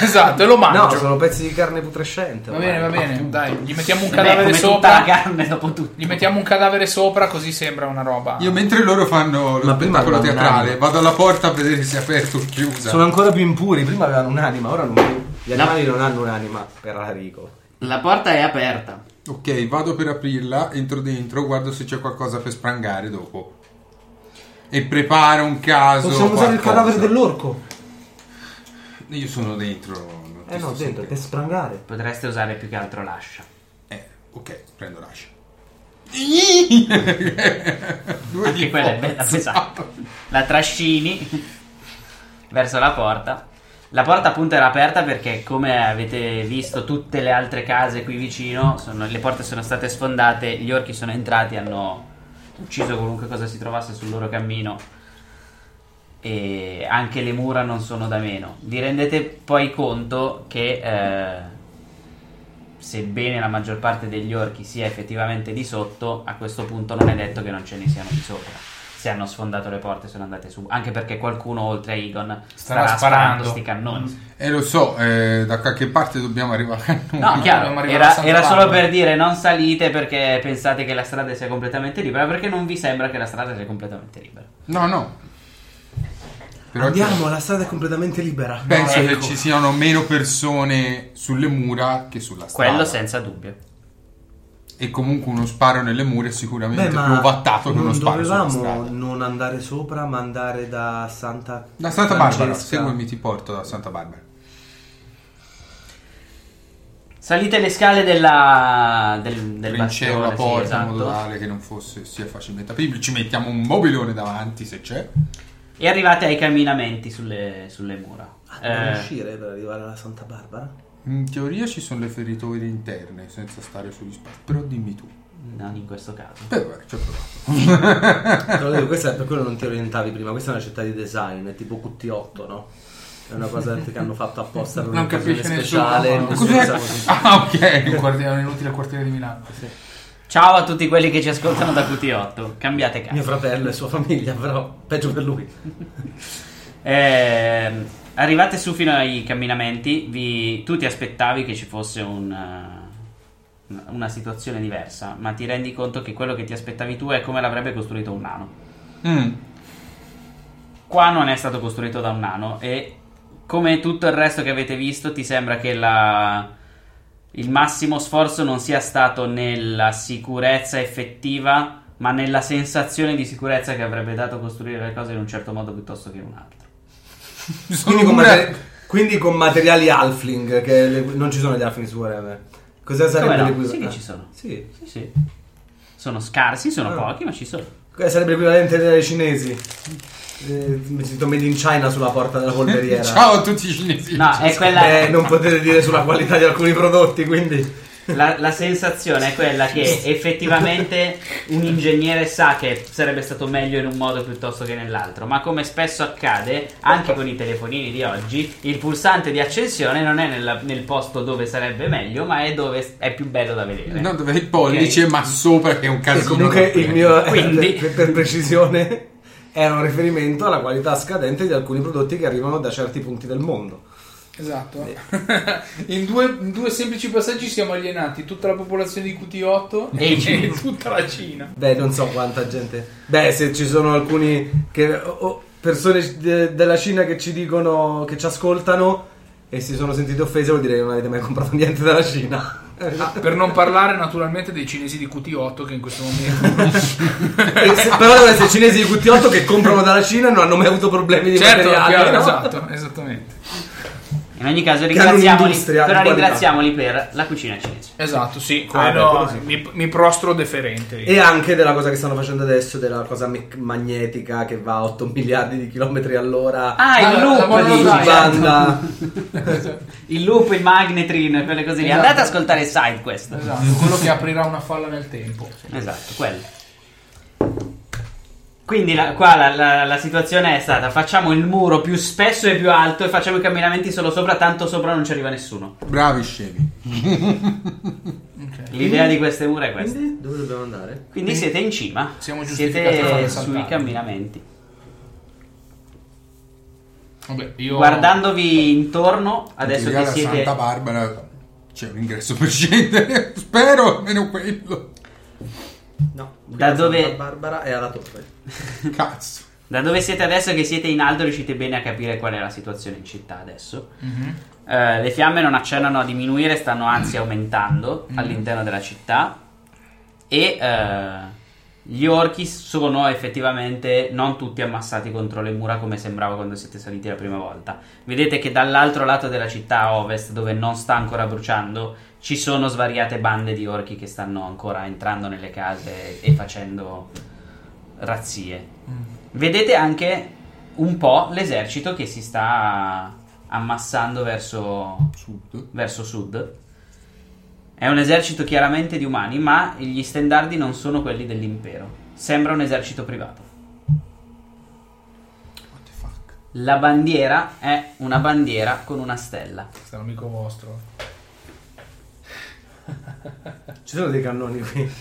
esatto, e lo
No,
mangio.
sono pezzi di carne putrescente.
va bene, va
ormai.
bene. Dai, gli mettiamo un
Beh, come
cadavere
tutta la
sopra.
carne dopo tutto.
Gli mettiamo un cadavere sopra, così sembra una roba.
io mentre loro fanno lo
Ma prima
spettacolo
avevano
teatrale,
un'anima.
vado alla porta a vedere se è aperta o chiusa.
Sono ancora più impuri. Prima avevano un'anima, ora non più. Gli animali non hanno un'anima per Arico.
La porta è aperta.
Ok, vado per aprirla, entro dentro, guardo se c'è qualcosa per sprangare dopo. E preparo un caso.
Possiamo usare il
qualcosa.
cadavere dell'orco.
Io sono dentro. non ti
Eh no,
sto
dentro, per
sentendo.
sprangare.
Potreste usare più che altro l'ascia.
Eh, ok, prendo l'ascia. *laughs* Due
Anche
di
quella è
forza.
bella pesante. La trascini *laughs* verso la porta. La porta appunto era aperta perché come avete visto tutte le altre case qui vicino, sono- le porte sono state sfondate, gli orchi sono entrati, hanno ucciso qualunque cosa si trovasse sul loro cammino e anche le mura non sono da meno. Vi rendete poi conto che eh, sebbene la maggior parte degli orchi sia effettivamente di sotto, a questo punto non è detto che non ce ne siano di sopra. Se hanno sfondato le porte sono andate su, anche perché qualcuno oltre a Egon starà,
sparando.
sparando sti cannoni.
Eh, lo so, eh, da qualche parte dobbiamo arrivare a noi.
No, chiaro,
dobbiamo arrivare a
era,
Santa
era solo
Barbara.
per dire non salite perché pensate che la strada sia completamente libera, perché non vi sembra che la strada sia completamente libera.
No, no. Però
Andiamo, la strada è completamente libera.
Penso
No, ecco.
che ci siano meno persone sulle mura che sulla strada.
Quello senza dubbio.
E comunque uno sparo nelle mura è sicuramente
Beh, ma
più ovattato che uno
non
sparo sulla
dovevamo
strada.
non andare sopra, ma andare da Santa
Da Santa Barbara,
Francesca.
seguimi, ti porto da Santa Barbara.
Salite le scale della, del, del
Trinceo la
bastione, sì,
porta in modo
esatto,
tale che non fosse sia facilmente apribile. Ci mettiamo un mobilone davanti se c'è.
e arrivate ai camminamenti sulle, sulle mura.
Ah,
Dobbiamo
Eh,
uscire per arrivare alla Santa Barbara?
In teoria ci sono le feritoie interne senza stare sugli spazi. Però dimmi tu.
non in questo caso.
Beh, guarda, ci ho provato.
Te lo dico, questa è per quello non ti orientavi prima, questa è una città di design, è tipo QT8, no?
È una cosa che hanno fatto apposta per
Non
un'occasione
capisce
speciale.
nessuno.
nessuno
Cos'è?
sa cos'è.
Ah, ok.
Il quartiere inutile il quartiere di Milano.
Ciao a tutti quelli che ci ascoltano da QT8. Cambiate
Mio
casa.
fratello e sua famiglia, però peggio per lui.
*laughs* Ehm, arrivate su fino ai camminamenti. vi- tu ti aspettavi che ci fosse un, eh, una situazione diversa, ma ti rendi conto che quello che ti aspettavi tu è come l'avrebbe costruito un nano.
Mm.
Qua non è stato costruito da un nano e come tutto il resto che avete visto ti sembra che la- il massimo sforzo non sia stato nella sicurezza effettiva ma nella sensazione di sicurezza che avrebbe dato costruire le cose in un certo modo piuttosto che in un altro.
Sono
Quindi con,
una-
materi- quindi con materiali halfling, che le- non ci sono gli halfling su Warhammer. Cosa sarebbe
no?
l'equivalente?
Sì che ci sono.
Sì.
Sì, sì. Sono scarsi, sono
Ah.
pochi, ma ci sono.
Cosa sarebbe l'equivalente dei cinesi? Eh, mi sento made in China sulla porta della
*laughs*
polveriera.
Ciao a tutti i cinesi.
No, è
cioè, Beh,
quella.
non potete dire sulla qualità di alcuni prodotti, quindi...
La, la sensazione è quella che effettivamente un ingegnere sa che sarebbe stato meglio in un modo piuttosto che nell'altro, ma come spesso accade, anche con i telefonini di oggi, il pulsante di accensione non è nella- nel posto dove sarebbe meglio, ma è dove è più bello da vedere.
No, dove è il pollice,
Ok.
ma sopra che è un
E
casino.
comunque il mio,
Quindi-
per, *laughs* per precisione, era un riferimento alla qualità scadente di alcuni prodotti che arrivano da certi punti del mondo.
Esatto. *laughs* in, due, in due semplici passaggi siamo alienati tutta la popolazione di QT8
E i
*laughs* e
cinesi.
tutta la Cina.
Beh, non so quanta gente... Beh, se ci sono alcuni... Che, o- o persone de- della Cina che ci dicono... che ci ascoltano e si sono sentite offese, vuol dire che non avete mai comprato *laughs* niente dalla Cina.
Per non parlare naturalmente dei cinesi di QT8 che in questo momento...
E se- però devono essere cinesi di QT8 che comprano dalla Cina e non hanno mai avuto problemi di
certo,
materiale.
chiaro,
no?
esatto, esattamente.
In ogni caso
hanno
ringraziamoli,
un'industria di
però
qualità.
ringraziamoli per la cucina cinese.
Esatto, sì,
Ah, beh,
quello
quello sì.
Mi, mi prostro deferente.
E anche della cosa che stanno facendo adesso, della cosa me- magnetica che va a 8 miliardi di chilometri all'ora.
Ah, il
Ah, la
loop,
monoline.
dici.
su banda.
il loop, il magnetrin, quelle cose lì. Andate ad ascoltare il side questo.
Esatto, quello che aprirà una falla nel tempo.
Esatto, quello. Quindi la- qua la, la- la situazione è stata: facciamo il muro più spesso e più alto e facciamo i camminamenti solo sopra, tanto sopra non ci arriva nessuno.
Bravi scemi.
L'idea di queste mura è questa.
Quindi, dove dobbiamo andare?
Quindi siete in cima,
Siamo giustificati a farle
siete
saltare.
sui camminamenti.
Vabbè, io...
Guardandovi intorno, adesso
Perché
che
alla
siete
Santa Barbara c'è un ingresso per *laughs* scendere. Spero almeno quello.
No.
Da dove-
Santa Barbara è alla torre.
Cazzo.
Da dove siete adesso che siete in alto riuscite bene a capire qual è la situazione in città adesso.
Mhm.
Eh, le fiamme non accennano a diminuire, stanno anzi aumentando all'interno della città. E eh, gli orchi sono effettivamente non tutti ammassati contro le mura come sembrava quando siete saliti la prima volta. Vedete che dall'altro lato della città a ovest, dove non sta ancora bruciando, ci sono svariate bande di orchi che stanno ancora entrando nelle case e facendo razzie. Vedete anche un po' l'esercito che si sta ammassando verso,
Sud.
verso sud. È un esercito chiaramente di umani, ma gli stendardi non sono quelli dell'impero. Sembra un esercito privato.
What the fuck?
La bandiera è una bandiera con una stella.
Questo è un amico vostro.
Ci sono dei cannoni qui.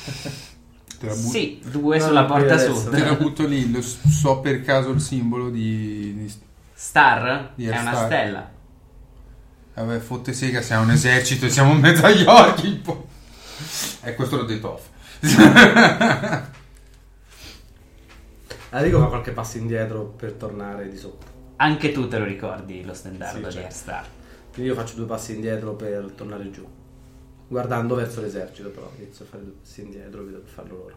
Te la, bu-
Sì, due
No,
sulla
qui
porta
adesso.
sud.
te la butto lì. Lo s- so per caso il simbolo di. di-
Star
Di
è una
Star.
stella.
Vabbè, fotte sega, siamo un esercito, siamo in mezzo agli orchi. po- E questo l'ho detto off.
Enrico Ah, fa qualche passo indietro per tornare di sotto.
Anche tu te lo ricordi lo stendardo
Sì,
di
certo.
Star.
Quindi io faccio due passi indietro per tornare giù. Guardando verso l'esercito, però inizio a fare due passi indietro, vedo che fanno loro.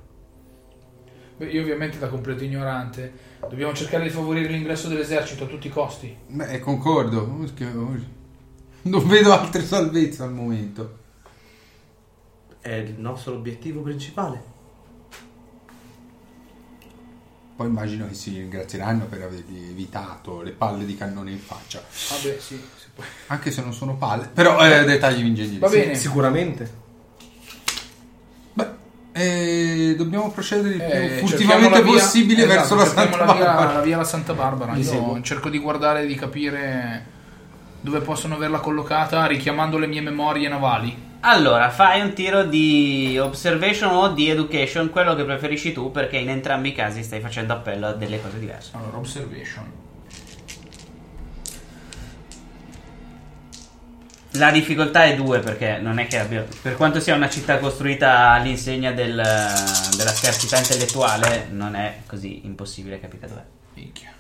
Beh, io ovviamente da completo ignorante dobbiamo cercare di favorire l'ingresso dell'esercito a tutti i costi.
Beh, eh, concordo. Oh, Non vedo altre salvezze al momento.
È il nostro obiettivo principale.
Poi immagino che si ringrazieranno per avergli evitato le palle di cannone in faccia.
Vabbè, sì, se puoi.
Anche se non sono palle, però eh, dettagli ingegneri.
Va bene.
Eh, Sicuramente.
Beh, eh, dobbiamo procedere il
Eh,
più
cerchiamo
furtivamente
la via-
possibile
esatto,
verso la
cerchiamo
Santa
la via,
Barbara.
la via alla Santa Barbara.
Vi
Io
seguo.
cerco di guardare e di capire dove possono averla collocata richiamando le mie memorie navali.
Allora, fai un tiro di observation o di education, quello che preferisci tu, perché in entrambi i casi stai facendo appello a delle cose diverse.
Allora, observation.
La difficoltà è 2 perché non è che abbia. Per quanto sia una città costruita all'insegna del- della scarsità intellettuale, non è così impossibile capire dov'è.
Minchia.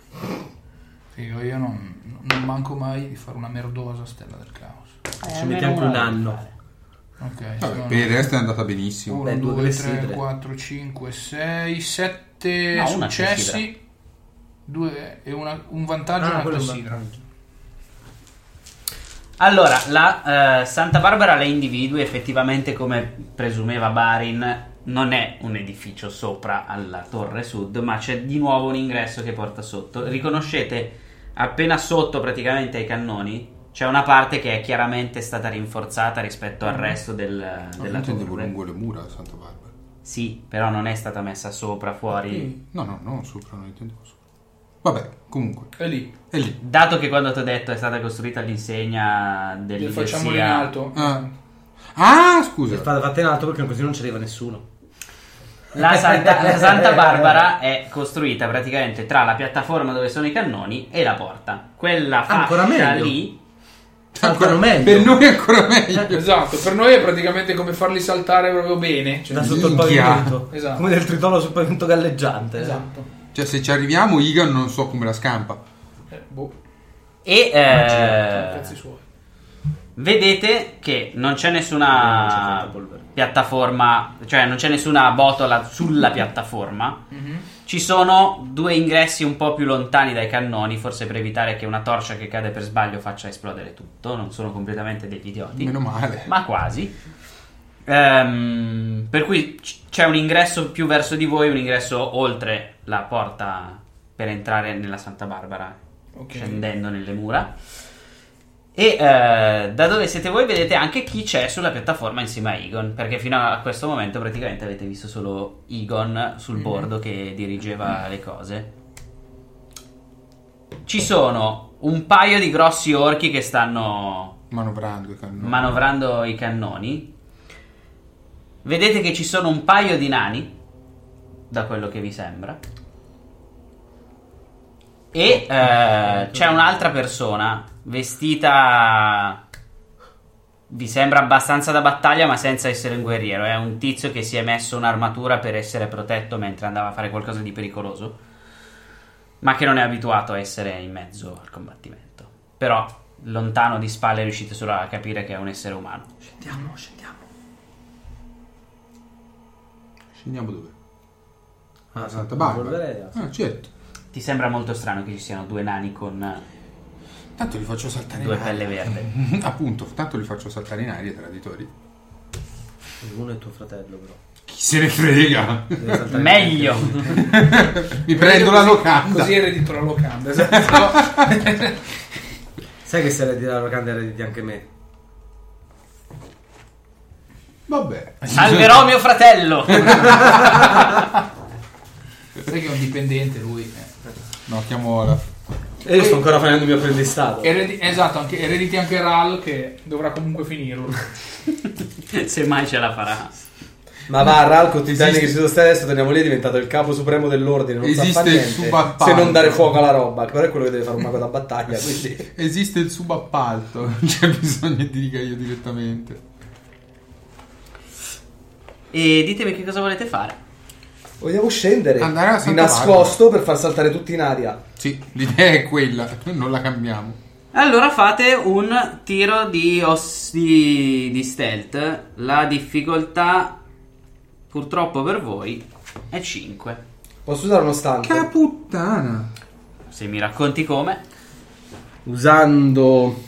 Figo, io non, non manco mai di fare una merdosa stella del caos.
Ci
mette anche un anno.
Ok,
Vabbè,
sono
per il resto è andata benissimo.
1,
Beh, due
2,
delle
3,
sigle.
4, 5, 6,
No,
7
una sigla.
successi, due, e una- un vantaggio
Ah,
e una
quello è un
clessidra.
Allora, la eh, Santa Barbara la individui effettivamente come presumeva Barin. Non è un edificio sopra alla torre sud, ma c'è di nuovo un ingresso che porta sotto. Riconoscete appena sotto, praticamente ai cannoni, c'è una parte che è chiaramente stata rinforzata rispetto al
Mm-hmm.
resto del-
No,
della
intendevo
torre.
lungo le mura a Santa Barbara.
Sì, però non è stata messa sopra, fuori.
No, no, no, sopra, non intendevo sopra. Vabbè, comunque,
E lì,
è lì.
Dato che quando ti ho detto è stata costruita l'insegna
le
dell'idiozia
facciamo in alto.
Ah, Ah,
Per
scusa.
farla fatta in alto perché così non ci arriva nessuno.
La Santa, la Santa Barbara è costruita praticamente tra la piattaforma dove sono i cannoni e la porta. Quella
Ancora
fascia
meglio.
lì.
*laughs* Ancora meglio.
Per noi è ancora meglio.
Esatto, per noi è praticamente come farli saltare proprio bene. Cioè,
Da sotto il
Minchia.
pavimento.
Esatto.
Come del tritolo sul pavimento galleggiante. eh.
esatto.
Cioè, se ci arriviamo, Igan non so come la scampa.
Eh, boh,
E
certo,
eh,
cazzi suoi.
vedete che non c'è nessuna piattaforma, cioè non c'è nessuna botola sulla piattaforma. Ci sono due ingressi un po' più lontani dai cannoni, forse per evitare che una torcia che cade per sbaglio faccia esplodere tutto. Non sono completamente degli idioti.
Meno male.
ma quasi. Ehm, per cui c- c'è un ingresso più verso di voi, un ingresso oltre la porta per entrare nella Santa Barbara,
Ok.
scendendo nelle mura. E eh, da dove siete voi vedete anche chi c'è sulla piattaforma insieme a Egon, perché fino a questo momento praticamente avete visto solo Egon sul bordo che dirigeva le cose. Ci sono un paio di grossi orchi che stanno
Manovrando i cannoni.
manovrando i cannoni. Vedete che ci sono un paio di nani, da quello che vi sembra. E eh, c'è un'altra persona vestita. Vi sembra abbastanza da battaglia, ma senza essere un guerriero. È un tizio che si è messo un'armatura per essere protetto mentre andava a fare qualcosa di pericoloso. Ma che non è abituato a essere in mezzo al combattimento. Però, lontano di spalle, riuscite solo a capire che è un essere umano.
Scendiamo, scendiamo.
Scendiamo dove?
Ah,
A Santa
Polvere,
Barbara.
a
Ah, certo.
Ti sembra molto strano che ci siano due nani con eh,
Tanto li faccio saltare
due
in aria.
pelle verde.
*laughs* Appunto, tanto li faccio saltare in aria i traditori.
Uno è tuo fratello, però.
Chi se ne frega?
Deve *laughs* saltare
Meglio!
Mi prendo la
Così-
locanda.
Così eredito la locanda, esatto.
*laughs* Sai che se era di la locanda era di anche me.
Vabbè.
Salverò mio fratello!
Sai che è un dipendente lui. eh.
No, chiamo Olaf.
E io sto ancora facendo il mio apprendistato.
Eredi- esatto, anche, erediti anche Ral che dovrà comunque finirlo.
Se mai ce la farà.
Ma va, Ralco, ti
Esiste-
danni che ci sono stati adesso, torniamo lì, è diventato il capo supremo dell'ordine. Non
Esiste
sa far
il
niente,
subappalto.
Se non dare fuoco alla roba, che però è quello che deve fare un mago da
*laughs* Eh,
battaglia, quindi...
Esiste il subappalto, *laughs* non c'è bisogno di dica io direttamente.
E ditemi che cosa volete fare.
Vogliamo scendere
Andare alla
di
Santa
nascosto per far saltare tutti in aria.
Sì, l'idea è quella, non la cambiamo.
Allora fate un tiro di, os- di, di stealth. La difficoltà, purtroppo per voi, è 5.
Posso usare uno stante?
Che puttana!
Se mi racconti come.
Usando.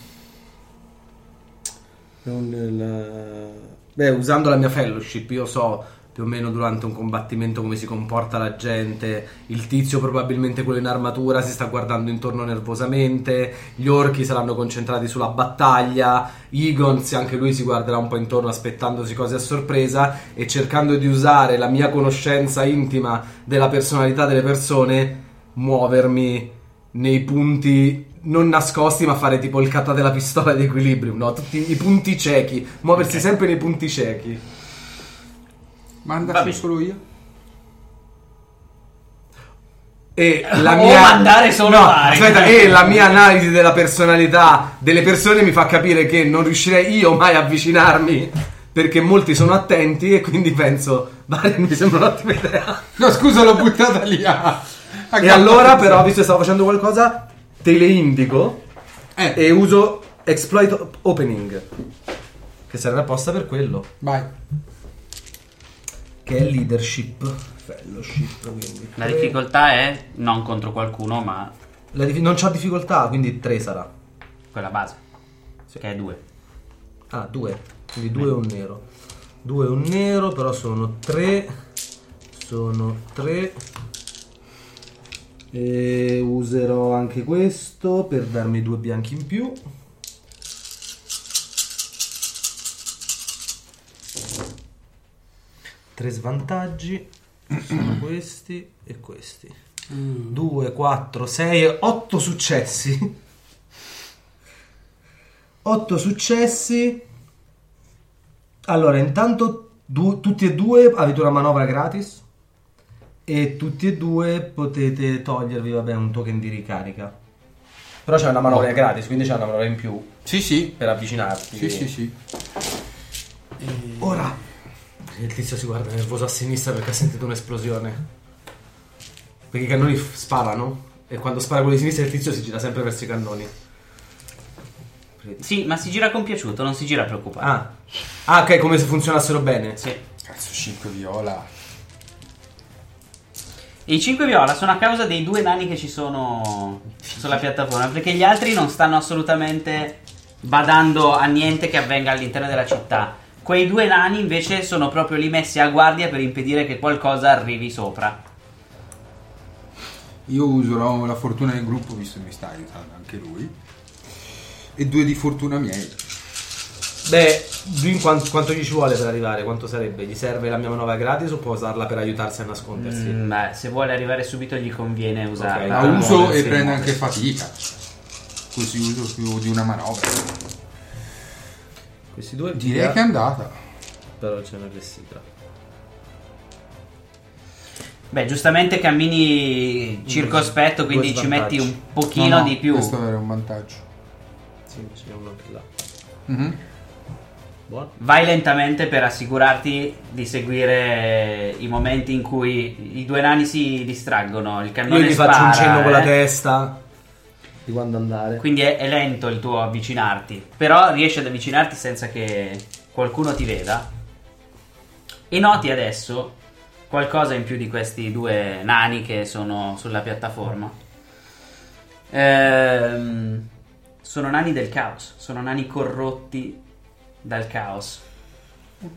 non il- Beh, usando la mia fellowship, io so più o meno durante un combattimento come si comporta la gente. Il tizio, probabilmente quello in armatura, si sta guardando intorno nervosamente. Gli orchi saranno concentrati sulla battaglia. Egon, se anche lui si guarderà un po' intorno aspettandosi cose a sorpresa e cercando di usare la mia conoscenza intima della personalità delle persone, muovermi nei punti non nascosti, ma fare tipo il kata della pistola di equilibrium, no? Tutti i punti ciechi, muoversi sempre nei punti ciechi.
Va
Mandarci
bene.
solo io.
*laughs*
E la
O
mia...
mandare solo
No,
Mario.
aspetta, e la
*laughs*
mia analisi della personalità delle persone mi fa capire che non riuscirei io mai a avvicinarmi perché molti sono attenti e quindi penso, Bari mi sembra un'ottima idea.
No, scusa, l'ho buttata lì. a- a
E allora
gamba
però, visto che stavo facendo qualcosa, te le indico
Eh.
e uso exploit op- opening, che serve apposta per quello,
Vai.
che è leadership, fellowship, quindi.
La difficoltà è non contro qualcuno, ma
La dif- non c'ho difficoltà, quindi 3 sarà.
quella base. Che è due.
Ah, due. Quindi due e un nero. Due e un nero, però sono tre. Sono tre. E userò anche questo per darmi due bianchi in più. Tre svantaggi. Sono questi e questi. 2, 4, 6, 8 successi. 8 successi. Allora, intanto du- tutti e due avete una manovra gratis e tutti e due potete togliervi, vabbè, un token di ricarica. Però c'è una manovra gratis, quindi c'è una manovra in più
Sì, sì.
per avvicinarti.
Sì, sì, sì.
Ora il tizio si guarda nervoso a sinistra perché ha sentito un'esplosione. Perché i cannoni f- sparano e quando spara quello di sinistra il tizio si gira sempre verso i cannoni.
Sì, ma si gira compiaciuto, non si gira preoccupato.
Ah, ah ok, come se funzionassero bene.
Sì.
Cazzo, 5 viola.
I 5 viola sono a causa dei due nani che ci sono sulla piattaforma, perché gli altri non stanno assolutamente badando a niente che avvenga all'interno della città. Quei due nani invece sono proprio lì messi a guardia per impedire che qualcosa arrivi sopra.
Io userò la fortuna del gruppo, visto che mi sta aiutando anche lui. E due di fortuna miei.
Beh, lui in quan- quanto gli ci vuole per arrivare? Quanto sarebbe? Gli serve la mia manovra gratis o può usarla per aiutarsi a nascondersi?
Mm, beh, se vuole arrivare subito gli conviene usarla.
La
Ah,
uso
muoversi,
e prendo
muoversi.
anche fatica. Così uso più di una manovra.
Questi due
Direi che è andata.
Però c'è una classifica.
Beh, giustamente cammini circospetto,
Due
quindi ci metti
svantaggi.
un pochino
No, no,
di più.
Questo era un vantaggio.
Sì, invece c'è uno anche là.
Mhm.
Buono.
Vai lentamente per assicurarti di seguire i momenti in cui i due nani si distraggono, il
Io
cannone
gli
spara,
faccio un cenno con la
eh.
testa.
di quando andare.
Quindi è, è lento il tuo avvicinarti, però riesci ad avvicinarti senza che qualcuno ti veda. E noti adesso qualcosa in più di questi due nani che sono sulla piattaforma. Ehm, sono nani del caos, sono nani corrotti dal caos.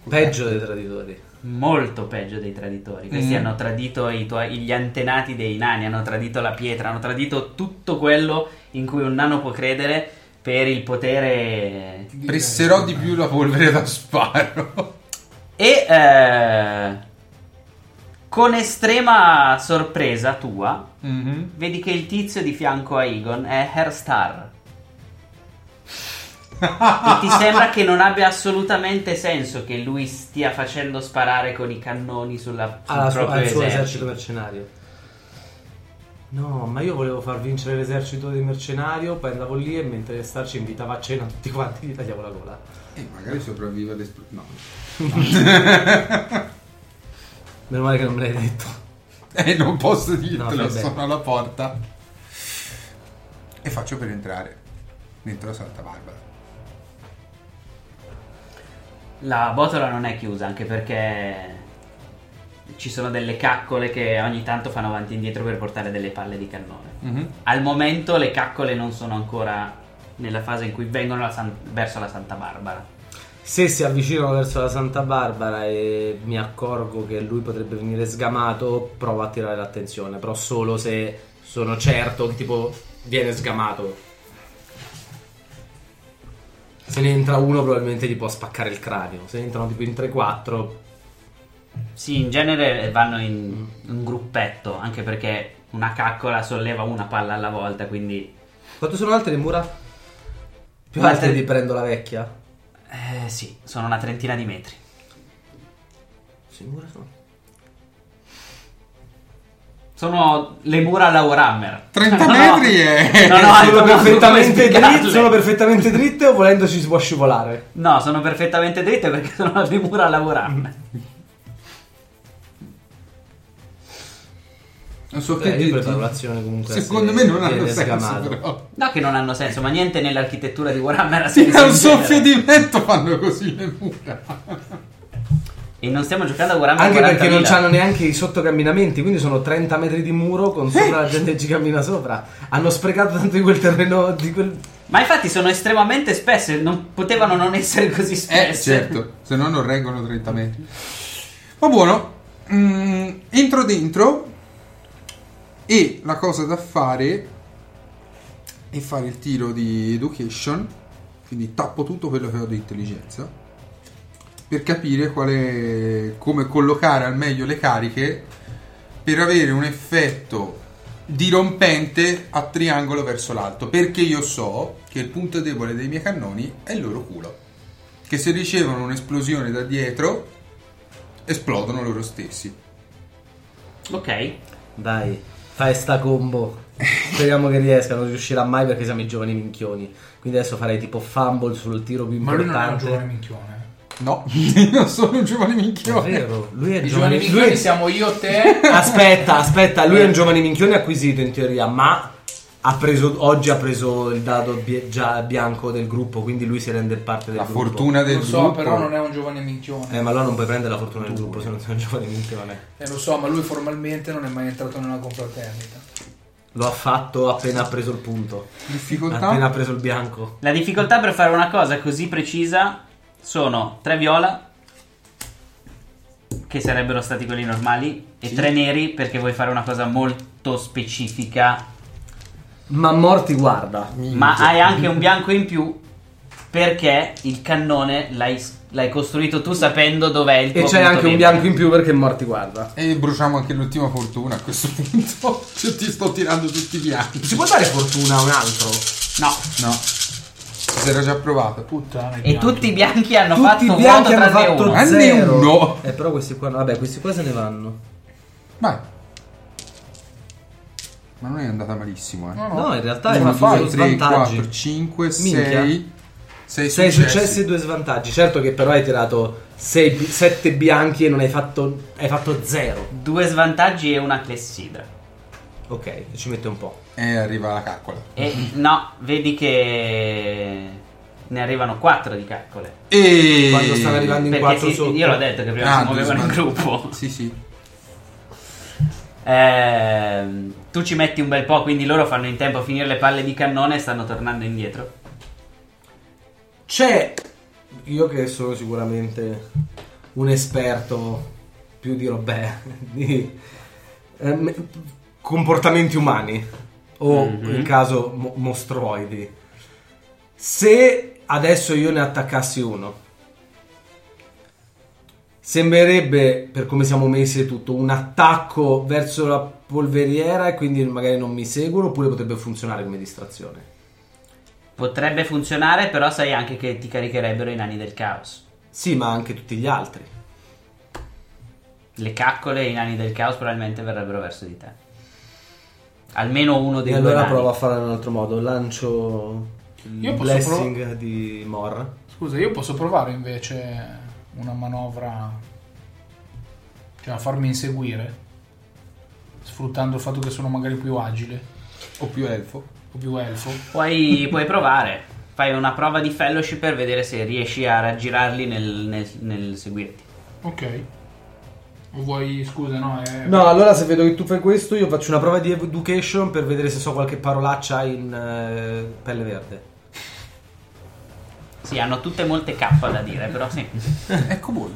Peggio dei traditori.
molto peggio dei traditori. Questi
Mm.
hanno tradito i tuoi- gli antenati dei nani, hanno tradito la pietra, hanno tradito tutto quello in cui un nano può credere per il potere.
Presserò di più la polvere da sparo.
E eh, con estrema sorpresa tua,
Mm-hmm.
Mhm.
vedi che il tizio di fianco a Igon è Herstar. e ti sembra che non abbia assolutamente senso che lui stia facendo sparare con i cannoni sulla, sul
Alla sua-
proprio
al suo
esercito.
esercito mercenario. No, ma io volevo far vincere l'esercito dei mercenario, poi andavo lì e mentre starci invitava a cena tutti quanti gli tagliavo la gola.
E magari sopravvive all'esplosione. No.
Meno male che non me l'hai detto.
*laughs* Eh, non posso
No,
dirtelo,
vabbè.
sono alla porta. E faccio per entrare dentro la Santa Barbara.
La botola non è chiusa anche perché ci sono delle caccole che ogni tanto fanno avanti e indietro per portare delle palle di cannone.
Mhm.
Al momento le caccole non sono ancora nella fase in cui vengono la San- verso la Santa Barbara.
Se si avvicinano verso la Santa Barbara e mi accorgo che lui potrebbe venire sgamato, provo a attirare l'attenzione, però solo se sono certo che tipo viene sgamato. Se ne entra uno probabilmente gli può spaccare il cranio, se ne entrano tipo in 3-4
Sì, in genere vanno in un gruppetto, anche perché una caccola solleva una palla alla volta, quindi
Quanto sono alte le mura? Più
Guarda-
alte di prendo la vecchia?
Eh sì, sono una trentina di metri.
Sì, mura sono.
Sono le mura alla Warhammer.
30
Non ho- *laughs*
metri
Ah,
e...
Non
*laughs*
ho altro
Sono
modo
perfettamente,
come
dritte,
spiegarle.
sono perfettamente dritte o volendo ci si può scivolare?
No, sono perfettamente dritte perché *laughs* sono le mura alla Warhammer.
Non so
Beh,
che
io
dirti.
preparo l'azione comunque.
Secondo
se-
me non hanno
viene
senso
sgamato.
però.
No che non hanno senso, ma niente nell'architettura di Warhammer ha
Sì,
senso
da un
in
soffio
genere.
di vento fanno così le mura.
E non stiamo giocando a Warhammer
Anche perché non
40.000.
hanno neanche i sottocamminamenti, quindi sono 30 metri di muro con sopra la gente che ci cammina sopra. Hanno sprecato tanto di quel terreno, di quel
Ma infatti sono estremamente spesse, non potevano non essere così
Eh,
spesse.
certo, se no non reggono 30 metri. Ma buono, mm, entro dentro e la cosa da fare è fare il tiro di education, quindi tappo tutto quello che ho di intelligenza, per capire quale, come collocare al meglio le cariche per avere un effetto dirompente a triangolo verso l'alto, perché io so che il punto debole dei miei cannoni è il loro culo che se ricevono un'esplosione da dietro esplodono loro stessi.
Ok.
Dai, fai sta combo. Speriamo che riesca, non riuscirà mai perché siamo i giovani minchioni. Quindi adesso farei tipo fumble sul tiro più
Ma lui non è un
importante.
giovane minchione.
No, *laughs* io sono un giovane
È
minchione.
vero, lui è
I
giovane
giovani
minchione.
minchioni siamo Eh. io, te.
Aspetta, aspetta, lui è un giovane minchione acquisito in teoria, ma ha preso, oggi ha preso il dado bie- già bianco del gruppo, quindi lui si rende parte *laughs* del
La
gruppo.
fortuna del
Lo so,
gruppo.
però non è un giovane minchione.
Eh, ma allora non puoi prendere la fortuna del gruppo se non sei un *laughs* giovane minchione.
Eh, lo so, ma lui formalmente non è mai entrato nella confraternita.
Lo ha fatto appena ha preso il punto.
Difficoltà?
Appena ha preso il bianco.
La difficoltà per fare una cosa così precisa sono 3 viola, che sarebbero stati quelli normali, e 3 neri perché vuoi fare una cosa molto specifica,
Ma morti guarda.
ma hai anche
mm.
un bianco in più perché il cannone l'hai, l'hai costruito tu sapendo dov'è il tuo
E c'è
punto
anche un
debole.
bianco in più perché morti guarda.
E bruciamo anche l'ultima fortuna a questo *laughs* punto. Cioè, ti sto tirando tutti i bianchi.
Si può dare fortuna a un altro?
No.
No, si era già provato.
Puttana.
E tutti i bianchi hanno
Tutti
fatto
i
un vuoto
bianchi
tranne
hanno fatto
uno.
Tranne
zero.
uno.
Eh, però questi qua, vabbè, questi qua se ne vanno.
Vai. Ma non è andata malissimo, eh.
No, in realtà è
Uno,
una
due,
fai
tre, quattro,
svantaggi.
cinque,
Minchia.
sei. Sei
6
successi.
successi e 2 svantaggi. Certo che però hai tirato 7 bianchi e non hai fatto hai fatto 0.
Due svantaggi e una clessidra.
Ok, ci mette un po'.
E arriva la calcola.
*laughs*
E no, vedi che ne arrivano 4 di caccole.
E...
Quando stanno arrivando in
Perché
4
si-
sotto.
io l'ho detto che prima
Ah,
si muovevano in
due sbagli.
gruppo.
*laughs*
Sì, sì.
Ehm, tu ci metti un bel po', quindi loro fanno in tempo a finire le palle di cannone e stanno tornando indietro.
C'è io che sono sicuramente un esperto più di robè *laughs* di ehm, comportamenti umani o in caso mo- mostroidi. Se adesso io ne attaccassi uno Sembrerebbe, per come siamo messi e tutto, un attacco verso la polveriera e quindi magari non mi seguono, oppure potrebbe funzionare come distrazione.
Potrebbe funzionare, però sai anche che ti caricherebbero i nani del caos.
Sì, ma anche tutti gli altri.
Le caccole e i nani del caos probabilmente verrebbero verso di te. Almeno uno dei
E
due
allora
nani.
provo a fare in un altro modo. Lancio il
Io posso
blessing di Mor.
Scusa, io posso provare invece una manovra. Cioè, a farmi inseguire. Sfruttando il fatto che sono magari più agile
O più elfo. *laughs*
o più elfo.
Puoi, puoi provare. Fai una prova di fellowship per vedere se riesci a raggirarli nel, nel- nel seguirti.
Ok. O vuoi, scusa, no? eh, È...
No, allora se vedo che tu fai questo, io faccio una prova di education per vedere se so qualche parolaccia in eh, pelle verde.
Sì, hanno tutte molte K da dire, però
*laughs*
sì.
ecco voi.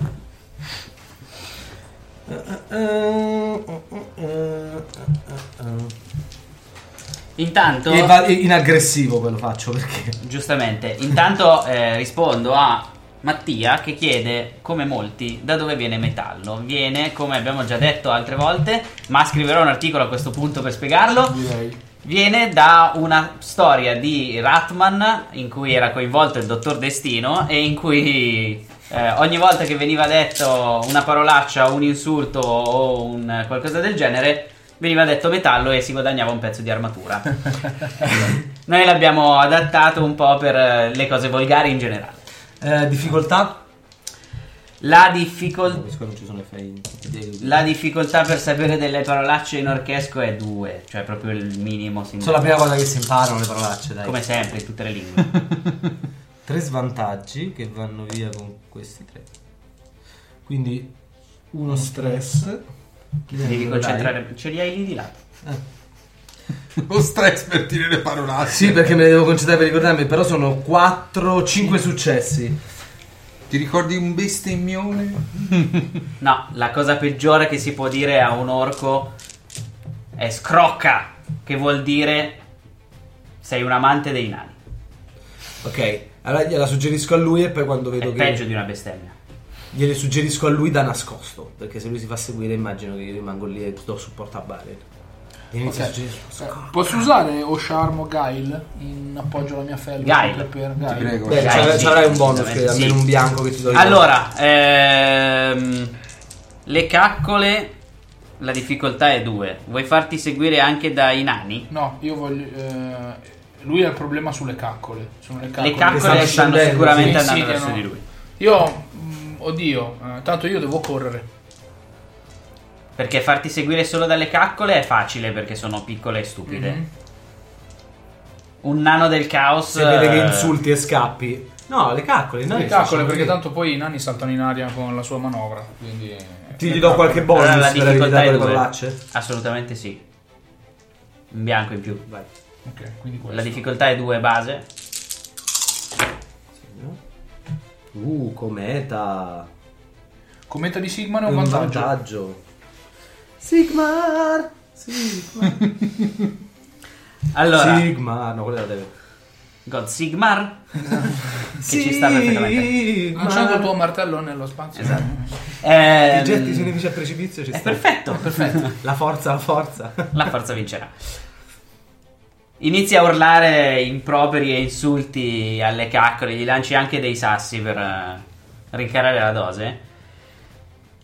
Intanto,
E va- e in aggressivo ve lo faccio perché.
giustamente, intanto eh, rispondo a Mattia che chiede, come molti, da dove viene metallo. Viene, come abbiamo già detto altre volte, ma scriverò un articolo a questo punto per spiegarlo.
Direi.
Viene da una storia di Ratman in cui era coinvolto il dottor Destino e in cui eh, ogni volta che veniva detto una parolaccia, un insulto o un qualcosa del genere, veniva detto metallo e si guadagnava un pezzo di armatura. Noi l'abbiamo adattato un po' per eh, le cose volgari in generale.
Eh, difficoltà?
La
Non
difficoltà.
capisco, non ci sono FI.
La difficoltà per sapere delle parolacce in orchesco è 2, cioè proprio il minimo
Sono la
sindacale.
prima cosa che si imparano le parolacce, dai.
Come sempre, in tutte le lingue.
Tre svantaggi che vanno via con questi tre. Quindi uno stress.
Devi concentrare. Ce li hai lì di là.
Lo stress per dire le
Ah,
parolacce.
Sì, perché me ne devo concentrare per ricordarmi, però sono 4, 5 successi.
Ti ricordi un bestemmione?
No, la cosa peggiore che si può dire a un orco è scrocca, che vuol dire sei un amante dei nani.
Ok, allora gliela suggerisco a lui e poi quando
È
vedo che...
peggio di una bestemmia.
Gliele suggerisco a lui da nascosto, perché se lui si fa seguire immagino che io rimango lì e do supporto a Baren. E inizio a suggerire...
Eh, Posso usare o Charm o Guile in appoggio alla mia felpa?
Guile.
Per
Ti
Guile.
prego.
Beh,
Dai,
c'avrai,
sì,
c'avrai un bonus,
assolutamente,
che, almeno
sì.
un bianco che ti do io.
Allora, ehm, le caccole, la difficoltà è 2. Vuoi farti seguire anche dai nani?
No, io voglio... eh, lui ha il problema sulle caccole. Sono le caccole.
Le caccole
stanno
stanno
scendendo,
sicuramente
sì,
andando
sì,
verso
no.
di lui.
Io... mh, oddio, eh, tanto io devo correre.
Perché farti seguire solo dalle caccole è facile perché sono piccole e stupide.
Mm-hmm.
Mhm.
Un nano del caos.
Se vede che
eh,
insulti e scappi. No, le caccole, no?
le caccole, perché tanto poi i nani saltano in aria con la sua manovra. Quindi...
Ti gli do qualche
Boh,
bonus
Allora,
per
la
aver
difficoltà
evitato
è
le
due.
parolacce?
Assolutamente sì. Un bianco in più.
Vai.
Ok, quindi questo.
La difficoltà è 2 base.
Uh, cometa.
Cometa di Sigma è un vantaggio.
Sigmar. Sigmar.
Allora,
Sigmar. No, quella la deve.
God Sigmar. che ci sta perfettamente.
Lanciando il tuo martello nello spazio.
Esatto. Ehm,
I getti sui nemici a precipizio ci
è
sta.
perfetto,
*laughs*
perfetto.
La forza, la forza.
*laughs* La forza vincerà. Inizia a urlare improperi e insulti alle caccole, gli lanci anche dei sassi per eh, rincarare la dose.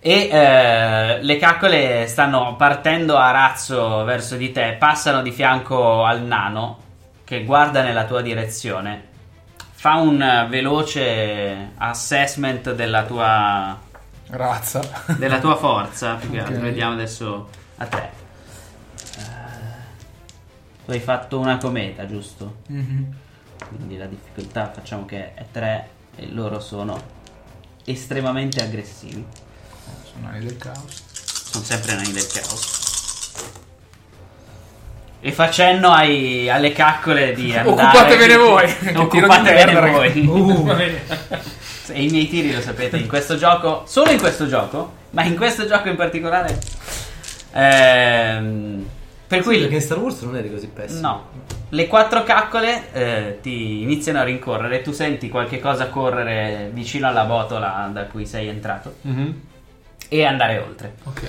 E eh, le caccole stanno partendo a razzo verso di te, passano di fianco al nano che guarda nella tua direzione, fa un eh, veloce assessment della tua
*laughs* Razza.
della tua forza, più che altro.
Ok.
Vediamo adesso a te. Eh, Tu hai fatto una cometa, giusto?
Mhm.
Quindi la difficoltà facciamo che è 3 e loro sono estremamente aggressivi.
Sono nani del caos.
Sono sempre nani del caos. E facendo ai, alle caccole
*laughs*
di andare...
Occupatevene voi, che tiro di merda,
Occupatevene
ragazzi.
*laughs*
Uh.
voi!
Uh.
*laughs* Va bene.
E i miei tiri lo sapete in questo gioco, solo in questo gioco, ma in questo gioco in particolare. Ehm, per
Sì, perché
cui
in Star Wars non eri così pessimo.
no, le quattro caccole eh, ti iniziano a rincorrere, tu senti qualche cosa correre vicino alla botola da cui sei entrato
Mhm.
e andare oltre.
Ok.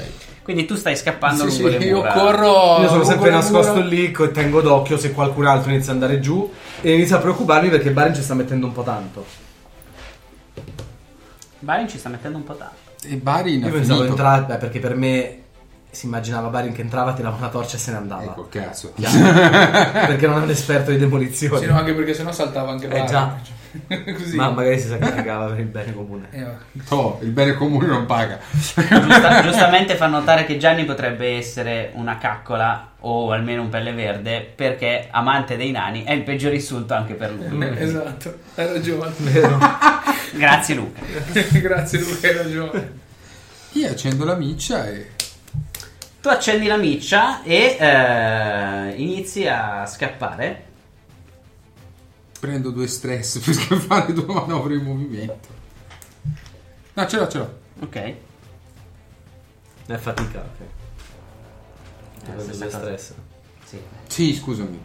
Quindi tu stai scappando
Sì,
lungo
sì,
le
io
mura.
corro.
Io sono
lungo
sempre
le
nascosto
mura.
lì e tengo d'occhio se qualcun altro inizia ad andare giù e inizio a preoccuparmi perché Baren ci sta mettendo un po' tanto.
Barin ci sta mettendo un po' tanto.
E Barin ha
Io pensavo
finito.
entrare, beh, perché per me si immaginava Baren che entrava, tirava una torcia e se ne andava.
Ecco, cazzo.
*laughs* perché non è un esperto di demolizione.
Sì, no, anche perché sennò saltava anche Barin.
Eh, già.
Cioè, *laughs* Così.
Ma magari si
*laughs*
sacrificava per il bene comune.
Eh, va.
No, il bene comune non paga.
Giusta- giustamente fa notare che Gianni potrebbe essere una caccola o almeno un pelle verde perché amante dei nani è il peggior insulto anche per lui.
Esatto, hai ragione.
Grazie Luca.
*laughs* Grazie Luca, hai ragione.
Io accendo la miccia e...
Tu accendi la miccia e eh, inizi a scappare.
Prendo due stress *laughs* per scappare due manovre in movimento. No, ce l'ho, ce l'ho.
Ok.
È fatica. ok.
la
Quello
stessa
dello
cosa.
stress.
Eh, Sì.
Sì, scusami.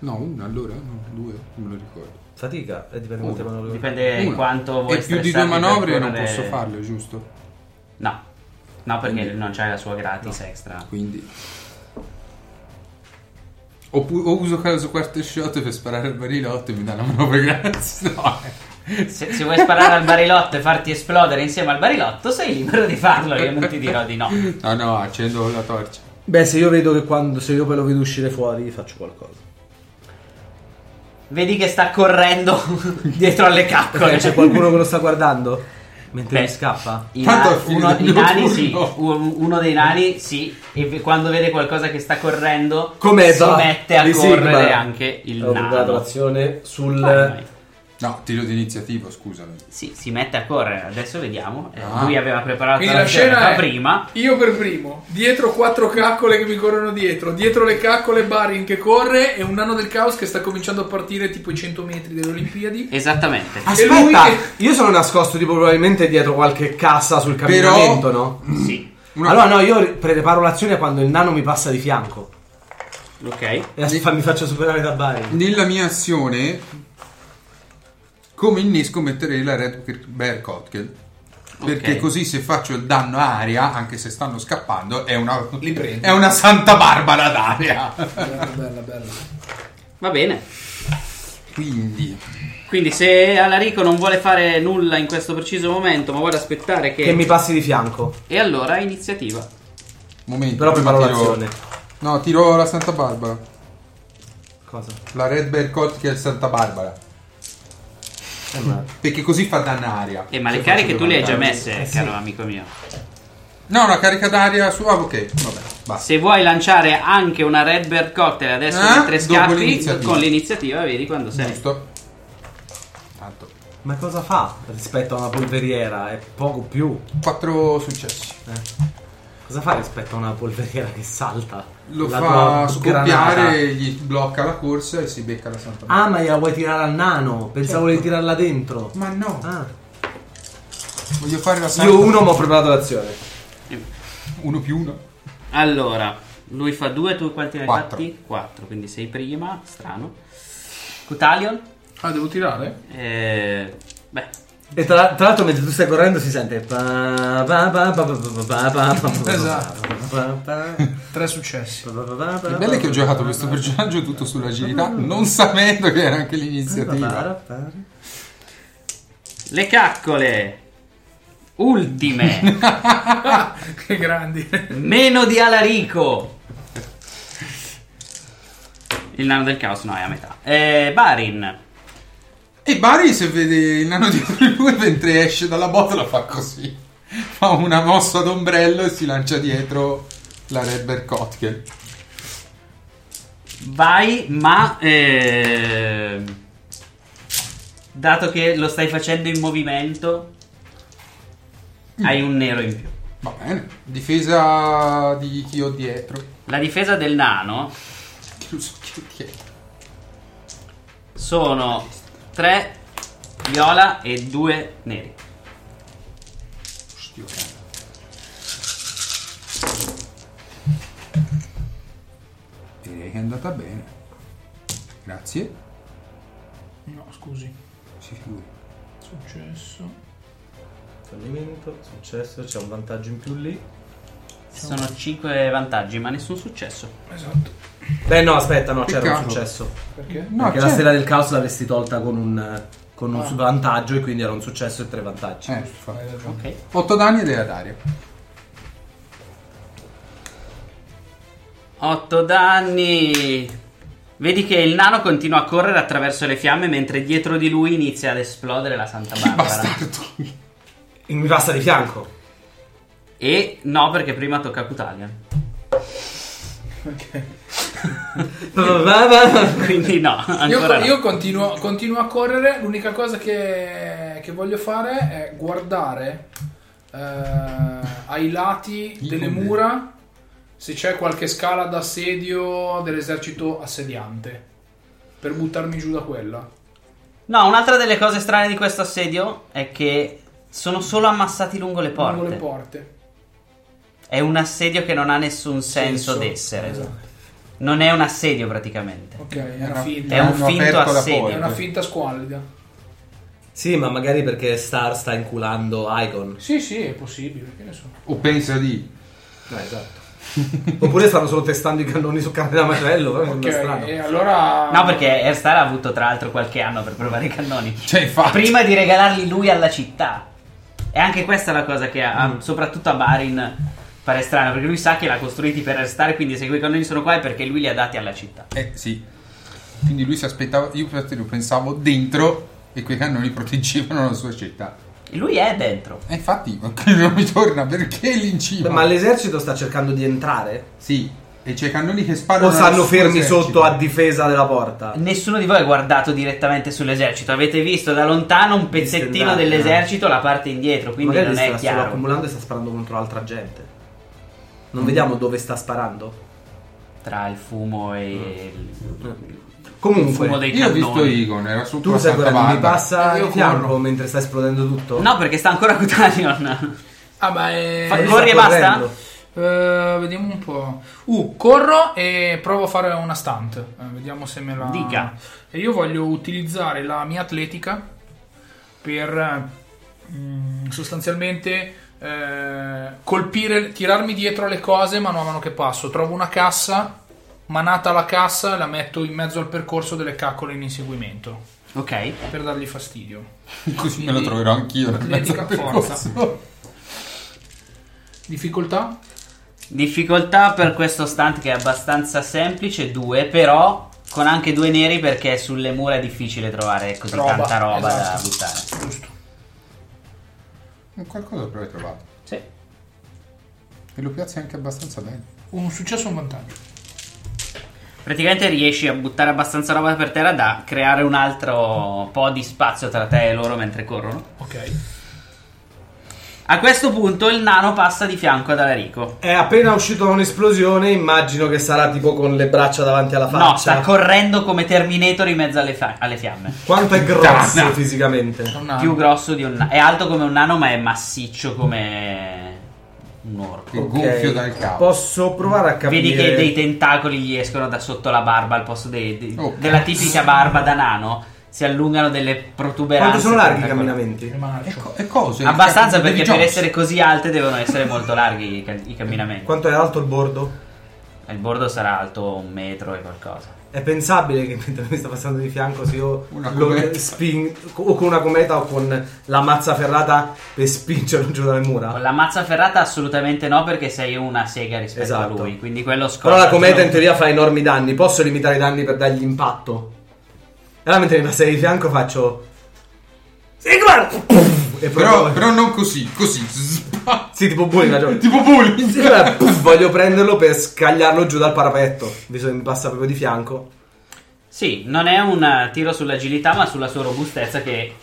No, una allora, no, due, non me lo ricordo.
Fatica, eh, dipende
Oh,
quante manovre.
Uh, Dipende
Una.
Eh, quanto vuoi
E più di
stressarti
due
per
manovre non
correre-
posso farlo, giusto?
No. No, perché
Quindi-
non c'hai la sua gratis extra.
Quindi... Oppu- o uso caso quarto shot per sparare al barilotto e mi danno una manovra grazie. No, eh.
Se, se vuoi sparare al barilotto e farti esplodere insieme al barilotto, sei libero di farlo. Io non ti dirò di no.
no, no, accendo la torcia.
Beh, se io vedo che quando. Se io poi lo vedo uscire fuori, faccio qualcosa.
Vedi che sta correndo *laughs* dietro alle
Perché
Eh,
caccole.
c'è qualcuno che lo sta guardando? Mentre
Beh.
mi scappa?
I
Tanto
na-
è finito
uno,
il
i
mio
nani
turno.
sì, u- uno dei nani sì, e ve- quando vede qualcosa che sta correndo
Come
si
va?
mette a
Di
correre
Sigma.
anche il
Ho guardato
nano.
l'azione sul.
Vai, vai.
No, tiro di iniziativa, scusami.
Sì, si mette a correre, adesso vediamo. Eh,
Ah.
Lui aveva preparato
Quindi
la
la
da
scena è
prima.
io per primo, dietro quattro caccole che mi corrono dietro, dietro le caccole Barin che corre e un nano del caos che sta cominciando a partire tipo i 100 metri delle Olimpiadi.
Esattamente.
Ah.
E lui
Aspetta,
che-
io sono nascosto tipo probabilmente dietro qualche cassa sul camminamento, no?
Sì.
Una-
Allora no, io preparo l'azione quando il nano mi passa di fianco
Ok.
e as- fa- mi faccio superare da Bari.
Nella mia azione, come innesco, metterei la Red Bear Cocktail. Perché
Ok.
così se faccio il danno a aria, anche se stanno scappando, è una,
Li prendo.
è una Santa Barbara d'aria.
*laughs*
Bella, Ah, bella, bella.
Va bene.
Quindi,
Quindi se Alarico non vuole fare nulla in questo preciso momento, ma vuole aspettare che...
Che mi passi di fianco.
E allora iniziativa.
momento.
Però
prima
preparo
tiro-
l'azione.
No, tiro la Santa Barbara.
Cosa?
La Red Bear Cocktail Santa Barbara.
Eh,
Perché così fa danno a aria.
Eh, ma le
Se
cariche
faccio
tu le hai già
levantare.
messe, caro amico mio.
No, una carica d'aria su... Ah, ok, vabbè, basta.
Se vuoi lanciare anche una Red Bird Cocktail adesso
Eh?
mentre
Dopo
scappi,
l'iniziativa. Mm.
con l'iniziativa vedi quando sei.
Giusto. Tanto.
Ma cosa fa rispetto a una polveriera? È poco più. eh.
Quattro successi.
Cosa fa rispetto a una polveriera che salta?
Lo
La
fa
tua granata.
scoppiare, gli blocca la corsa e si becca la Santa Maria.
Ah, ma gliela vuoi tirare al nano? Pensavo di tirarla dentro.
Certo. Ma no,
Ah.
voglio fare la Santa
Io uno mi ho preparato l'azione.
Uno più uno.
Allora, lui fa due, tu quanti ne hai
Quattro.
fatti? 4, quindi sei prima, strano. Cutalion?
Ah, devo tirare?
Eh, beh,
E tra, tra l'altro, mentre tu stai correndo, si sente. pa- pa- pa- pa- pa- pa- pa- pa- pa- pa-
Esatto.
pa- pa-
Tre successi.
pa- pa- pa-
Il bello è che ho giocato questo personaggio
*laughs*
tutto sull'agilità, non sapendo che era anche l'iniziativa.
le caccole
*laughs*
ultime,
*laughs* che grandi.
meno di Alarico. Il nano del caos, no, è a metà. Eh, Barin.
E Bari se vede il nano dietro di lui mentre esce dalla botola fa così. Fa una mossa d'ombrello e si lancia dietro la Red Bear Kotke.
Vai, ma ehm, dato che lo stai facendo in movimento, hai un nero in più.
Va bene, difesa di chi ho dietro.
La difesa del nano
Chi lo so chi ho dietro.
sono 3 viola e 2 neri.
Sti cazzo. eh. Direi che è andata bene. Grazie.
No, scusi.
Si figuri.
Successo.
Fallimento, successo, c'è un vantaggio in più lì.
Sono 5 vantaggi, ma nessun successo.
Esatto.
Beh, no, aspetta, no, c'era un
Peccato.
successo.
Perché?
No, certo. Ah.
Perché
c'è.
la stella del caos l'avresti tolta con un, con un vantaggio e quindi era un successo e tre vantaggi.
Eh, fa-
Ok.
8 danni ed è ad aria.
8 danni. Vedi che il nano continua a correre attraverso le fiamme mentre dietro di lui inizia ad esplodere la Santa Barbara.
Bastardo. Eh.
Mi passa di
*laughs*
fianco.
E no, perché prima tocca a Cutalion. Quindi no,
Io,
ancora no.
io continuo, continuo a correre. L'unica cosa che, che voglio fare è guardare eh, ai lati delle
Incondi.
mura se c'è qualche scala d'assedio dell'esercito assediante per buttarmi giù da quella.
No, un'altra delle cose strane di questo assedio è che sono solo ammassati lungo le porte.
Lungo le porte.
È un assedio che non ha nessun senso
Senso.
d'essere.
Esatto.
Non è un assedio praticamente.
Ok, è una
Era-
finta.
È un
Hanno
finto
aperto la
assedio.
È una
porta.
finta squallida.
Sì, ma magari perché Star sta inculando Icon.
Sì, sì, è possibile. Che ne so.
O pensa di...
No, esatto.
Eh, *laughs* Oppure stanno solo testando i cannoni su carne da macello. però sembra
Ok,
strano.
eh,
e allora...
No, perché Airstar ha avuto tra l'altro qualche anno per provare i cannoni.
Cioè, infatti.
Prima di regalarli lui alla città. E anche questa è la cosa che ha, soprattutto a Barin pare strano, perché lui sa che l'ha costruiti per Airstar, quindi se quei cannoni sono qua è perché lui li ha dati alla città.
Eh sì. Quindi lui si aspettava. Io infatti lo pensavo dentro e quei cannoni proteggevano la sua città.
E lui è dentro.
E infatti non mi torna perché lì in
Beh,
cima.
Ma l'esercito sta cercando di entrare?
Sì, e c'è i cannoni che sparano.
O stanno
al suo
fermi
esercito.
sotto a difesa della porta?
Nessuno di voi ha guardato direttamente sull'esercito, avete visto da lontano un pezzettino
Distendati,
dell'esercito, la parte indietro, quindi
Magari
non
sta
è
solo
chiaro.
accumulando e sta sparando contro altra gente. Non vediamo dove sta sparando.
Tra il fumo e il, il
Comunque,
fumo dei
Io ho
cannoni.
visto Igon, era sotto
tu
la
sai
Santa
guardando, mi
Barbara.
passa
E io
il fianco
corro.
mentre sta esplodendo tutto?
No, perché sta ancora Cutanion.
Ah, ma è...
Fa-
Lui sta
corri e basta?
correndo.
Eh, vediamo un po'. Uh, corro e provo a fare una stunt. Eh, vediamo se me la.
Dica.
E io voglio utilizzare la mia atletica per mm, sostanzialmente eh, colpire, tirarmi dietro le cose man mano che passo. Trovo una cassa, manata la cassa e la metto in mezzo al percorso delle caccole in inseguimento
*laughs* Ok.
per dargli fastidio.
*laughs* Così me lo troverò anch'io. nel mezzo
Atletica,
del percorso.
Difficoltà?
Difficoltà per questo stunt che è abbastanza semplice, due, però con anche due neri perché sulle mura è difficile trovare così
Roba,
tanta roba da
esatto.
buttare.
Giusto.
Qualcosa però hai trovato.
Sì.
E lo piazzi anche abbastanza bene.
Un successo e un vantaggio.
Praticamente riesci a buttare abbastanza roba per terra da creare un altro po' di spazio tra te e loro mentre corrono.
Ok.
A questo punto il nano passa di fianco ad Alarico.
È appena uscito da un'esplosione, immagino che sarà tipo con le braccia davanti alla
No, sta
faccia.
correndo come Terminator in mezzo alle, fa- alle fiamme.
Quanto è grosso
Puttana.
fisicamente?
Tornando.
Più grosso di un nano. È alto come un nano, ma è massiccio come un orco.
Che gonfio
Ok.
dal capo.
Posso provare a capire.
Vedi che dei tentacoli gli escono da sotto la barba al posto dei- dei-
Oh,
della tipica barba da nano. Si allungano delle protuberanze.
Quanto sono larghi i
tentacoli.
È
camminamenti?
E,
marcio.
co- e Cioè,
Cioè,
cose.
Ecco. Abbastanza
Cazzo,
perché
Davy
per
Jones.
essere così alte devono essere molto larghi i, ca- i camminamenti.
Quanto è alto il bordo?
Il bordo sarà alto un metro e qualcosa.
È pensabile che mentre mi sta passando di fianco se io
Una
lo
cometa.
spin- o con una cometa o con la mazza ferrata per spingerlo giù dalle
Con
mura.
la mazza ferrata assolutamente no perché sei una sega rispetto
Esatto.
a lui. Quindi quello cioè scorre.
Però la cometa in teoria fa enormi danni, posso limitare i danni per dargli impatto. E allora mentre mi passa di fianco faccio... Sigmar! E
Però,
*laughs*
proprio...
però non così, così. *laughs* Spa-
Sì, tipo bullying, ragione.
tipo bullying.
Sì, guarda, puff, voglio prenderlo per scagliarlo giù dal parapetto, visto che mi passa proprio di fianco.
Sì, non è un eh, tiro sull'agilità, ma sulla sua robustezza che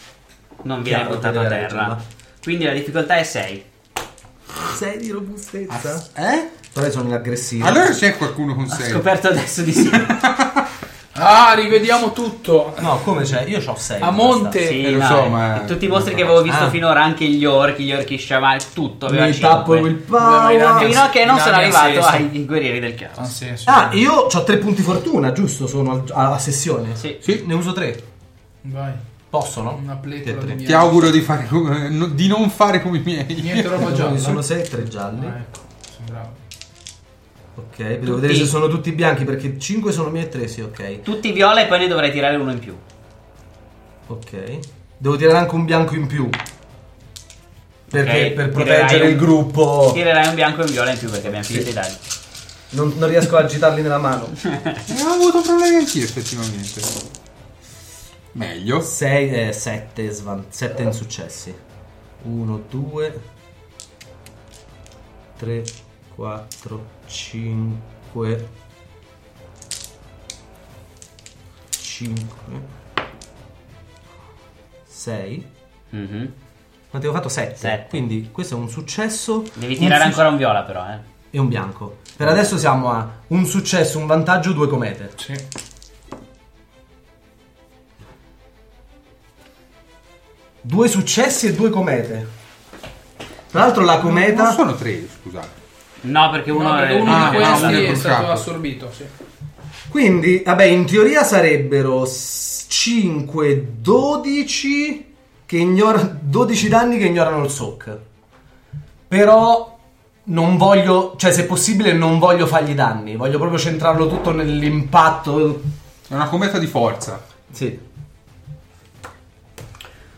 non viene
Chiaro,
buttato a
deve
terra.
reggerla.
Quindi la difficoltà è 6.
6 di
Ah,
robustezza.
Eh?
Però sono aggressivo.
Allora c'è qualcuno con
Ho
sé.
scoperto adesso di sì.
Ah, rivediamo tutto.
No, come c'è? Io ho 6.
A monte.
Sì,
Eh, lo
no,
so,
eh,
ma-
Tutti i mostri che avevo visto finora, anche gli orchi, gli orchi sciamani, tutto aveva
Ah. Mi
cinque.
tappo il
Doveva
power.
irradiare-
Fino a che non sono
Daniel
arrivato
Sesto.
ai guerrieri del caos.
Ha senso.
Ah, io ho 3 punti fortuna, giusto? Sono al- a, a sessione.
Sì.
Ne uso 3.
Vai,
Posso, no?
una pletora
Tre,
di
tre.
Ti
niente.
auguro di, fare come- no- di non fare come i miei. *laughs*
Niente
*laughs*
roba gialla.
Quindi sono 6 e 3 gialli.
Ah, ecco, sembrava.
Ok, devo vedere se sono tutti bianchi perché 5 sono miei e 3, sì, ok.
Tutti viola e poi ne dovrei tirare uno in più.
Ok. Devo tirare anche un bianco in più. Perché
Ok? Tirerai
per proteggere
un-
il gruppo
Tirerai un bianco e un viola in più perché abbiamo finito i dadi.
non, non riesco a agitarli
*laughs*
nella mano.
Eh, Ho avuto problemi anch'io effettivamente. Meglio.
6 e 7 7 insuccessi. 1 2 3 4 5 5 6
Mhm.
ma avevo fatto 7
Sette.
quindi questo è un successo
Devi
un
tirare
su-
ancora un viola però, eh.
e un bianco per adesso siamo a un successo un vantaggio due comete
Sì.
due successi e due comete tra l'altro la
Non
cometa
sono tre, scusate.
No, perché uno,
eh, No, perché
è...
uno
Ah,
di
no,
questi
uno è
è stato
bloccato.
assorbito. Sì.
Quindi, vabbè, in teoria sarebbero 5, 12 che ignora- 12 danni che ignorano il soc. Però non voglio, cioè se possibile non voglio fargli danni, voglio proprio centrarlo tutto nell'impatto.
È una cometa di forza.
Sì.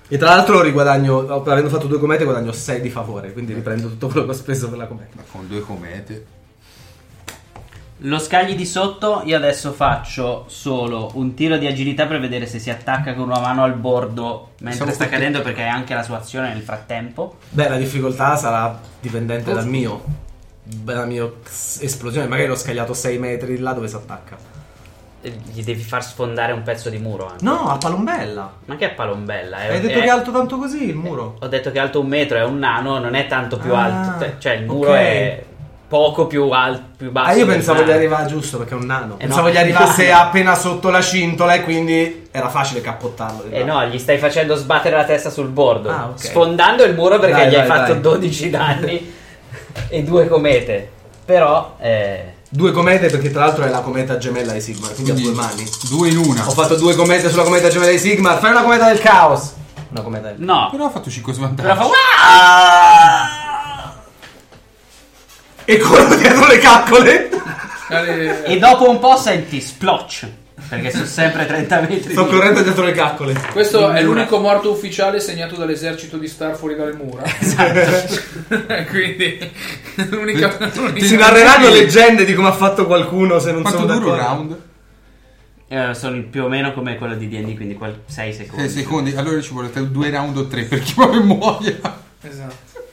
E tra l'altro riguadagno, avendo fatto due comete guadagno 6 di favore, quindi riprendo tutto quello che ho speso per la cometa.
Ma con due comete.
Lo scagli di sotto, io adesso faccio solo un tiro di agilità per vedere se si attacca con una mano al bordo mentre
Diciamo
Siamo
sta
tutti-
cadendo perché è anche la sua azione nel frattempo.
Beh, la difficoltà sarà dipendente dal mio, dalla mia esplosione, magari l'ho scagliato 6 metri là dove si attacca.
Eh, Gli devi far sfondare un pezzo di muro anche.
No, a palombella.
Ma che è palombella? È,
Hai detto
è-
che è alto tanto così il muro.
Ho detto che è alto un metro, è un nano, non è tanto più
Ah,
alto. te- Cioè il muro
ok.
è poco più, al- più basso.
Ah, io
del
pensavo
nano.
gli arrivasse giusto perché è un nano.
Eh,
pensavo
no.
gli arrivasse appena sotto la cintola e quindi era facile cappottarlo.
Eh no, gli stai facendo sbattere la testa sul bordo.
Ah, ok.
Sfondando il muro perché
Dai,
gli hai
dai,
fatto
dai.
12 danni e due comete. Però... Eh...
Due comete perché tra l'altro è la cometa gemella di Sigmar, quindi, ha due mani. Oh.
Due in una.
Ho fatto due comete sulla cometa gemella di Sigmar. Fai una cometa del caos. Una cometa del
No,
Però ha fatto 5 svantaggi.
Però fa
E corro dietro le caccole.
Magari-
E dopo un po' senti splotch. Perché sono sempre 30 metri.
Sto
di-
correndo dietro le caccole.
Questo è l'unico morto ufficiale segnato dall'esercito di Star fuori dalle mura. *laughs* Quindi l'unica, l'unica-
Si narreranno
*laughs*
leggende di come ha fatto qualcuno se non
Quanto
sono
dura un
d'accordo.
round?
Eh, sono più o meno come quello di DD, quindi 6 secondi.
6 secondi. Allora ci volete due round o tre perché poi muoia.
Esatto.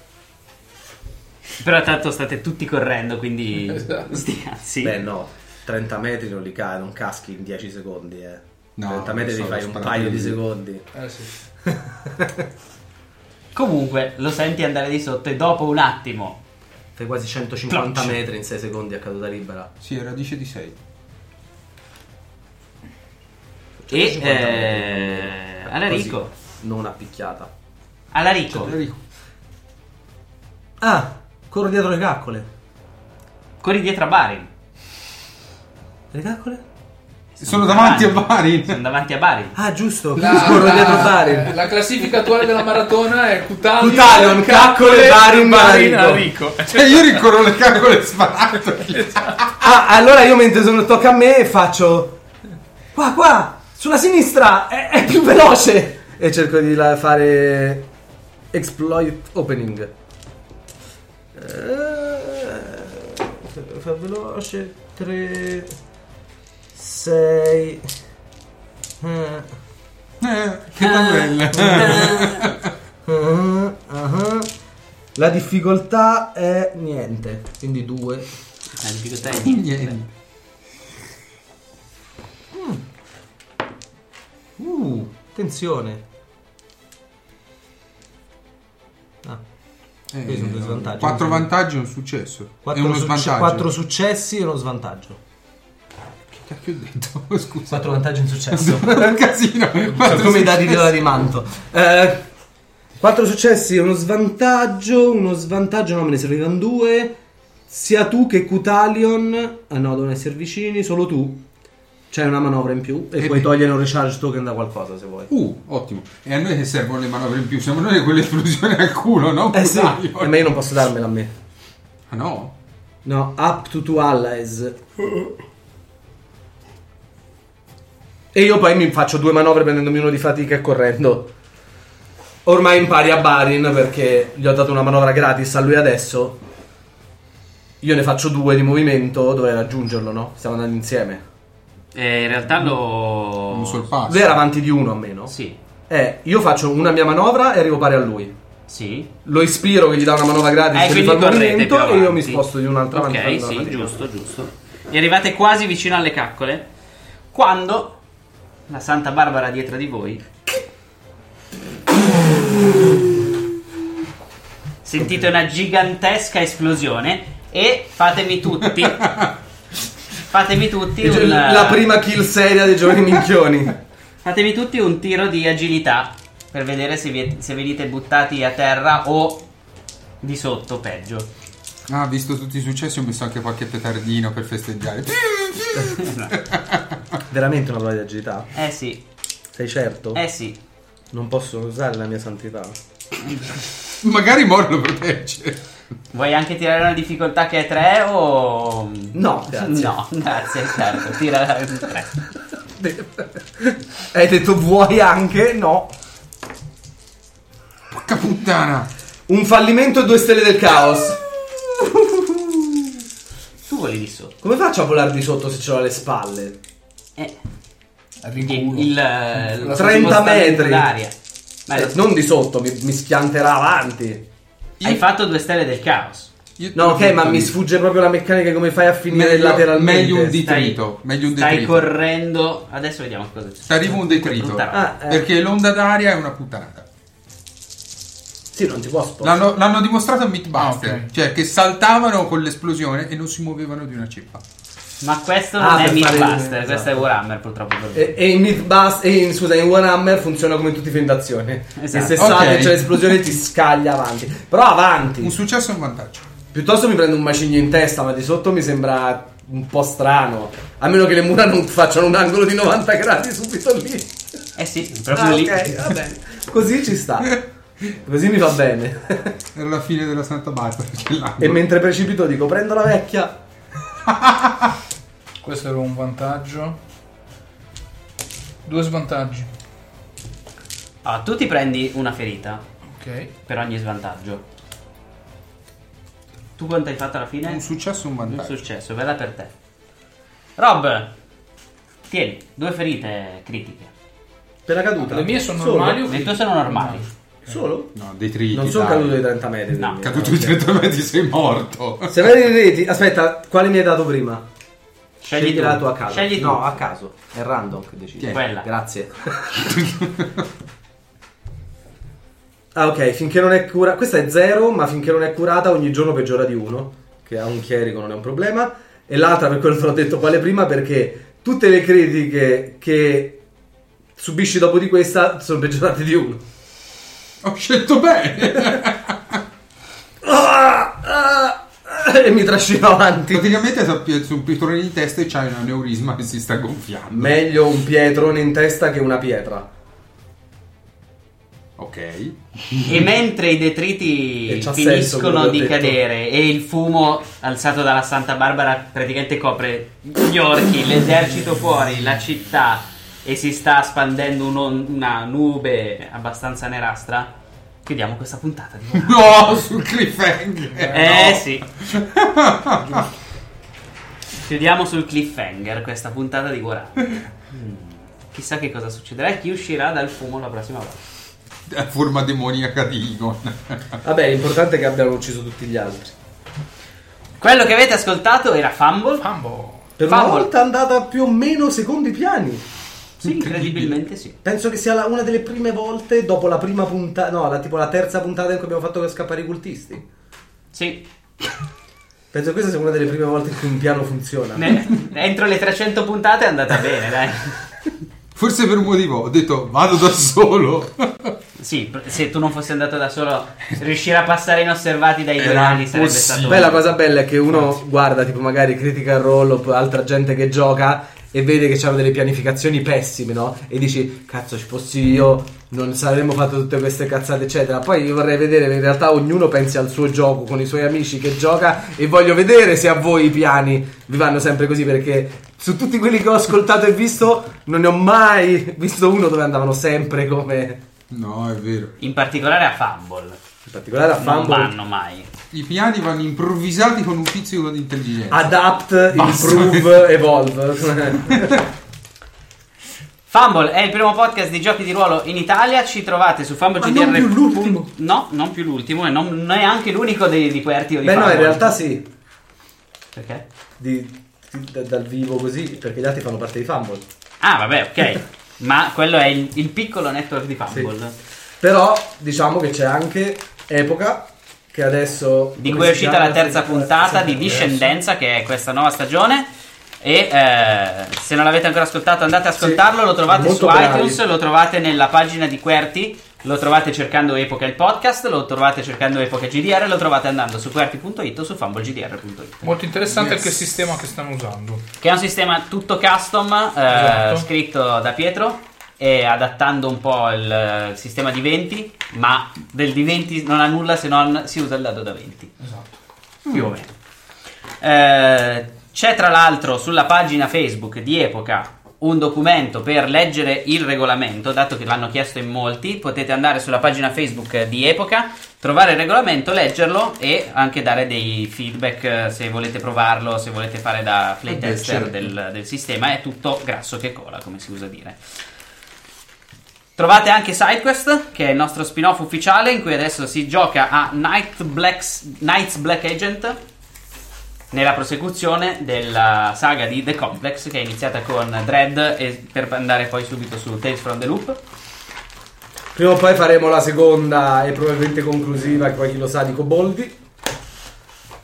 Però tanto state tutti correndo, quindi.
Esatto.
Sti cazzi.
Beh, no, 30 metri non li ca- non caschi in 10 secondi, eh.
No,
30 metri
lo so,
li fai
lo
un
sparo
paio di
io.
secondi.
Eh, sì.
Comunque lo senti andare di sotto e dopo un attimo.
Fai quasi 150
Plocci.
metri in 6 secondi a caduta libera.
Sì, radice di 6.
E.
150
Eh, Alarico.
Non una picchiata.
Alarico.
Ah, corro dietro le caccole.
Corri dietro a Barin.
Le caccole?
Sono davanti a Barin. *laughs*
Sono davanti a Barin.
Ah, giusto.
La,
corro
la-
dietro Barin.
la classifica attuale della maratona è Cutalion,
Cutalion, Caccole, Barin,
Barin,
Alarico.
Alarico.
E Cioè, io ricorro le caccole sparato.
Ah, allora io mentre sono tocca a me faccio qua qua sulla sinistra è, è più veloce e cerco di la- fare exploit opening. Eh, fa veloce 3 6
Eh, che bella.
Eh. La difficoltà è niente, quindi 2.
La difficoltà è
Niente.
Uh, attenzione. Ah, Questi
Eh,
sono due svantaggi.
4 vantaggi e un successo.
quattro,
e uno
succe-
svantaggio.
quattro successi e uno svantaggio.
Che cacchio ho detto? *laughs* Scusa.
Quattro vantaggi in successo.
un casino.
Sono
Quattro
come i dadi
successi.
della di manto. Eh, quattro successi e uno svantaggio. Uno svantaggio, no, me ne servivano due. Sia tu che Cutalion. Ah no, devono essere vicini. Solo tu. C'è una manovra in più. E,
Eh
puoi
beh.
togliere un recharge token da qualcosa se vuoi.
Uh, ottimo. E a noi che servono le manovre in più? Siamo noi quelle esplosioni al culo, no?
Eh sì,
Dai,
eh, ma io non posso darmela a me.
Ah no?
No, up to two allies. E io poi mi faccio due manovre prendendomi uno di fatica e correndo. Ormai impari a Barin perché gli ho dato una manovra gratis a lui adesso. Io ne faccio due di movimento, dovrei raggiungerlo, no? Stiamo andando insieme.
Eh, in realtà lo.
Un sol passo.
Lui era avanti di uno a meno.
Ah, Sì.
Eh, io faccio una mia manovra e arrivo pari a lui.
Sì.
Lo ispiro che gli dà una manovra gratis
Eh,
e gli
quindi
fa il
correte più
movimento e io mi
avanti.
sposto di un'altra avanti
Ok,
prendo la
sì,
fatica.
giusto, giusto. E arrivate quasi vicino alle caccole quando la Santa Barbara dietro di voi sentite una gigantesca esplosione e fatemi
*laughs*
tutti fatemi tutti
E gi-
un,
La prima kill seria dei giovani minchioni.
fatemi tutti un tiro di agilità per vedere se, vi- se venite buttati a terra o di sotto peggio
Ah, visto tutti i successi ho messo anche qualche petardino per festeggiare.
Veramente una prova di agilità?
eh sì
Sei certo?
eh sì
Non posso usare la mia santità.
Magari Mor lo protegge.
Vuoi anche tirare una difficoltà che è 3 o...
No, grazie.
No, grazie, certo, tira un 3.
Hai detto vuoi anche? No.
Porca puttana!
Un fallimento e due stelle del caos.
Tu voli di sotto.
Come faccio a volare di sotto se ce l'ho alle spalle?
Eh,
Riculo.
il, il, eh, lo
30
spostamento
metri.
D'aria. Ma
Eh,
lo-
non di sotto, mi, mi schianterà avanti.
Hai fatto due stelle del caos.
Io-
No, ok, ma mi sfugge proprio la meccanica come fai a finire
Meglio-
lateralmente.
meglio un
di...
dito. Detrito, meglio un
stai
detrito.
correndo. Adesso vediamo cosa c'è.
T'arriva un detrito.
Brutta roba.
Ah, eh.
Perché l'onda d'aria è una puttanata.
Sì, non ti può spostare.
L'hanno, l'hanno dimostrato a Meatbuster.
Ah, ok.
Cioè, che saltavano con l'esplosione e non si muovevano di una ceppa.
Ma questo
Ah,
non è
per fare il-
Mythbuster,
esatto. Eh,
questo è Warhammer purtroppo per voi.
E, e in Mythbus- e in- scusa, in Warhammer funziona come in tutti i film d'azione.
Esatto.
E se
Ok.
sale c'è l'esplosione ti scaglia avanti. Però
Un
avanti.
successo e un vantaggio.
Piuttosto mi prendo un macigno in testa, ma di sotto mi sembra un po' strano. A meno che le mura non facciano un angolo di 90 gradi subito lì.
Eh sì, proprio
Ah,
lì.
ok, va bene. Così ci sta. Così mi va bene.
Era la fine della Santa Barbara. *laughs*
E mentre precipito dico prendo la vecchia.
Questo era un vantaggio. Due svantaggi.
Ah, tu ti prendi una ferita
Ok.
per ogni svantaggio. Tu quanto hai fatto alla fine?
Un successo e un
Un
vantaggio.
successo, bella per te. Rob, tieni, due ferite critiche.
Per la caduta.
Le mie sono normali o
Le tue sono normali.
Solo?
No, detriti.
Non sono
dai.
caduto dai 30 metri.
No,
quindi.
Caduto di 30 metri,
*laughs*
sei morto.
Se vai in reti, aspetta, quale mi hai dato prima?
Scegli tu.
la tua a caso.
Scegli tu.
no, a caso. È random che decidi.
Tieni.
Quella.
*laughs* Grazie. ah, ok, finché non è curata. Questa è 0, ma finché non è curata ogni giorno peggiora di uno. Che a un chierico non è un problema. E l'altra, per quello te l'ho detto quale prima, perché tutte le critiche che subisci dopo di questa sono peggiorate di uno.
Ho scelto bene.
Ah, ah, ah, e mi trascino avanti.
Praticamente ti ha su un pitrone in testa e c'hai un aneurisma che si sta gonfiando.
Meglio un pietrone in testa che una pietra.
Ok.
E mentre i
E
detriti
c'ha senso quello che
finiscono
ho
di
detto.
cadere e il fumo alzato dalla Santa Barbara praticamente copre gli orchi, l'esercito fuori, la città e si sta spandendo un'on- una nube abbastanza nerastra, chiudiamo questa puntata di nuovo.
No, sul cliffhanger.
Eh sì.
*laughs*
Chiudiamo sul cliffhanger questa puntata di
*laughs*
Warhammer. Mm. Chissà che cosa succederà e chi uscirà dal fumo la prossima volta.
A forma demoniaca di Egon.
Vabbè, l'importante è che abbiano ucciso tutti gli altri.
Quello che avete ascoltato era Fumble.
Pambo.
Per una
Favola.
volta è andata più o meno secondo i piani.
Sì, incredibilmente sì.
Penso che sia la- una delle prime volte dopo la prima puntata, no, la, tipo la terza puntata in cui abbiamo fatto scappare i cultisti.
Sì.
Penso che questa sia una delle prime volte in cui un piano funziona.
Ne- entro le 300 puntate è andata bene, dai.
Forse per un motivo ho detto vado da solo.
Sì, pr- se tu non fossi andato da solo, riuscire a passare inosservati dai
Era
giornali sarebbe
impossibile.
stato...
Poi la cosa bella è che uno guarda tipo magari Critical Role o altra gente che gioca e vede che c'hanno delle pianificazioni pessime, no? E dici, cazzo, ci fossi io, non saremmo fatto tutte queste cazzate, eccetera. Poi io vorrei vedere, in realtà ognuno pensi al suo gioco con i suoi amici che gioca e voglio vedere se a voi i piani vi vanno sempre così perché su tutti quelli che ho ascoltato e visto non ne ho mai visto uno dove andavano sempre come...
No, è vero.
In particolare a Fumble.
In particolare a
Non
Fumble.
vanno mai.
I piani vanno improvvisati con un pizzico di intelligenza.
Ah, Adapt,
Basta.
improve, evolve.
*laughs*
*laughs*
Fumble è il primo podcast di giochi di ruolo in Italia. Ci trovate su
Ma non più
fumblegdr.
l'ultimo.
No, non più l'ultimo e non, non è anche l'unico dei, di Querti o di
Beh, no,
Fumble.
in realtà sì.
Perché?
Di- d- dal vivo così, perché gli altri fanno parte di Fumble.
Ah, vabbè, ok. Ma quello è il, il piccolo network di Fumble.
Però diciamo che c'è anche Epoca, che adesso...
Di
come
cui è
si
uscita
chiama?
la terza puntata di Discendenza, che è questa nuova stagione. E eh, se non l'avete ancora ascoltato, andate ad ascoltarlo. lo trovate
molto
su
bravi.
iTunes, lo trovate nella pagina di Querti. Lo trovate cercando Epoca il podcast, lo trovate cercando Epoca GDR, lo trovate andando su querti.it o su fumblegdr.it.
Molto interessante
Yes.
anche il sistema che stanno usando.
Che è un sistema tutto custom eh,
Esatto.
scritto da Pietro e adattando un po' il eh, sistema di 20, ma del di 20 non ha nulla se non si usa il dado da 20.
Esatto.
Più o meno. Eh, c'è tra l'altro sulla pagina Facebook di Epoca un documento per leggere il regolamento, dato che l'hanno chiesto in molti, potete andare sulla pagina Facebook di Epoca, trovare il regolamento, leggerlo e anche dare dei feedback eh, se volete provarlo, se volete fare da playtester
certo.
del, del sistema, è tutto grasso che cola, come si usa dire. Trovate anche SideQuest, che è il nostro spin-off ufficiale, in cui adesso si gioca a Night Blacks- Knights Black Agent, nella prosecuzione della saga di The Complex, che è iniziata con Dread e per andare poi subito su Tales from the Loop.
Prima o poi faremo la seconda e probabilmente conclusiva, poi chi lo sa, di Coboldi.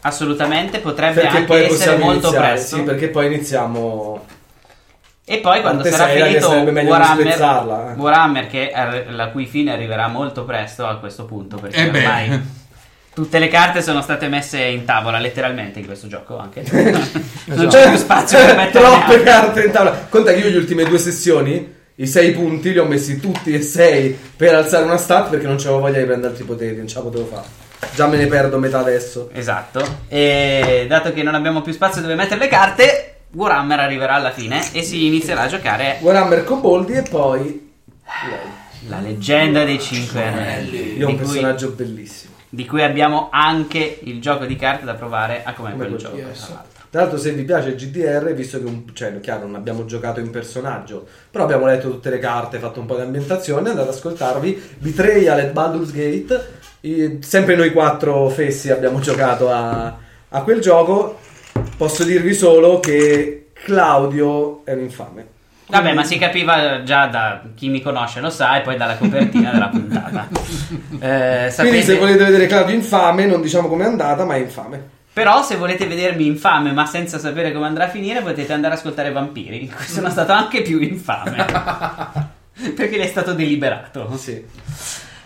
Assolutamente, potrebbe
Perché
anche
poi
essere
possiamo
molto
iniziare.
presto.
Sì, perché poi iniziamo.
E poi quando
Quante
sarà
sei, raga,
finito
sarebbe meglio non
Warhammer,
spezzarla, eh.
Warhammer che ar- la cui fine arriverà molto presto a questo punto, perché
Eh beh.
ormai tutte le carte sono state messe in tavola, letteralmente in questo gioco
*laughs*
anche. non c'è più spazio per mettere
Esatto. Eh, troppe carte in tavola. Conta che io le ultime due sessioni, i sei punti, li ho messi tutti e sei per alzare una stat perché non c'avevo voglia di prendere altri poteri, non ce la potevo fare. Già me ne perdo metà adesso.
Esatto. E dato che non abbiamo più spazio dove mettere le carte, Warhammer arriverà alla fine e si inizierà a giocare
Warhammer Coboldi e poi lei.
la leggenda dei Cinque Anelli.
Io ho un
Di cui,
personaggio bellissimo.
di cui abbiamo anche il gioco di carte da provare a come
Come
quel
quel
gioco.
PS.
tra l'altro.
Tra l'altro, se vi piace il GDR, visto che un, cioè, chiaro, non abbiamo giocato in personaggio, però abbiamo letto tutte le carte, fatto un po' di ambientazione, andate ad ascoltarvi. Betrayal e Baldur's Gate. I- sempre noi quattro fessi abbiamo *laughs* giocato a, a quel gioco. Posso dirvi solo che Claudio è un infame.
Vabbè, ma si capiva già da chi mi conosce lo sa e poi dalla copertina della
*laughs*
puntata. Eh,
Quindi, se
sapete-
volete vedere Claudio infame, non diciamo com'è andata, ma è infame.
Però se volete vedermi infame ma senza sapere come andrà a finire potete andare ad ascoltare Vampiri, in cui sono stato anche più infame. Perché l'è stato deliberato.
Sì.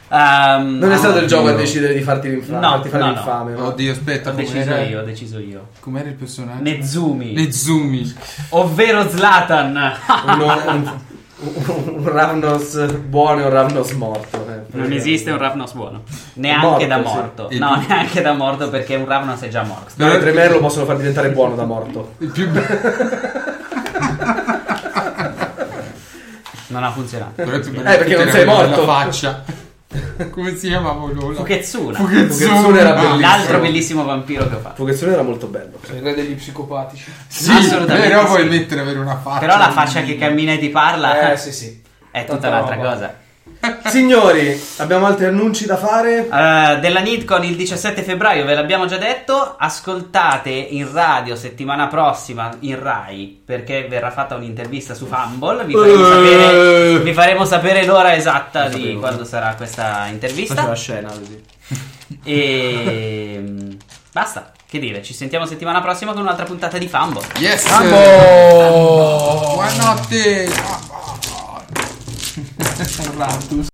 Ehm,
Non è stato il gioco a
Dio.
decidere di farti l'infame.
No,
farti fare
no, no.
l'infame no.
Oddio, aspetta,
Ho deciso
com'era,
io, ho deciso io.
com'era il personaggio?
Nezumi,
Nezumi.
ovvero Zlatan.
*laughs* Uno- un, un- un Ravnos buono e un Ravnos morto. eh,
non
praticamente.
esiste un Ravnos buono. Neanche
Morto,
da
sì.
morto.
E-
No, neanche da morto perché un Ravnos è già morto.
No, i Tremer lo possono far diventare buono da morto.
Il più *laughs* bello.
Non ha funzionato.
Però il più bello
Eh, perché
di
non
tutti
sei
era quello
morto.
della faccia. *laughs* Come si chiamava quello? là?
Fukezzuna,
Fukezzune era
Ah,
bellissimo.
l'altro bellissimo vampiro che ho fatto.
Fugazzone era molto bello.
Il re degli psicopatici.
Sì,
Assolutamente
però
sì.
vuoi mettere avere una faccia.
Però la faccia che cammina e ti parla
Eh sì sì.
è
tanta
tutta un'altra
roba.
cosa.
Signori, abbiamo altri annunci da fare?
Eh, della Nidcon il 17 febbraio, ve l'abbiamo già detto. Ascoltate in radio settimana prossima in Rai perché verrà fatta un'intervista su Fumble. Vi faremo, sapere, vi faremo sapere l'ora esatta di quando sarà questa
Faccio la
intervista.
scena così.
E mm, basta. Che dire, ci sentiamo settimana prossima con un'altra puntata di Fumble.
Yes! Buonanotte! Ah, ah, ah.